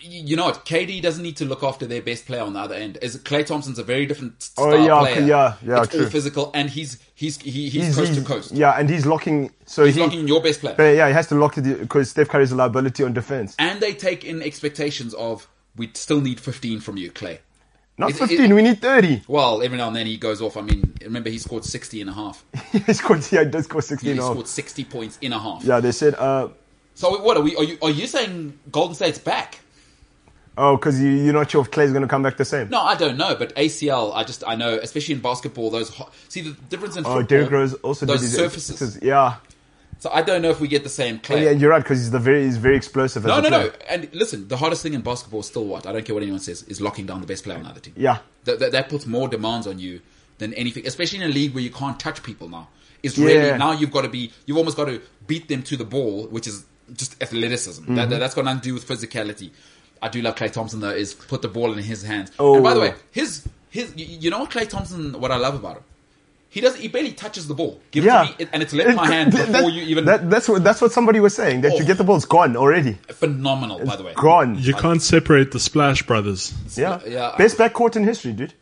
you know what? KD doesn't need to look after their best player on the other end. Is Clay Thompson's a very different style
Oh, yeah,
player.
yeah, yeah,
It's all
true.
physical, and he's he's he, he's, coast to coast.
Yeah, and he's locking. So
He's
he,
locking your best player.
But Uh, yeah, he has to lock it because Steph Curry's a liability on defense.
and they take in expectations of we still need 15 from you, Clay.
Not
It-
15,
it-
we need 30.
Well, every now and then he goes off. I mean, remember he scored 60 and a half.
he scored, yeah, he did score
He
16 off.
scored 60 points in a half.
Yeah, they said, uh,
So what are we? Are you are you saying Golden State's back?
oh, because you, you're not sure if Clay's going to come back the same.
No, I don't know, but ACL, I just I know, especially in basketball, those hot, see the difference in
Oh,
football.
Derrick Rose also
those
did his
surfaces.
his- Yeah.
So I don't know if we get the same
Oh, yeah,
clay.
you're right because he's the very he's very explosive. As
no,
a
no, no.
player.
And listen, the hardest thing in basketball is still what I don't care what anyone says is locking down the best player on the other team.
Yeah,
that, that, that puts more demands on you than anything, especially in a league where you can't touch people now. It's
Yeah.
really now you've got to be you've almost got to beat them to the ball, which is just athleticism.
Mm-hmm.
That, that, has got nothing to do with physicality. I do love Clay Thompson though. Is put the ball in his hands. And by the
Oh.
way, his his you- you know what Clay Thompson? What I love about him, he does he barely touches the ball. Give
yeah.
it to me, and it's left my hand
that-
before you even.
that, that's what that's what somebody was saying that
Oh.
you get the ball, it's gone already,
phenomenal, by the way.
gone.
You can't separate the Splash Brothers.
Yeah,
yeah.
Best backcourt in history, dude.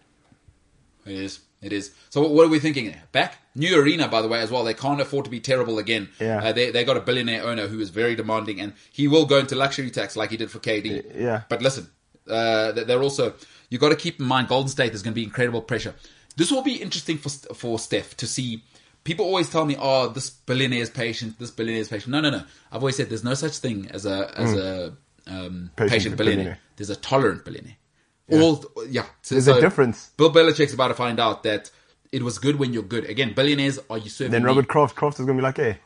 It is. It is. So what- what are we thinking? there? Back new arena, by the way, as well. They can't afford to be terrible again.
Yeah.
Uh, they they got a billionaire owner who is very demanding, and he will go into luxury tax like he did for KD.
yeah.
But listen, uh, they- they're also you got to keep in mind Golden State is going to be incredible pressure. This will be interesting for St- for Steph to see. People always tell me, "Oh, this billionaire is patient. This billionaire is patient." No, no, no. I've always said there's no such thing as a as a um, patient,
Mm. Patient
billionaire.
billionaire.
There's a tolerant billionaire. All yeah. So-
There's a difference.
Bill Belichick's about to find out that it was good when you're good. Again, billionaires are you serving?
Then
me?
Robert Kraft, Kraft is gonna be like, hey,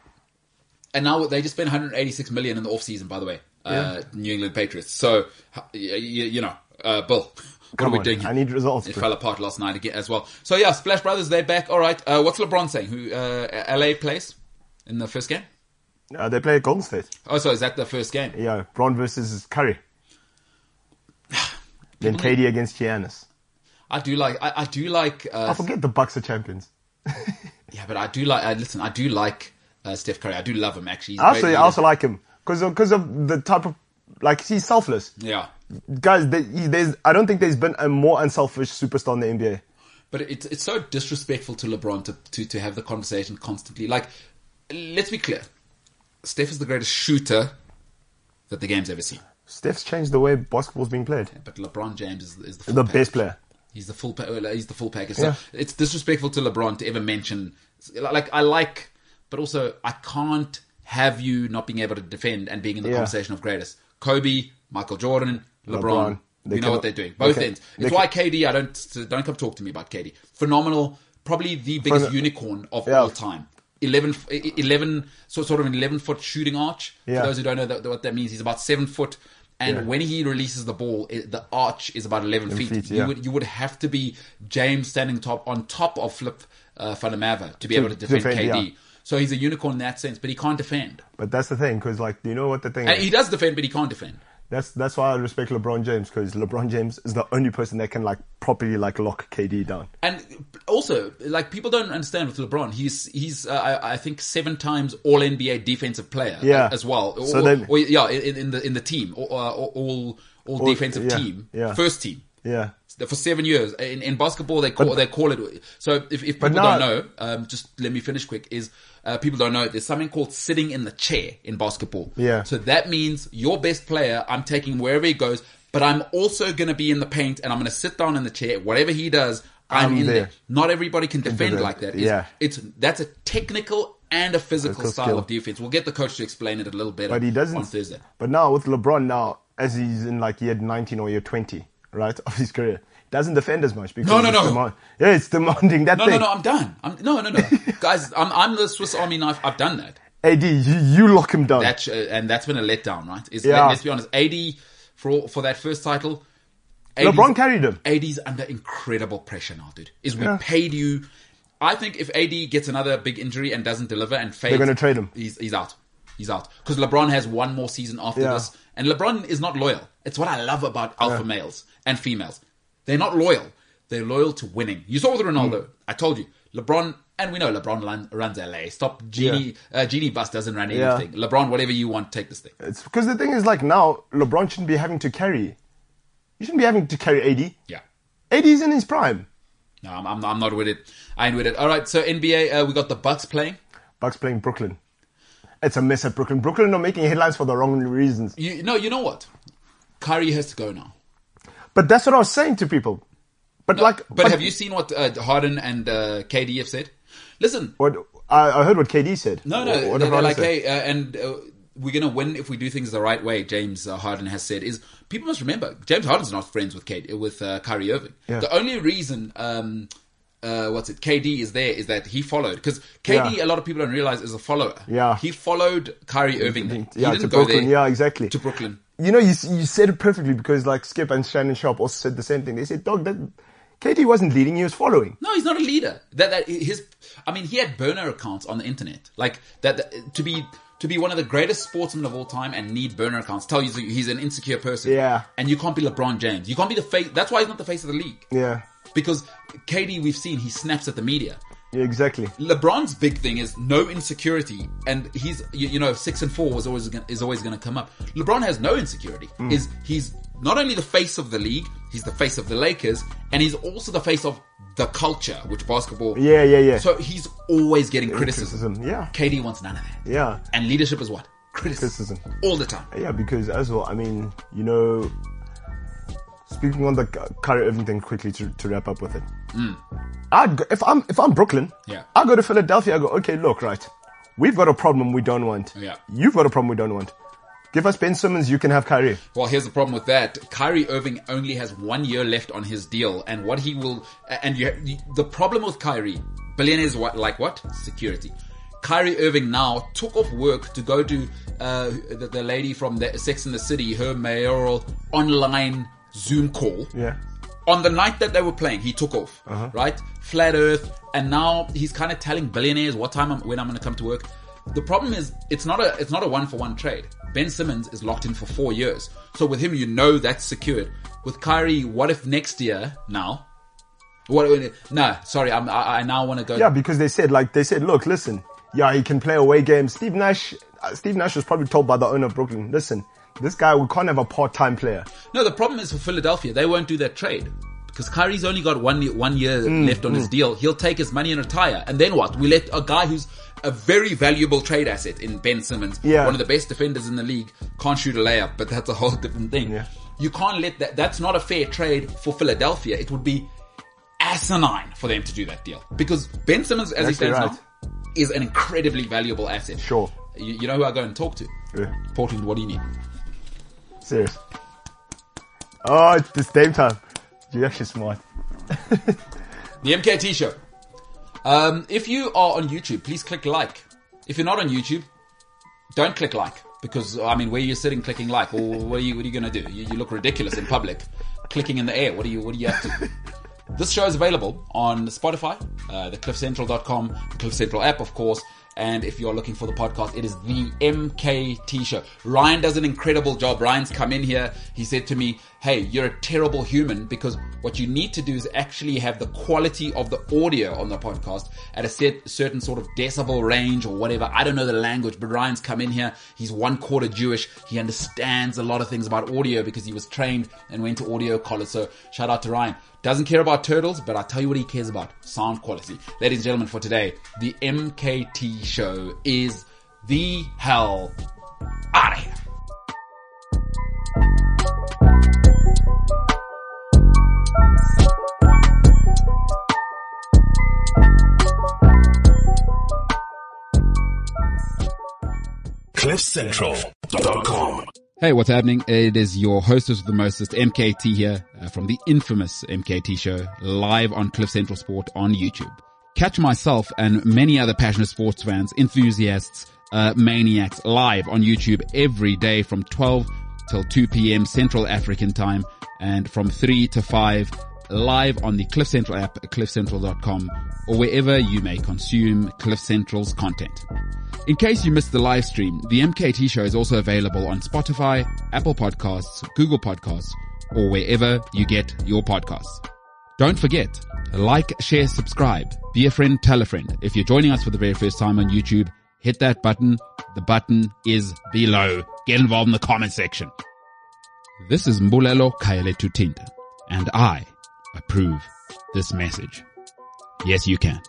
and now they just spent 186 million in the offseason, By the way, uh, New England Patriots. So you, you know, uh, Bill, what
Come
are we
on,
doing? here?
I need results,
It
bro.
fell apart last night again as well. So yeah, Splash Brothers they're back. All right. Uh, what's LeBron saying? Who uh, L.A. plays in the first game?
uh, they play at Golden State.
Oh, so is that the first game?
Yeah, Braun versus Curry. then KD against Giannis.
I do like. I, I do like.
I
Uh,
forget the Bucks are champions.
yeah, but I do like. Uh, listen, I do like uh, Steph Curry. I do love him actually. He's a
I also,
great
I
leader.
also like him because of the type of like he's selfless.
yeah.
Guys, there- he- there's I don't think there's been a more unselfish superstar in the NBA.
But it's it's so disrespectful to LeBron to, to, to have the conversation constantly. Like, let's be clear, Steph is the greatest shooter that the game's ever seen.
Steph's changed the way basketball's being played.
But LeBron James is, is the, full
The
package.
best player.
He's the full pa- well, he's the full package. So
Yeah.
it's disrespectful to LeBron to ever mention like I like, but also I can't have you not being able to defend and being in the
Yeah.
conversation of greatest. Kobe, Michael Jordan, LeBron.
LeBron. They
we know what
cannot-
they're doing. Both
they can-
ends.
they
It's
can-
why KD. I don't don't come talk to me about KD. Phenomenal, probably the biggest
Phenom-
unicorn of
Yeah.
all time. 11, 11 so sort of an 11 foot shooting arch.
Yeah.
For those who don't know that, what that means, he's about seven foot. And when he releases the ball, it, the arch is about 11 feet.
feet,
You,
yeah.
would, you would have to be James standing top on top of Flip uh, Fanamava to be able to defend,
defend,
KD.
yeah.
So he's a unicorn in that sense, but he can't defend.
But that's the thing, because like you know what the thing
And
is.
he does defend, but he can't defend.
That's that's why I respect LeBron James because LeBron James is the only person that can like properly like lock KD down.
And also, like people don't understand with LeBron, he's he's uh, I, I think seven times All NBA defensive player uh,
Yeah.
as well. Or,
So then-
or- yeah, in, in the in the team, or, uh, or, all all defensive
yeah,
team,
yeah.
first team.
Yeah,
for seven years. In, in basketball, they call they call it. So if, if people
now-
don't know, um, just let me finish quick. Is uh, people don't know there's something called sitting in the chair in basketball.
Yeah.
So that means your best player, I'm taking wherever he goes, but I'm also going to be in the paint and I'm going to sit down in the chair. Whatever he does, I'm,
I'm
in there.
there.
Not everybody can defend
that.
like that. It's-
Yeah.
It's that's a technical and a physical,
Physical
style
skill.
of defense. We'll get the coach to explain it a little better.
but he doesn't.
on Thursday.
But now with LeBron now, as he's in like year 19 or year 20, right, of his career, doesn't defend as much because
No, no,
it's
no.
demand- yeah, it's demanding that
No,
thing.
no, no! I'm done. I'm no, no, no, guys. I'm I'm the Swiss Army knife. I've done that.
AD, you, you lock him down.
That's uh, and that's been a letdown, right? Is
Yeah.
let, us be honest, AD for all- for that first title.
LeBron carried him.
AD's under incredible pressure now, dude. Is we paid you. I think if AD gets another big injury and doesn't deliver and fades,
gonna trade him.
He's he's out. He's out because LeBron has one more season after
Yeah.
this, and LeBron is not loyal. It's what I love about alpha males and females. They're not loyal. They're loyal to winning. You saw with
Mm.
Ronaldo. I told you, LeBron, and we know LeBron run, runs LA. Stop, genie, uh, genie bus doesn't run
Yeah.
anything. LeBron, whatever you want, take this thing.
It's because the thing is like now LeBron shouldn't be having to carry. You shouldn't be having to carry AD.
Yeah.
AD's in his prime.
No, I'm, I'm, I'm not with it. I ain't with it. All right, so NBA, uh, we got the Bucks playing.
Bucks playing Brooklyn. It's a mess at Brooklyn. Brooklyn are making headlines for the wrong reasons.
You no, you know what? Kyrie has to go now.
But that's what I was saying to people. But like,
But have you seen what uh, Harden and uh, KD have said? Listen,
What I, I heard what KD said.
No,
What-
no,
what
they're,
did Harden
like,
say?
hey, uh, and uh, we're gonna win if we do things the right way. James uh, Harden has said is people must remember James Harden's not friends with Kate with uh, Kyrie Irving.
Yeah.
The only reason. Um, uh, what's it? KD is there. Is that he followed? Because KD,
Yeah.
a lot of people don't realize, is a follower.
Yeah.
he followed Kyrie Irving. there. He
yeah,
didn't
to
go
Brooklyn.
there.
Yeah, exactly.
To Brooklyn.
You know, you s- you said it perfectly because like Skip and Shannon Sharp also said the same thing. They said, "Dog, that KD wasn't leading; he was following."
No, he's not a leader. That that his, I mean, he had burner accounts on the internet. Like that, that- to be to be one of the greatest sportsmen of all time and need burner accounts tell you that he's an insecure person.
Yeah.
and you can't be LeBron James. You can't be the face. That's why he's not the face of the league.
Yeah,
because KD, we've seen he snaps at the media.
yeah, exactly.
LeBron's big thing is no insecurity, and he's you, you know six and four was always gonna, is always going to come up. LeBron has no insecurity.
Hmm.
Is he's not only the face of the league, he's the face of the Lakers, and he's also the face of the culture, which basketball.
Yeah, yeah, yeah.
So he's always getting criticism.
criticism, yeah.
KD wants none of that.
Yeah.
And leadership is what criticism,
Criticism.
all the time.
Yeah, because as well, I mean, you know, speaking on the Ky- Kyrie Irving thing quickly to, to wrap up with it. I'd go, if I'm if I'm Brooklyn,
Mm. Yeah.
I go to Philadelphia. I go, okay, look, right, we've got a problem we don't want.
Yeah.
you've got a problem we don't want. Give us Ben Simmons, you can have Kyrie.
Well, here's the problem with that. Kyrie Irving only has one year left on his deal, and what he will, and you, the problem with Kyrie, billionaires what like what security. Kyrie Irving now took off work to go to uh, the, the lady from the Sex in the City, her mayoral online Zoom call
Yeah,
on the night that they were playing, he took off, right? Flat Earth, and now he's kind of telling billionaires what time I'm, when I'm going to come to work. The problem is, it's not a it's not a one for one trade. Ben Simmons is locked in for four years, so with him, you know that's secured. With Kyrie, what if next year? Now, what? No, sorry, I'm, I, I now want to go.
yeah, because they said like they said, look, listen, yeah, he can play away games. Steve Nash, uh, Steve Nash was probably told by the owner of Brooklyn, listen, this guy we can't have a part time player.
No, the problem is for Philadelphia, they won't do that trade. Because Kyrie's only got one year, one year
Mm,
left on his deal. He'll take his money and retire. And then what? We let a guy who's a very valuable trade asset in Ben Simmons,
Yeah.
one of the best defenders in the league, can't shoot a layup, but that's a whole different thing.
Yeah.
You can't let that, that's not a fair trade for Philadelphia. It would be asinine for them to do that deal. Because Ben Simmons, as he
Exactly
stands
right.
now, is an incredibly valuable asset.
Sure.
You, you know who I go and talk to?
Yeah.
Portland, what do you need?
Serious. Oh, it's the same time. You're actually smart.
The MKT show. Um, if you are on YouTube, please click like. If you're not on YouTube, don't click like because I mean, where you're sitting, clicking like, or what are you? What are you going to do? You, you look ridiculous in public, clicking in the air. What do you? What do you have to? do? This show is available on Spotify, uh, thecliffcentral.com, the Cliff Central app, of course. And if you're looking for the podcast, it is the MKT show. Ryan does an incredible job. Ryan's come in here. He said to me, Hey, you're a terrible human because what you need to do is actually have the quality of the audio on the podcast at a set, certain sort of decibel range or whatever. I don't know the language, but Ryan's come in here. He's one quarter Jewish. He understands a lot of things about audio because he was trained and went to audio college. So shout out to Ryan. Doesn't care about turtles, but I'll tell you what he cares about. Sound quality. Ladies and gentlemen, for today, the MKT show is the hell out of here.
CliffCentral.com.
Hey, what's happening? It is your hostess with the mostest, MKT here uh, from the infamous MKT show live on Cliff Central Sport on YouTube. Catch myself and many other passionate sports fans, enthusiasts, uh, maniacs live on YouTube every day from 12 till 2 p.m. Central African time and from 3 to 5 live on the Cliff Central app, cliffcentral.com, or wherever you may consume Cliff Central's content. In case you missed the live stream, the MKT show is also available on Spotify, Apple Podcasts, Google Podcasts, or wherever you get your podcasts. Don't forget, like, share, subscribe, be a friend, tell a friend. If you're joining us for the very first time on YouTube, hit that button. The button is below. Get involved in the comment section. This is Mbulelo Kaeletu Tinta, and I approve this message. Yes, you can.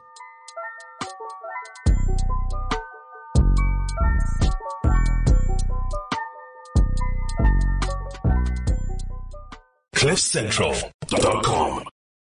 CliffCentral.com.